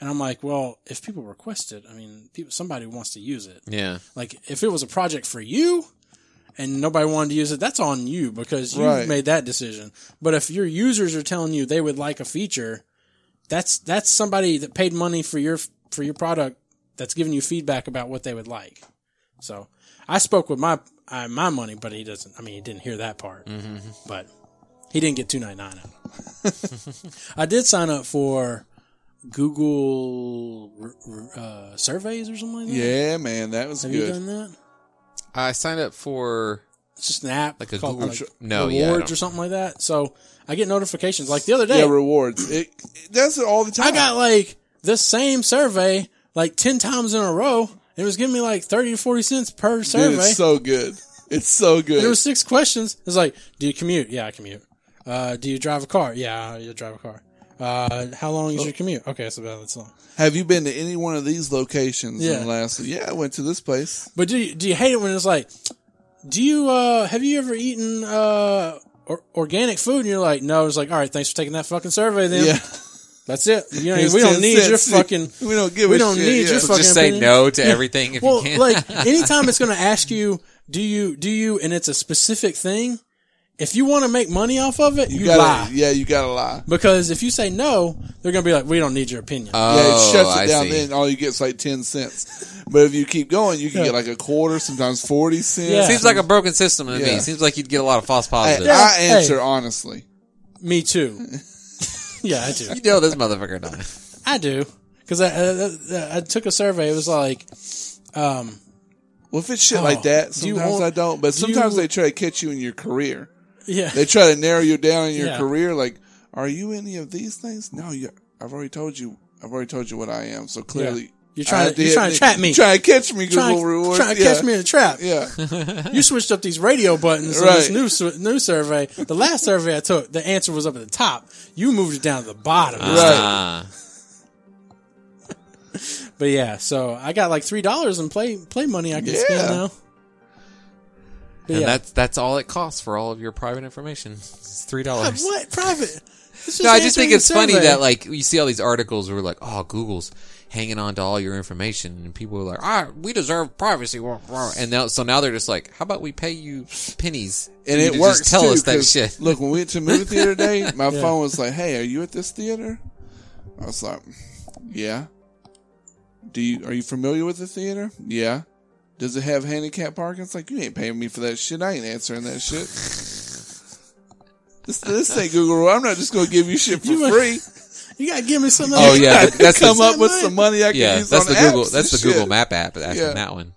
Speaker 1: And I'm like, well, if people request it, I mean, people, somebody wants to use it.
Speaker 3: Yeah.
Speaker 1: Like if it was a project for you and nobody wanted to use it, that's on you because you
Speaker 2: Right.
Speaker 1: made that decision. But if your users are telling you they would like a feature, that's that's somebody that paid money for your for your product that's giving you feedback about what they would like. So I spoke with my uh, my money, but he doesn't. I mean, he didn't hear that part,
Speaker 2: Mm-hmm.
Speaker 1: but he didn't get two ninety nine out. of it. <laughs> I did sign up for Google r- r- uh, surveys or something like that.
Speaker 2: Yeah, man, that was
Speaker 1: Have you
Speaker 2: good.
Speaker 1: done that?
Speaker 3: I signed up for
Speaker 1: It's just an app
Speaker 3: like a
Speaker 1: called
Speaker 3: Google.
Speaker 1: like,
Speaker 3: no, yeah. I
Speaker 1: rewards or
Speaker 3: don't-
Speaker 1: something like that. So I get notifications. Like the other day,
Speaker 2: Yeah, rewards. It, it- that's it all the time.
Speaker 1: I got like the same survey like ten times in a row. It was giving me like thirty to forty cents per survey.
Speaker 2: Dude, it's so good. It's so good.
Speaker 1: there were six questions. It's like, do you commute? Yeah, I commute. Uh, do you drive a car? Yeah, I drive a car. Uh, how long is your commute? Okay, so about that's long.
Speaker 2: Have you been to any one of these locations? Yeah.
Speaker 1: Yeah.
Speaker 2: In the last, yeah, I went to this place.
Speaker 1: But do you, do you hate it when it's like, do you uh have you ever eaten uh or, organic food? And you're like, no. It's like, all right, thanks for taking that fucking survey. Then
Speaker 2: Yeah,
Speaker 1: that's it. You know,
Speaker 2: Here's
Speaker 1: we don't
Speaker 2: 10
Speaker 1: need your
Speaker 2: cents.
Speaker 1: fucking.
Speaker 2: <laughs> We don't give.
Speaker 1: we
Speaker 2: a
Speaker 1: don't
Speaker 2: shit,
Speaker 1: need
Speaker 2: yeah.
Speaker 1: your fucking
Speaker 3: Just say
Speaker 1: opinion.
Speaker 3: no to everything if
Speaker 1: Well,
Speaker 3: you can. <laughs>
Speaker 1: like anytime it's going to ask you, do you do you, and it's a specific thing. If you want to make money off of it, you,
Speaker 2: You gotta,
Speaker 1: lie
Speaker 2: Yeah, you gotta lie.
Speaker 1: because if you say no, they're going to be like, we don't need your opinion.
Speaker 2: Uh.
Speaker 3: oh,
Speaker 2: yeah, it shuts it
Speaker 3: I
Speaker 2: down.
Speaker 3: see.
Speaker 2: Then all you get is like ten cents. But if you keep going, you can
Speaker 1: Yeah.
Speaker 2: get like a quarter, sometimes forty cents.
Speaker 1: Yeah.
Speaker 3: Seems like a broken system to
Speaker 2: Yeah.
Speaker 3: me. Seems like you'd get a lot of false
Speaker 2: I,
Speaker 3: positives.
Speaker 2: I
Speaker 1: Hey.
Speaker 2: answer honestly.
Speaker 1: Me too. <laughs> yeah, I do.
Speaker 3: You know this
Speaker 2: <laughs>
Speaker 3: motherfucker done.
Speaker 1: I do because I, I, I- I took a survey. It was like, um,
Speaker 2: Well, if it's shit
Speaker 1: Oh,
Speaker 2: like that,
Speaker 1: do you
Speaker 2: sometimes
Speaker 1: want-
Speaker 2: I don't. But
Speaker 1: do
Speaker 2: sometimes
Speaker 1: you-
Speaker 2: they try to catch you in your career.
Speaker 1: yeah,
Speaker 2: They try to narrow you down in your
Speaker 1: Yeah.
Speaker 2: career. Like, are you any of these things? No, you. I've already told you. I've already told you what I am. So clearly,
Speaker 1: You're trying
Speaker 2: I
Speaker 1: to- you're
Speaker 2: did-
Speaker 1: trying to trap me.
Speaker 2: You're Trying to catch me, Google
Speaker 1: trying,
Speaker 2: rewards.
Speaker 1: trying to
Speaker 2: yeah.
Speaker 1: catch me in a trap.
Speaker 2: Yeah,
Speaker 1: You switched up these radio buttons in
Speaker 2: Right.
Speaker 1: this new su- new survey. The last survey I took, the answer was up at the top. You moved it down to the bottom.
Speaker 2: Uh.
Speaker 3: Ah.
Speaker 1: But yeah, so I got like three dollars in play play money I can
Speaker 2: Yeah.
Speaker 1: spend now. But
Speaker 3: and
Speaker 1: yeah,
Speaker 3: that's that's all it costs for all of your private information. It's three
Speaker 1: God,
Speaker 3: dollars.
Speaker 1: what private? It's just
Speaker 3: No, I just think
Speaker 1: answering
Speaker 3: it's
Speaker 1: the
Speaker 3: funny
Speaker 1: survey.
Speaker 3: that like you see all these articles where like, oh, Google's hanging on to all your information, and people are like, ah, we deserve privacy, Wah, wah. and now so now they're just like, how about we pay you pennies
Speaker 2: and
Speaker 3: for you
Speaker 2: it
Speaker 3: to
Speaker 2: works.
Speaker 3: Just tell
Speaker 2: too,
Speaker 3: us that
Speaker 2: 'cause, <laughs>
Speaker 3: shit.
Speaker 2: Look, when we went to the movie theater <laughs> today, my phone was like, "Hey, are you at this theater?" I was like, "Yeah." Do you are you familiar with the theater? Yeah. Does it have handicap parking? It's like you ain't paying me for that shit. I ain't answering that shit. this this ain't Google. I'm not just gonna give <laughs> you shit for
Speaker 1: You must-
Speaker 2: free.
Speaker 1: You gotta give me something.
Speaker 3: Oh,
Speaker 1: <laughs>
Speaker 3: yeah.
Speaker 2: I
Speaker 3: that- that's
Speaker 2: come
Speaker 3: the-
Speaker 2: up with some money I can
Speaker 3: Yeah,
Speaker 2: use
Speaker 3: that's
Speaker 2: on
Speaker 3: the Google.
Speaker 2: apps
Speaker 3: That's the
Speaker 2: and
Speaker 3: Google
Speaker 2: shit.
Speaker 3: Map app. That's
Speaker 2: Yeah.
Speaker 3: that one.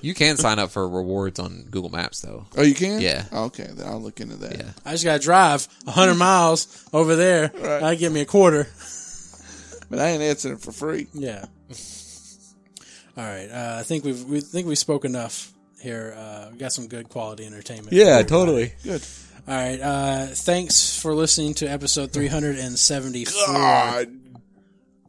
Speaker 3: You can sign up for rewards on Google Maps though.
Speaker 2: Oh, you can.
Speaker 3: Yeah.
Speaker 2: Okay, then I'll look into that.
Speaker 3: Yeah.
Speaker 1: I just gotta drive hundred miles over there.
Speaker 2: Right.
Speaker 1: I give me a quarter.
Speaker 2: But I ain't answering for free.
Speaker 1: Yeah. <laughs> All right. Uh, I think we've we think we spoke enough here. Uh, we got some good quality entertainment.
Speaker 3: totally.
Speaker 2: Good.
Speaker 1: All right. Uh, thanks for listening to episode three hundred and seventy four.
Speaker 2: God.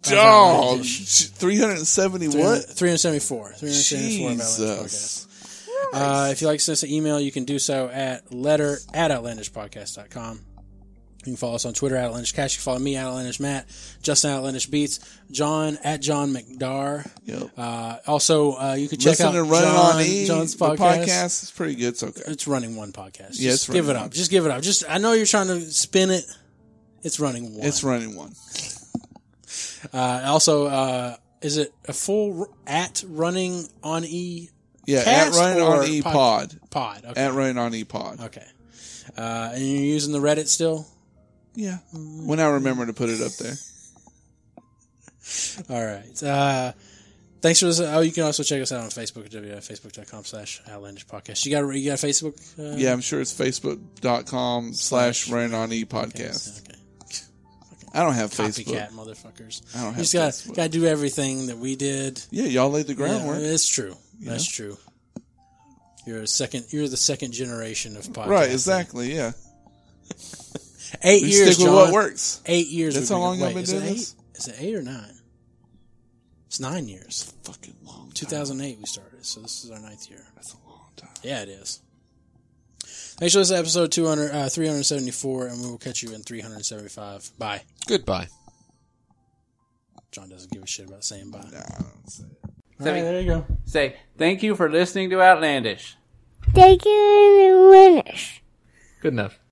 Speaker 2: Dog.
Speaker 1: outrageous.
Speaker 2: 370 what?
Speaker 1: Three hundred seventy four. Three hundred seventy four.
Speaker 2: Jesus.
Speaker 1: Uh, if you like to send us an email, you can do so at letter at outlandishpodcast.com. You can follow us on Twitter, Outlandish Cash. You can follow me, Outlandish Matt, Justin Outlandish Beats, John at John McDar.
Speaker 2: Yep.
Speaker 1: Uh, also, uh, you can check
Speaker 2: Listen
Speaker 1: out
Speaker 2: to Run
Speaker 1: John,
Speaker 2: on E.
Speaker 1: John's
Speaker 2: the
Speaker 1: podcast.
Speaker 2: podcast is pretty good. It's okay.
Speaker 1: It's running one podcast.
Speaker 2: Yeah,
Speaker 1: Just
Speaker 2: it's
Speaker 1: give it
Speaker 2: running
Speaker 1: up.
Speaker 2: one.
Speaker 1: Just give it up. Just I know you're trying to spin it. It's running one.
Speaker 2: It's running one.
Speaker 1: uh, also, uh, is it a full r- at running on E
Speaker 2: Yeah,
Speaker 1: Cast
Speaker 2: at running
Speaker 1: or
Speaker 2: on E pod.
Speaker 1: pod? Okay.
Speaker 2: At running on E pod.
Speaker 1: okay. Uh, and you're using the Reddit still?
Speaker 2: Yeah. When I remember to put it up there.
Speaker 1: All right. Uh, thanks for listening. Oh, you can also check us out on Facebook at www.facebook.com slash outlandish podcast. You got, you got Facebook? Uh,
Speaker 2: Yeah, I'm sure it's facebook.com slash running on E podcast.
Speaker 1: Okay.
Speaker 2: I don't have
Speaker 1: Copycat
Speaker 2: Facebook.
Speaker 1: motherfuckers.
Speaker 2: I don't
Speaker 1: You
Speaker 2: have
Speaker 1: just gotta,
Speaker 2: Facebook.
Speaker 1: gotta do everything that we did.
Speaker 2: Yeah, y'all laid the
Speaker 1: Yeah,
Speaker 2: groundwork.
Speaker 1: it's true. That's true. You're a second. You're the second generation of podcasting.
Speaker 2: Right, exactly. Yeah,
Speaker 1: Eight
Speaker 2: we
Speaker 1: years.
Speaker 2: stick with
Speaker 1: John.
Speaker 2: what works.
Speaker 1: Eight years.
Speaker 2: That's
Speaker 1: we've
Speaker 2: how long
Speaker 1: wait,
Speaker 2: I've been
Speaker 1: is
Speaker 2: doing
Speaker 1: it eight?
Speaker 2: this?
Speaker 1: Is it eight or nine? It's nine years.
Speaker 2: Fucking long. time.
Speaker 1: 2008 we started, so this is our ninth year.
Speaker 2: That's a long time.
Speaker 1: Yeah, it is. Thanks for listening to episode 200, uh, 374, and we will catch you in 375. Bye.
Speaker 3: Goodbye.
Speaker 1: John doesn't give a shit about saying bye.
Speaker 2: Nah, I don't say it.
Speaker 1: All right, there you go.
Speaker 4: Say thank you for listening to Outlandish.
Speaker 5: Thank you, Linus.
Speaker 3: Good enough.